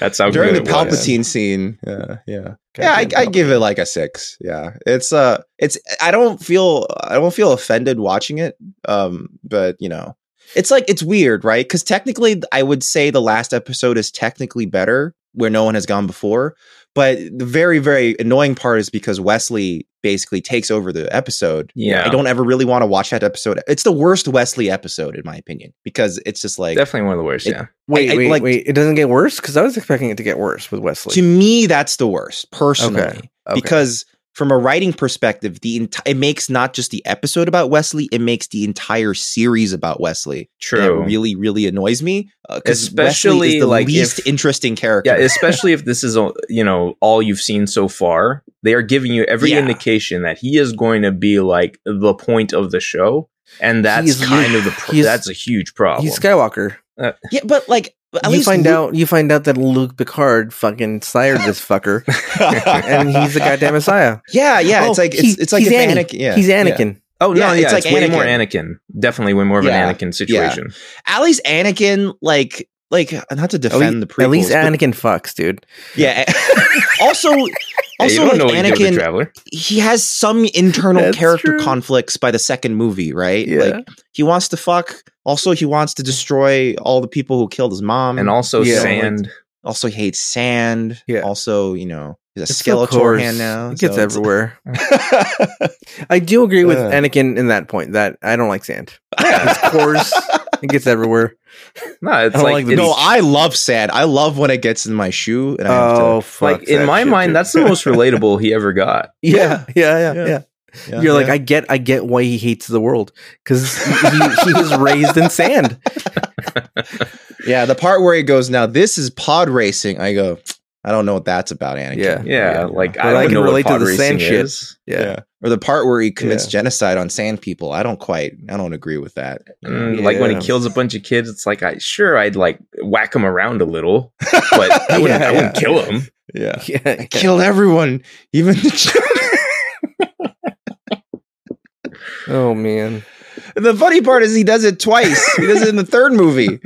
[SPEAKER 3] That's how
[SPEAKER 1] During the
[SPEAKER 3] good it was.
[SPEAKER 1] Palpatine scene, yeah, yeah, yeah, I, I give it like a six. Yeah, it's uh, it's I don't feel I don't feel offended watching it. Um, but you know, it's like it's weird, right? Because technically, I would say the last episode is technically better where no one has gone before. But the very very annoying part is because Wesley basically takes over the episode.
[SPEAKER 3] Yeah,
[SPEAKER 1] I don't ever really want to watch that episode. It's the worst Wesley episode in my opinion because it's just like
[SPEAKER 3] definitely one of the worst.
[SPEAKER 1] It-
[SPEAKER 3] yeah,
[SPEAKER 2] wait,
[SPEAKER 1] I- I
[SPEAKER 2] wait,
[SPEAKER 1] like-
[SPEAKER 2] wait. It doesn't get worse because I was expecting it to get worse with Wesley.
[SPEAKER 1] to me that's the worst personally.
[SPEAKER 2] Okay.
[SPEAKER 1] because from a writing perspective, the enti- it makes not just the episode about Wesley, it makes the entire series about Wesley. And
[SPEAKER 3] True.
[SPEAKER 1] That really, really annoys me. Uh, 'cause Wesley
[SPEAKER 3] Especially,
[SPEAKER 1] is the
[SPEAKER 3] like,
[SPEAKER 1] least
[SPEAKER 3] if-
[SPEAKER 1] interesting character.
[SPEAKER 3] yeah, especially if this is uh, you know all you've seen so far. They are giving you every
[SPEAKER 1] Yeah.
[SPEAKER 3] indication that he is going to be like the point of the show, and that's
[SPEAKER 2] He's-
[SPEAKER 3] kind of the pro-
[SPEAKER 2] he's-
[SPEAKER 3] that's a huge problem.
[SPEAKER 2] He's Skywalker.
[SPEAKER 1] yeah, but like at
[SPEAKER 2] you
[SPEAKER 1] least <laughs>
[SPEAKER 2] find
[SPEAKER 1] Luke-
[SPEAKER 2] out you find out that Luke Picard fucking sired
[SPEAKER 1] <laughs>
[SPEAKER 2] this fucker, and he's the goddamn Messiah.
[SPEAKER 1] Yeah, yeah. it's
[SPEAKER 2] Oh,
[SPEAKER 1] like
[SPEAKER 2] he-
[SPEAKER 1] it's, it's like
[SPEAKER 2] he's
[SPEAKER 1] if
[SPEAKER 2] Anakin.
[SPEAKER 1] Anakin. <laughs> Yeah,
[SPEAKER 2] he's
[SPEAKER 1] yeah.
[SPEAKER 2] Anakin.
[SPEAKER 3] oh no,
[SPEAKER 1] yeah,
[SPEAKER 3] yeah,
[SPEAKER 1] it's
[SPEAKER 3] it's,
[SPEAKER 1] like
[SPEAKER 3] way more
[SPEAKER 1] Anakin.
[SPEAKER 3] Anakin. Definitely way more of
[SPEAKER 1] Yeah.
[SPEAKER 3] an Anakin situation.
[SPEAKER 1] At least Anakin, like, like not to
[SPEAKER 2] At
[SPEAKER 1] defend
[SPEAKER 2] least,
[SPEAKER 1] the prequels.
[SPEAKER 2] at least
[SPEAKER 1] but-
[SPEAKER 2] Anakin fucks, dude.
[SPEAKER 1] Yeah. <laughs>
[SPEAKER 2] <laughs>
[SPEAKER 1] also,
[SPEAKER 3] Yeah, you
[SPEAKER 1] also
[SPEAKER 3] don't
[SPEAKER 1] like
[SPEAKER 3] know what you did with
[SPEAKER 1] Anakin,
[SPEAKER 3] Traveler.
[SPEAKER 1] he has some internal
[SPEAKER 2] That's
[SPEAKER 1] character
[SPEAKER 2] true.
[SPEAKER 1] conflicts by the second movie, right?
[SPEAKER 2] Yeah.
[SPEAKER 1] Like he wants to fuck. Also, he wants to destroy all the people who killed his mom,
[SPEAKER 3] And also
[SPEAKER 2] um, Yeah.
[SPEAKER 3] sand.
[SPEAKER 1] also he hates sand.
[SPEAKER 2] Yeah.
[SPEAKER 1] Also, you know, he's a
[SPEAKER 2] It's so
[SPEAKER 1] skeletal
[SPEAKER 2] coarse.
[SPEAKER 1] hand now.
[SPEAKER 2] It gets
[SPEAKER 1] so it's- <laughs>
[SPEAKER 2] everywhere. I do agree with
[SPEAKER 1] Ugh.
[SPEAKER 2] Anakin in that point that I don't
[SPEAKER 1] <laughs>
[SPEAKER 2] like sand. It's coarse. it gets everywhere.
[SPEAKER 3] No, it's
[SPEAKER 2] I don't
[SPEAKER 3] like,
[SPEAKER 2] like the
[SPEAKER 3] it's-
[SPEAKER 1] no, I love sand. I love when it gets in my shoe. And I have to-
[SPEAKER 2] Oh, fuck
[SPEAKER 3] like in
[SPEAKER 2] that
[SPEAKER 3] my
[SPEAKER 2] shit,
[SPEAKER 3] mind,
[SPEAKER 2] dude.
[SPEAKER 3] that's the
[SPEAKER 2] <laughs>
[SPEAKER 3] most relatable he ever got.
[SPEAKER 2] yeah, yeah, yeah,
[SPEAKER 1] Yeah.
[SPEAKER 2] yeah.
[SPEAKER 1] Yeah,
[SPEAKER 2] You're like,
[SPEAKER 1] yeah.
[SPEAKER 2] I get, I get why he hates the world because he, he was raised
[SPEAKER 1] <laughs>
[SPEAKER 2] in sand.
[SPEAKER 1] yeah. The part where he goes, now this is pod racing. I go, I don't know what that's about, Anakin.
[SPEAKER 2] Yeah.
[SPEAKER 3] Yeah, like
[SPEAKER 2] But
[SPEAKER 3] I, don't
[SPEAKER 2] I can
[SPEAKER 3] know
[SPEAKER 2] relate
[SPEAKER 3] what
[SPEAKER 2] to
[SPEAKER 3] pod
[SPEAKER 2] the
[SPEAKER 3] racing
[SPEAKER 2] sand shit.
[SPEAKER 3] is.
[SPEAKER 2] Yeah. <laughs>
[SPEAKER 1] Or the part where he commits
[SPEAKER 2] Yeah.
[SPEAKER 1] genocide on sand people. I don't quite, I don't agree with that.
[SPEAKER 3] Mm, Like when he
[SPEAKER 2] Yeah.
[SPEAKER 3] kills a bunch of kids, it's like I sure I'd like whack him around a little,
[SPEAKER 2] <laughs>
[SPEAKER 3] but I wouldn't, I wouldn't
[SPEAKER 2] Yeah. <laughs>
[SPEAKER 3] kill him.
[SPEAKER 1] Yeah.
[SPEAKER 2] yeah,
[SPEAKER 1] I killed everyone, even the <laughs> children.
[SPEAKER 2] Oh man,
[SPEAKER 1] The funny part is he does it twice. He does it in the third movie.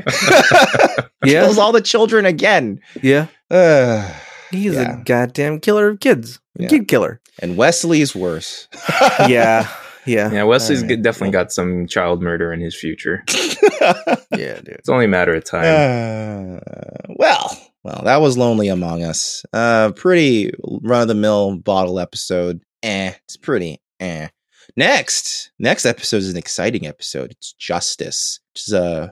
[SPEAKER 2] yeah,
[SPEAKER 1] Kills all the children
[SPEAKER 3] <sighs>
[SPEAKER 1] again.
[SPEAKER 2] yeah.
[SPEAKER 1] Ugh.
[SPEAKER 2] He's
[SPEAKER 1] Yeah.
[SPEAKER 2] a goddamn killer of kids,
[SPEAKER 1] Yeah. <laughs>
[SPEAKER 2] kid killer.
[SPEAKER 1] and Wesley's <laughs> worse.
[SPEAKER 2] Yeah, yeah,
[SPEAKER 3] Yeah, Wesley's
[SPEAKER 1] Alright.
[SPEAKER 3] definitely got some child murder in his future.
[SPEAKER 2] yeah, dude.
[SPEAKER 3] It's only a matter of time.
[SPEAKER 1] Uh, well, well, that was Lonely Among Us. Uh, pretty run of the mill bottle episode. Eh, it's pretty eh. Next, next episode is an exciting episode. It's Justice, which is uh,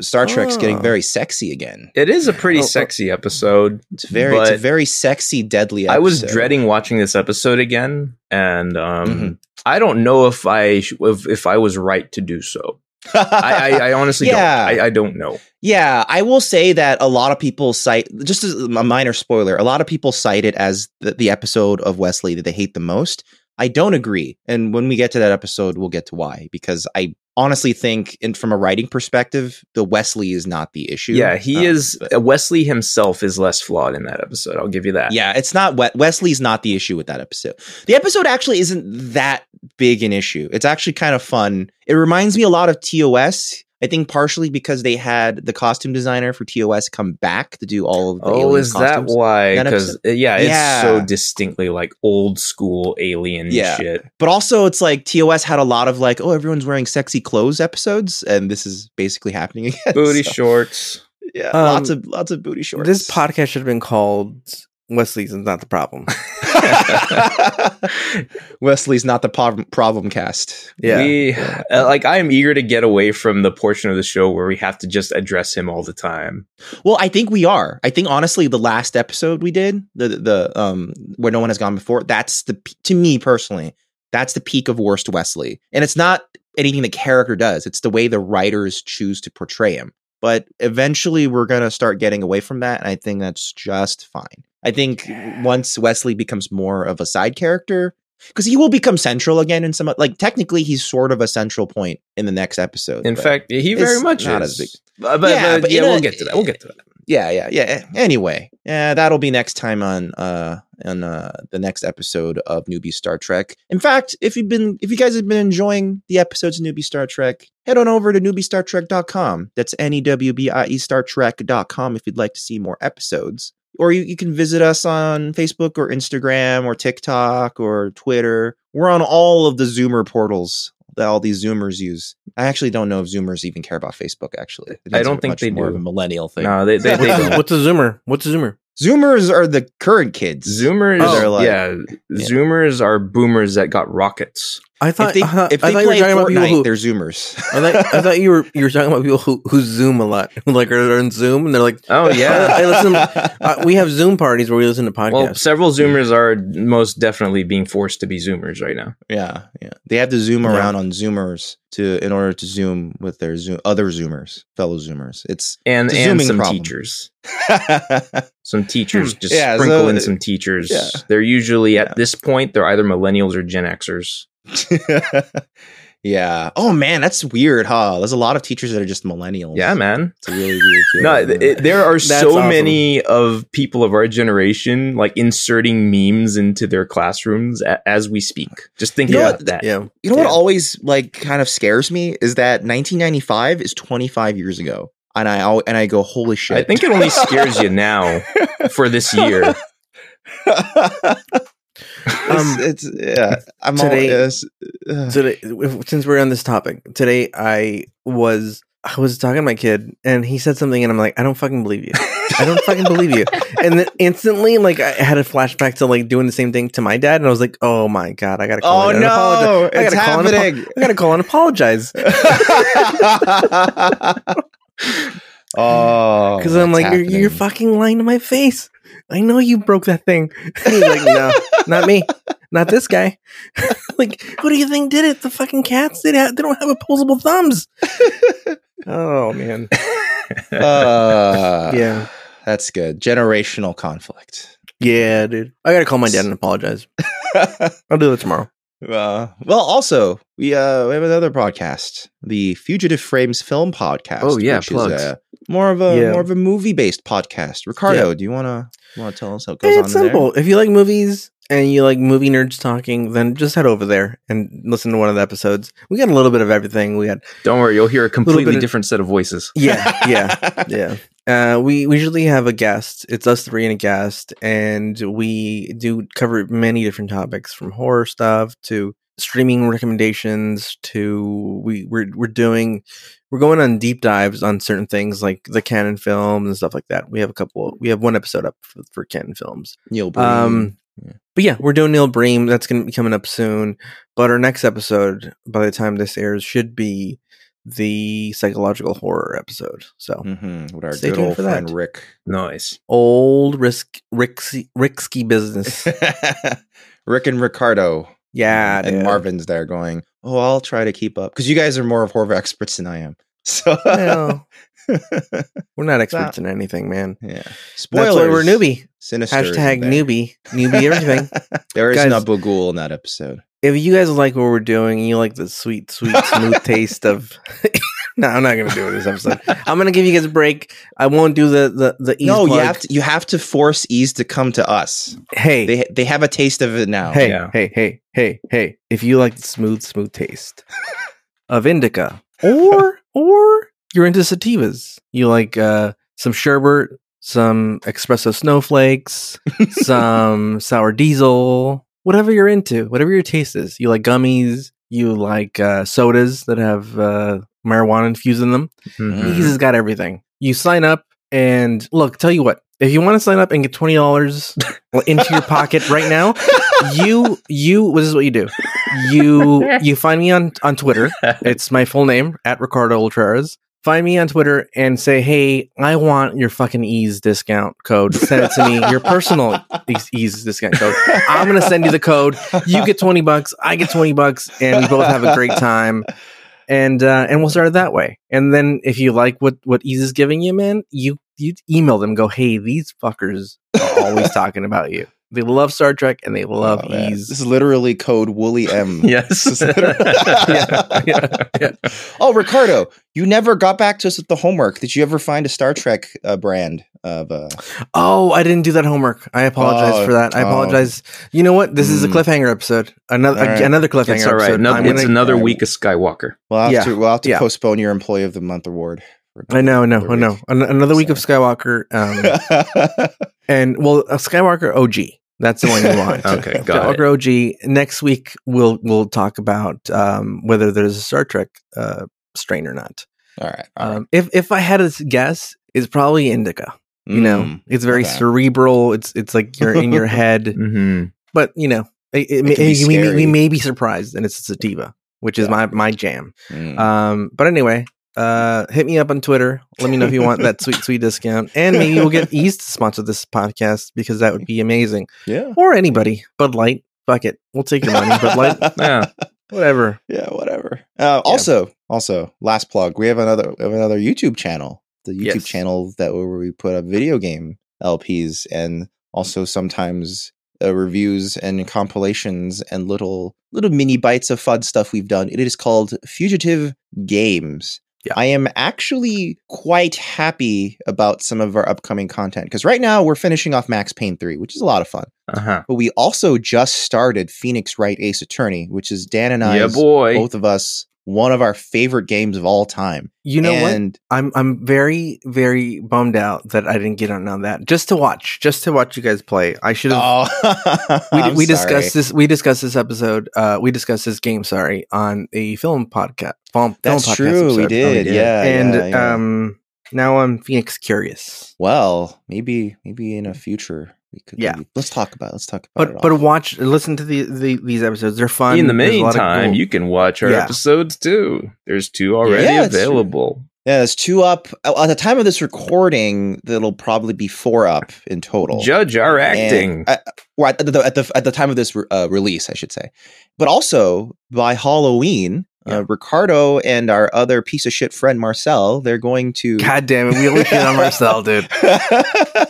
[SPEAKER 1] Star Trek's getting
[SPEAKER 2] Oh.
[SPEAKER 1] very sexy again.
[SPEAKER 3] It is a pretty
[SPEAKER 2] Oh, oh.
[SPEAKER 3] sexy episode.
[SPEAKER 1] It's very, it's a
[SPEAKER 3] But-
[SPEAKER 1] very sexy, deadly. episode.
[SPEAKER 3] I was
[SPEAKER 1] <laughs>
[SPEAKER 3] dreading watching this episode again, and um,
[SPEAKER 1] Mhm.
[SPEAKER 3] I don't know if I sh- if, if I was right to do so. I,
[SPEAKER 1] <laughs>
[SPEAKER 3] I, I honestly
[SPEAKER 1] Yeah.
[SPEAKER 3] don't. I, I don't know.
[SPEAKER 1] Yeah, I will say that a lot of people cite just as a minor spoiler. A lot of people cite it as the, the episode of Wesley that they hate the most. I don't agree, and when we get to that episode, we'll get to why because I honestly think, and from a writing perspective, the Wesley is not the issue.
[SPEAKER 3] Yeah, he
[SPEAKER 1] Um,
[SPEAKER 3] is. uh,
[SPEAKER 1] but-
[SPEAKER 3] Wesley himself is less flawed in that episode. I'll give you that.
[SPEAKER 1] yeah, it's not Wes- Wesley's not the issue with that episode. The episode actually isn't that big an issue. It's actually kind of fun. It reminds me a lot of TOS. I think partially because they had the costume designer for TOS come back to do all of the
[SPEAKER 3] Oh,
[SPEAKER 1] alien
[SPEAKER 3] is
[SPEAKER 1] costumes.
[SPEAKER 3] that why?
[SPEAKER 1] That
[SPEAKER 3] Because yeah, it's
[SPEAKER 1] Yeah.
[SPEAKER 3] so distinctly like old school alien
[SPEAKER 1] Yeah. <laughs>
[SPEAKER 3] shit.
[SPEAKER 1] But also, it's like TOS had a lot of like, oh, everyone's wearing sexy clothes episodes, and this is basically happening <laughs> again.
[SPEAKER 3] Booty
[SPEAKER 1] So,
[SPEAKER 3] shorts.
[SPEAKER 1] yeah,
[SPEAKER 2] Um,
[SPEAKER 1] lots of lots of booty shorts.
[SPEAKER 2] This
[SPEAKER 3] <laughs>
[SPEAKER 2] podcast should have been called Wesley's is not the <laughs> problem.
[SPEAKER 1] <laughs> Wesley's not the problem, problem cast.
[SPEAKER 2] Yeah,
[SPEAKER 3] We, uh, like I'm eager to get away from the portion of the show where we have to just address him all the time.
[SPEAKER 1] Well, I think we are. I think honestly, the last episode we did, the the um where no one has gone before, that's the p- to me personally, that's the peak of worst Wesley. And it's not anything the character does; it's the way the writers choose to portray him. But eventually, we're gonna start getting away from that, and I think that's just fine. I think once Wesley becomes more of a side character, because he will become central again in some like technically he's sort of a central point in the next episode.
[SPEAKER 3] In
[SPEAKER 1] but-
[SPEAKER 3] fact, he very
[SPEAKER 1] it's
[SPEAKER 3] much
[SPEAKER 1] not as
[SPEAKER 3] is.
[SPEAKER 1] big.
[SPEAKER 3] But, but-
[SPEAKER 1] Yeah,
[SPEAKER 3] but
[SPEAKER 1] but
[SPEAKER 3] yeah,
[SPEAKER 1] in
[SPEAKER 3] we'll
[SPEAKER 1] a-
[SPEAKER 3] get to that. We'll get to that.
[SPEAKER 1] yeah yeah yeah anyway yeah that'll be next time on uh on uh the next episode of newbie star trek in fact if you've been if you guys have been enjoying the episodes of newbie star trek head on over to newbiestartrek.com that's E n-e-w-b-i-e star trek.com if you'd like to see more episodes or you, you can visit us on facebook or instagram or tiktok or twitter we're on all of the zoomer portals that all these zoomers use i actually don't know if zoomers even care about facebook actually
[SPEAKER 3] I don't think
[SPEAKER 1] much
[SPEAKER 3] they
[SPEAKER 1] more
[SPEAKER 3] do.
[SPEAKER 1] of a millennial thing
[SPEAKER 3] No, they, they, they don't.
[SPEAKER 2] What's a zoomer? What's a zoomer?
[SPEAKER 1] Zoomers are the current kids.
[SPEAKER 3] <laughs> Zoomers,
[SPEAKER 1] Oh. They're like-
[SPEAKER 3] yeah, Zoomers are boomers that got rockets.
[SPEAKER 2] I
[SPEAKER 1] If <laughs>
[SPEAKER 2] thought
[SPEAKER 1] they,
[SPEAKER 2] I thought-
[SPEAKER 1] if
[SPEAKER 2] I
[SPEAKER 1] they
[SPEAKER 2] thought you were
[SPEAKER 1] play
[SPEAKER 2] talking about people
[SPEAKER 1] Fortnite,
[SPEAKER 2] who
[SPEAKER 1] they're <laughs> Zoomers.
[SPEAKER 2] I thought, I thought you were you were talking about people who, who Zoom a lot, <laughs> who like are on Zoom and they're like,
[SPEAKER 3] Oh yeah. <laughs>
[SPEAKER 2] I listen. Uh, we have Zoom parties where we listen to
[SPEAKER 3] Well,
[SPEAKER 2] podcasts.
[SPEAKER 3] several Zoomers are most definitely being forced to be Zoomers right now.
[SPEAKER 1] <laughs> yeah, yeah. They have to zoom
[SPEAKER 2] Yeah.
[SPEAKER 1] around on Zoomers to in order to zoom with their Zoom other Zoomers, fellow Zoomers. It's <laughs>
[SPEAKER 3] And
[SPEAKER 1] It's a
[SPEAKER 3] and
[SPEAKER 1] zooming
[SPEAKER 3] some
[SPEAKER 1] problem. Hmm.
[SPEAKER 3] teachers. Some teachers just
[SPEAKER 1] Yeah,
[SPEAKER 3] sprinkle
[SPEAKER 1] so-
[SPEAKER 3] in some teachers.
[SPEAKER 1] yeah.
[SPEAKER 3] They're usually at
[SPEAKER 1] Yeah.
[SPEAKER 3] this point they're either millennials or Gen Xers.
[SPEAKER 1] yeah. Oh man, that's weird, huh? There's a lot of teachers that are just millennials.
[SPEAKER 3] Yeah, man.
[SPEAKER 1] It's a really weird.
[SPEAKER 3] No,
[SPEAKER 1] feeling.
[SPEAKER 3] th- it, there are
[SPEAKER 2] That's
[SPEAKER 3] so
[SPEAKER 2] awesome.
[SPEAKER 3] many of people of our generation like inserting memes into their classrooms a- as we speak. Just think
[SPEAKER 1] You know
[SPEAKER 3] about
[SPEAKER 1] what?
[SPEAKER 3] that.
[SPEAKER 2] yeah,
[SPEAKER 1] You know
[SPEAKER 2] Yeah.
[SPEAKER 1] what always like kind of scares me is that 1995 is 25 years ago, and I al- and I go, holy shit!
[SPEAKER 3] I think it only scares you now for this year.
[SPEAKER 2] <laughs>
[SPEAKER 1] <laughs>
[SPEAKER 2] Um,
[SPEAKER 1] it's, it's yeah. I'm
[SPEAKER 2] today-
[SPEAKER 1] all,
[SPEAKER 2] <laughs>
[SPEAKER 1] yes, uh,
[SPEAKER 2] today if- since we're on this topic today i was i was talking to my kid and he said something and i'm like i don't fucking believe you i don't fucking believe
[SPEAKER 1] <laughs>
[SPEAKER 2] you and then instantly like i had a flashback to like doing the same thing to my dad and i was like oh my god i gotta call
[SPEAKER 1] oh
[SPEAKER 2] in and apologize.
[SPEAKER 1] no,
[SPEAKER 2] I
[SPEAKER 1] it's
[SPEAKER 2] gotta call and apo-
[SPEAKER 1] happening.
[SPEAKER 2] i gotta call and apologize
[SPEAKER 1] oh,
[SPEAKER 2] because i'm
[SPEAKER 1] it's
[SPEAKER 2] like you're, you're
[SPEAKER 1] happening.
[SPEAKER 2] fucking lying to my face i know you broke that thing <laughs> and he's like no not me not this guy <laughs> like who do you think did it the fucking cats they, ha- they don't have opposable <laughs> thumbs oh man
[SPEAKER 1] Uh,
[SPEAKER 2] <laughs> yeah
[SPEAKER 1] that's good. Generational conflict. <laughs>
[SPEAKER 2] Yeah, dude. I gotta call my dad and apologize.
[SPEAKER 1] uh,
[SPEAKER 2] I'll do it tomorrow.
[SPEAKER 1] well, also we uh we have another podcast, the Fugitive Frames Film Podcast.
[SPEAKER 3] Oh, yeah,
[SPEAKER 1] which
[SPEAKER 3] plugs.
[SPEAKER 1] is uh, more of a
[SPEAKER 2] Yeah.
[SPEAKER 1] more of a movie based podcast. Ricardo, do you wanna want to tell us how it goes
[SPEAKER 2] It's
[SPEAKER 1] on? in there?
[SPEAKER 2] simple. If you like movies and you like movie nerds talking, then just head over there and listen to one of the episodes. We got a little bit of everything. We got
[SPEAKER 3] Don't worry, you'll hear a completely
[SPEAKER 2] bit of-
[SPEAKER 3] different set of voices.
[SPEAKER 2] yeah, <laughs> yeah,
[SPEAKER 1] <laughs>
[SPEAKER 2] yeah. Uh, we, we usually have a guest. It's us three and a guest, and we do cover many different topics from horror stuff to streaming recommendations to we we're we're doing we're going on deep dives on certain things like the canon films and stuff like that. We have a couple. We have one episode up for, for canon films.
[SPEAKER 1] Neil Breen.
[SPEAKER 2] Um,
[SPEAKER 1] Yeah.
[SPEAKER 2] but yeah, we're doing Neil Bream. That's going to be coming up soon. But our next episode, by the time this airs, should be the psychological horror episode. So
[SPEAKER 1] Mhm, with our
[SPEAKER 2] stay
[SPEAKER 1] good
[SPEAKER 2] tuned
[SPEAKER 1] old
[SPEAKER 2] for that.
[SPEAKER 1] friend Rick. <laughs>
[SPEAKER 3] Nice.
[SPEAKER 2] old risk, ricksy,
[SPEAKER 1] <laughs>
[SPEAKER 2] risky business.
[SPEAKER 1] Rick and Ricardo.
[SPEAKER 2] Yeah,
[SPEAKER 1] and
[SPEAKER 2] dude.
[SPEAKER 1] Marvin's there going, "Oh, I'll try to keep up because you guys are more of horror experts than I am." <laughs> So <laughs>
[SPEAKER 2] Well, we're not
[SPEAKER 1] That-
[SPEAKER 2] experts in anything, man.
[SPEAKER 1] yeah, spoilers.
[SPEAKER 2] That's why we're newbie.
[SPEAKER 1] Sinister is
[SPEAKER 2] Hashtag
[SPEAKER 1] there.
[SPEAKER 2] newbie, newbie
[SPEAKER 1] <laughs>
[SPEAKER 2] everything.
[SPEAKER 1] there is
[SPEAKER 2] Guys-
[SPEAKER 1] Naboo Ghoul in that episode.
[SPEAKER 2] if you guys like what we're doing and you like the sweet, sweet,
[SPEAKER 1] <laughs>
[SPEAKER 2] smooth taste of <laughs> no, I'm not gonna do it this episode. I'm gonna give you guys a break. I won't do the the the ease
[SPEAKER 1] no, you
[SPEAKER 2] plug.
[SPEAKER 1] have to you have to force Ease to come to us.
[SPEAKER 2] hey
[SPEAKER 1] They they have a taste of it now.
[SPEAKER 2] hey
[SPEAKER 3] Yeah.
[SPEAKER 2] hey hey hey hey if you like the smooth smooth taste <laughs> of indica <laughs> or or you're into sativas you like uh some sherbet some espresso snowflakes <laughs> some sour diesel whatever you're into whatever your taste is you like gummies you like uh sodas that have uh marijuana infused in them
[SPEAKER 3] Mhm.
[SPEAKER 2] Ease has got everything. You sign up and look, tell you what, if you want to sign up and get twenty dollars into your pocket right
[SPEAKER 1] <laughs>
[SPEAKER 2] now,
[SPEAKER 1] Oh,
[SPEAKER 2] you you this is what you do. You you find me on on Twitter. It's my full name at Ricardo Ultraras. Find me on Twitter and say, "Hey, I want your fucking ease discount code. Send it to me. Your personal ease, ease discount code. I'm gonna send you the code. You get twenty bucks. I get twenty bucks, and we both have a great time. And uh, and we'll start it that way. And then if you like what what ease is giving you, man, you you email them. Go, hey, these fuckers are always talking about you. They love Star Trek and they love
[SPEAKER 1] Oh, man.
[SPEAKER 2] ease.
[SPEAKER 1] This is literally code Wooly
[SPEAKER 2] <laughs>
[SPEAKER 1] M.
[SPEAKER 3] <laughs> Yes.
[SPEAKER 1] Yeah, Oh, Ricardo, you never got back to us with the homework. Did you ever find a Star Trek uh, brand of uh,
[SPEAKER 2] Oh, I didn't do that homework. I apologize
[SPEAKER 1] Oh,
[SPEAKER 2] for that. I
[SPEAKER 1] oh.
[SPEAKER 2] apologize. You know what? This is a
[SPEAKER 1] Mm.
[SPEAKER 2] cliffhanger episode. Another
[SPEAKER 1] All right.
[SPEAKER 2] another cliffhanger
[SPEAKER 3] It's all right.
[SPEAKER 2] episode.
[SPEAKER 3] No,
[SPEAKER 2] I'm
[SPEAKER 3] it's
[SPEAKER 2] gonna-
[SPEAKER 3] another
[SPEAKER 1] Alright.
[SPEAKER 3] week of Skywalker.
[SPEAKER 1] We'll have
[SPEAKER 2] Yeah.
[SPEAKER 1] to we'll have to
[SPEAKER 2] Yeah.
[SPEAKER 1] postpone your Employee of the Month award.
[SPEAKER 2] I know, I know,
[SPEAKER 1] Another
[SPEAKER 2] I know.
[SPEAKER 1] week.
[SPEAKER 2] An- another week of Skywalker.
[SPEAKER 1] <laughs>
[SPEAKER 2] Um, and well, a Skywalker OG. That's the one you want.
[SPEAKER 1] <laughs>
[SPEAKER 2] <laughs>
[SPEAKER 3] Okay, <laughs> got it.
[SPEAKER 2] Skywalker OG. Next week we'll we'll talk about um, whether there's a Star Trek uh, strain or not. Uh,
[SPEAKER 1] All right. all right.
[SPEAKER 2] Um, if if I had to guess, it's probably Indica. You know,
[SPEAKER 1] Mm,
[SPEAKER 2] it's very
[SPEAKER 1] okay.
[SPEAKER 2] cerebral. It's it's like you're
[SPEAKER 1] <laughs>
[SPEAKER 2] in your head.
[SPEAKER 3] Mm-hmm.
[SPEAKER 2] But you know, it, it,
[SPEAKER 1] can be
[SPEAKER 2] may- we, may-
[SPEAKER 1] scary.
[SPEAKER 2] we may be surprised, and it's a sativa, which is
[SPEAKER 1] Yeah.
[SPEAKER 2] my my jam.
[SPEAKER 1] Mm.
[SPEAKER 2] Um, but anyway, uh, hit me up on Twitter. Let me know if you want that sweet, sweet discount. And maybe we'll get East to sponsor this podcast because that would be amazing.
[SPEAKER 1] yeah.
[SPEAKER 2] Or anybody. Bud Light. Fuck it. We'll take your money. Bud Light.
[SPEAKER 1] <laughs>
[SPEAKER 3] Yeah.
[SPEAKER 2] Whatever.
[SPEAKER 1] yeah, whatever. Uh, Also, also, last plug. We have another we have another YouTube channel. The YouTube
[SPEAKER 3] Yes.
[SPEAKER 1] channel that where we put up video game LPs and also sometimes uh, reviews and compilations and little little mini bites of fun stuff we've done. It is called Fugitive Games.
[SPEAKER 2] Yeah.
[SPEAKER 1] I am actually quite happy about some of our upcoming content because right now we're finishing off Max Payne 3, which is a lot of fun.
[SPEAKER 3] Uh huh.
[SPEAKER 1] But we also just started Phoenix Wright Ace Attorney, which is Dan and I
[SPEAKER 3] Yeah, boy.
[SPEAKER 1] both of us one of our favorite games of all time.
[SPEAKER 2] You know what?
[SPEAKER 1] and
[SPEAKER 2] I'm I'm very, very bummed out that I didn't get on, on that. Just to watch. Just to watch you guys play. I should have
[SPEAKER 1] oh, <laughs>
[SPEAKER 2] we,
[SPEAKER 1] I'm sorry.
[SPEAKER 2] we discussed this we discussed this episode uh we discussed this game sorry on a film podcast film, film
[SPEAKER 1] That's
[SPEAKER 2] podcast
[SPEAKER 1] true. We
[SPEAKER 2] episode. Oh,
[SPEAKER 1] did.
[SPEAKER 3] did.
[SPEAKER 1] yeah.
[SPEAKER 2] and
[SPEAKER 1] yeah, yeah.
[SPEAKER 2] um now i'm phoenix curious
[SPEAKER 1] well, maybe maybe in a future we could.
[SPEAKER 2] Yeah.
[SPEAKER 1] maybe- let's talk about. Let's talk about.
[SPEAKER 2] but
[SPEAKER 1] it
[SPEAKER 2] but
[SPEAKER 1] all.
[SPEAKER 2] watch listen to the, the these episodes they're fun
[SPEAKER 3] In the
[SPEAKER 2] There's a lot of
[SPEAKER 3] meantime,
[SPEAKER 2] cool-
[SPEAKER 3] you can watch our
[SPEAKER 2] Yeah.
[SPEAKER 3] episodes too. There's two already
[SPEAKER 1] Yeah, it's true.
[SPEAKER 3] available.
[SPEAKER 1] yeah, there's two up Oh, at the time of this recording. That'll probably be four up in total.
[SPEAKER 3] Judge our acting.
[SPEAKER 1] And, uh, well, at, the, at the at the time of this re- uh, release, I should say. But also by Halloween, uh, Ricardo and our other piece of shit friend Marcel, they're going to.
[SPEAKER 2] <laughs> god damn it we only shit on
[SPEAKER 1] <laughs>
[SPEAKER 2] marcel dude
[SPEAKER 1] Uh,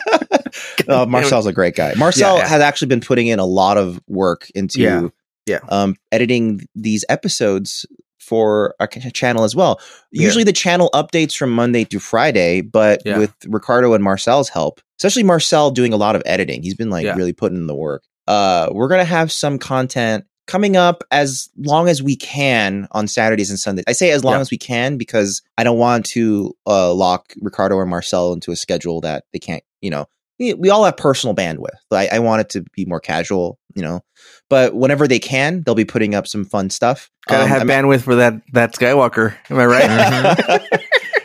[SPEAKER 1] Oh, Marcel's a great guy. Marcel
[SPEAKER 2] Yeah, yeah.
[SPEAKER 1] has actually been putting in a lot of work into
[SPEAKER 2] Yeah, yeah.
[SPEAKER 1] Um, editing these episodes for our ca- channel as well.
[SPEAKER 2] Yeah.
[SPEAKER 1] Usually the channel updates from Monday to Friday, but
[SPEAKER 2] Yeah.
[SPEAKER 1] with Ricardo and Marcel's help, especially Marcel doing a lot of editing, he's been like
[SPEAKER 2] Yeah.
[SPEAKER 1] really putting in the work. Uh, we're gonna have some content coming up as long as we can on Saturdays and Sundays. I say as long
[SPEAKER 2] Yeah.
[SPEAKER 1] as we can because I don't want to uh, lock Ricardo or Marcel into a schedule that they can't, you know. We, we all have personal bandwidth. I, I want it to be more casual, you know. But whenever they can, they'll be putting up some fun stuff.
[SPEAKER 2] gotta
[SPEAKER 1] Um,
[SPEAKER 2] have
[SPEAKER 1] I'm-
[SPEAKER 2] bandwidth for that that skywalker am i right
[SPEAKER 1] <laughs> Mm-hmm.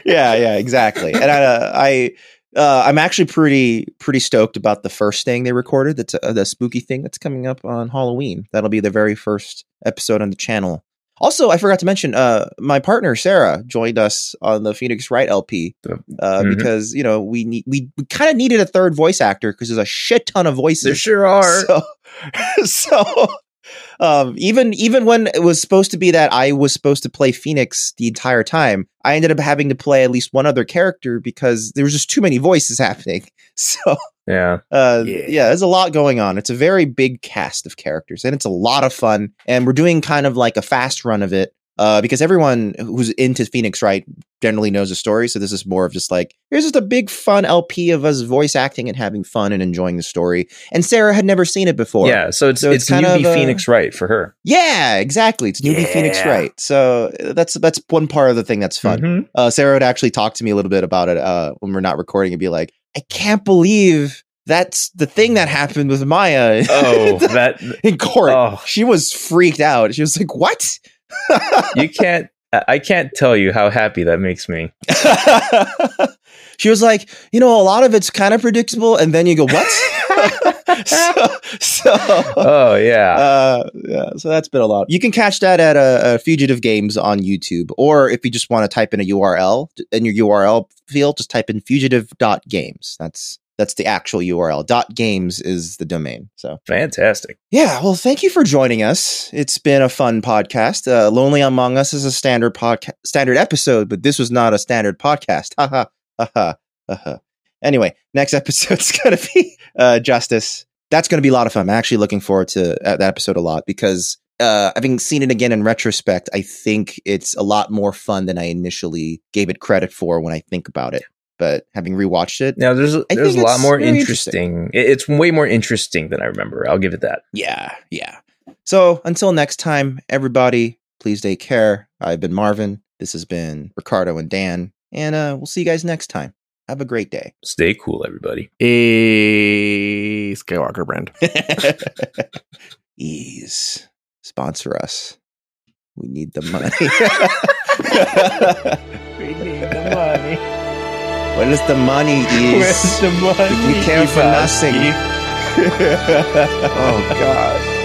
[SPEAKER 1] yeah, yeah, exactly. And I, uh, I, uh, I'm actually pretty pretty stoked about the first thing they recorded. That's uh, the spooky thing that's coming up on Halloween. That'll be the very first episode on the channel. Also, I forgot to mention, uh, my partner Sarah joined us on the Phoenix Wright LP uh,
[SPEAKER 3] Mhm.
[SPEAKER 1] because you know we need we, we kind of needed a third voice actor because there's a shit ton of voices.
[SPEAKER 3] there sure are.
[SPEAKER 1] So, <laughs> so um, even even when it was supposed to be that I was supposed to play Phoenix the entire time, I ended up having to play at least one other character because there was just too many voices <laughs> happening. So
[SPEAKER 3] yeah.
[SPEAKER 1] uh,
[SPEAKER 2] Yeah.
[SPEAKER 1] yeah. there's a lot going on. It's a very big cast of characters, and it's a lot of fun. And we're doing kind of like a fast run of it uh, because everyone who's into Phoenix Wright generally knows the story. So this is more of just like here's just a big fun LP of us voice acting and having fun and enjoying the story. And Sarah had never seen it before.
[SPEAKER 3] Yeah. So it's
[SPEAKER 1] So
[SPEAKER 3] it's,
[SPEAKER 1] it's kind
[SPEAKER 3] newbie
[SPEAKER 1] of
[SPEAKER 2] uh,
[SPEAKER 1] a-
[SPEAKER 3] Phoenix Wright for her.
[SPEAKER 1] Yeah, exactly. It's newbie Phoenix
[SPEAKER 2] Yeah.
[SPEAKER 1] Wright. So uh, that's that's one part of the thing that's fun.
[SPEAKER 2] <laughs>
[SPEAKER 3] Mhm.
[SPEAKER 1] Uh, Sarah would actually talk to me a little bit about it uh, when we're not recording and be like, I can't believe that's the thing that happened with Maya <laughs>
[SPEAKER 3] Oh, that
[SPEAKER 1] in court.
[SPEAKER 3] oh,
[SPEAKER 1] She was freaked out. She was like,
[SPEAKER 3] <laughs>
[SPEAKER 1] "What?"
[SPEAKER 3] you can't. I I can't tell you how happy that makes me.
[SPEAKER 1] she was like, "You know, a lot of it's kind of predictable," and then you go,
[SPEAKER 3] <laughs>
[SPEAKER 1] "What?" <laughs> so, so
[SPEAKER 3] Oh yeah.
[SPEAKER 1] uh, yeah, so that's been a lot. You can catch that at uh, uh, Fugitive Games on YouTube, or if you just want to type in a URL in your URL field, just type in fugitive.games. That's that's the actual URL. Dot games is the domain. So
[SPEAKER 3] Fantastic.
[SPEAKER 1] yeah, well, thank you for joining us. It's been a fun podcast. Uh, Lonely Among Us is a standard podcast, standard episode, but this was not a standard podcast. <laughs> Ha ha ha ha ha. ha. Anyway, next <laughs> episode's gonna be uh, Justice. That's gonna be a lot of fun. I'm actually looking forward to uh, that episode a lot because uh, having seen it again in retrospect, I think it's a lot more fun than I initially gave it credit for when I think about it. But having rewatched it,
[SPEAKER 3] Now there's there's a
[SPEAKER 1] think
[SPEAKER 3] lot
[SPEAKER 1] it's
[SPEAKER 3] more
[SPEAKER 1] very
[SPEAKER 3] interesting. It- It's way more interesting than I remember. I'll give it that.
[SPEAKER 1] Yeah, yeah. So until next time, everybody, please take care. I've been Marvin. This has been Ricardo and Dan, and uh, we'll see you guys next time. Have a great
[SPEAKER 3] <laughs>
[SPEAKER 1] day.
[SPEAKER 3] Stay cool, everybody.
[SPEAKER 2] a skywalker brand
[SPEAKER 1] Ease, sponsor us. We <laughs> need the money.
[SPEAKER 3] We need the money.
[SPEAKER 1] Where is the money? Is
[SPEAKER 3] Where's the money?
[SPEAKER 1] we care for
[SPEAKER 3] Ibaki?
[SPEAKER 1] nothing.
[SPEAKER 3] oh God.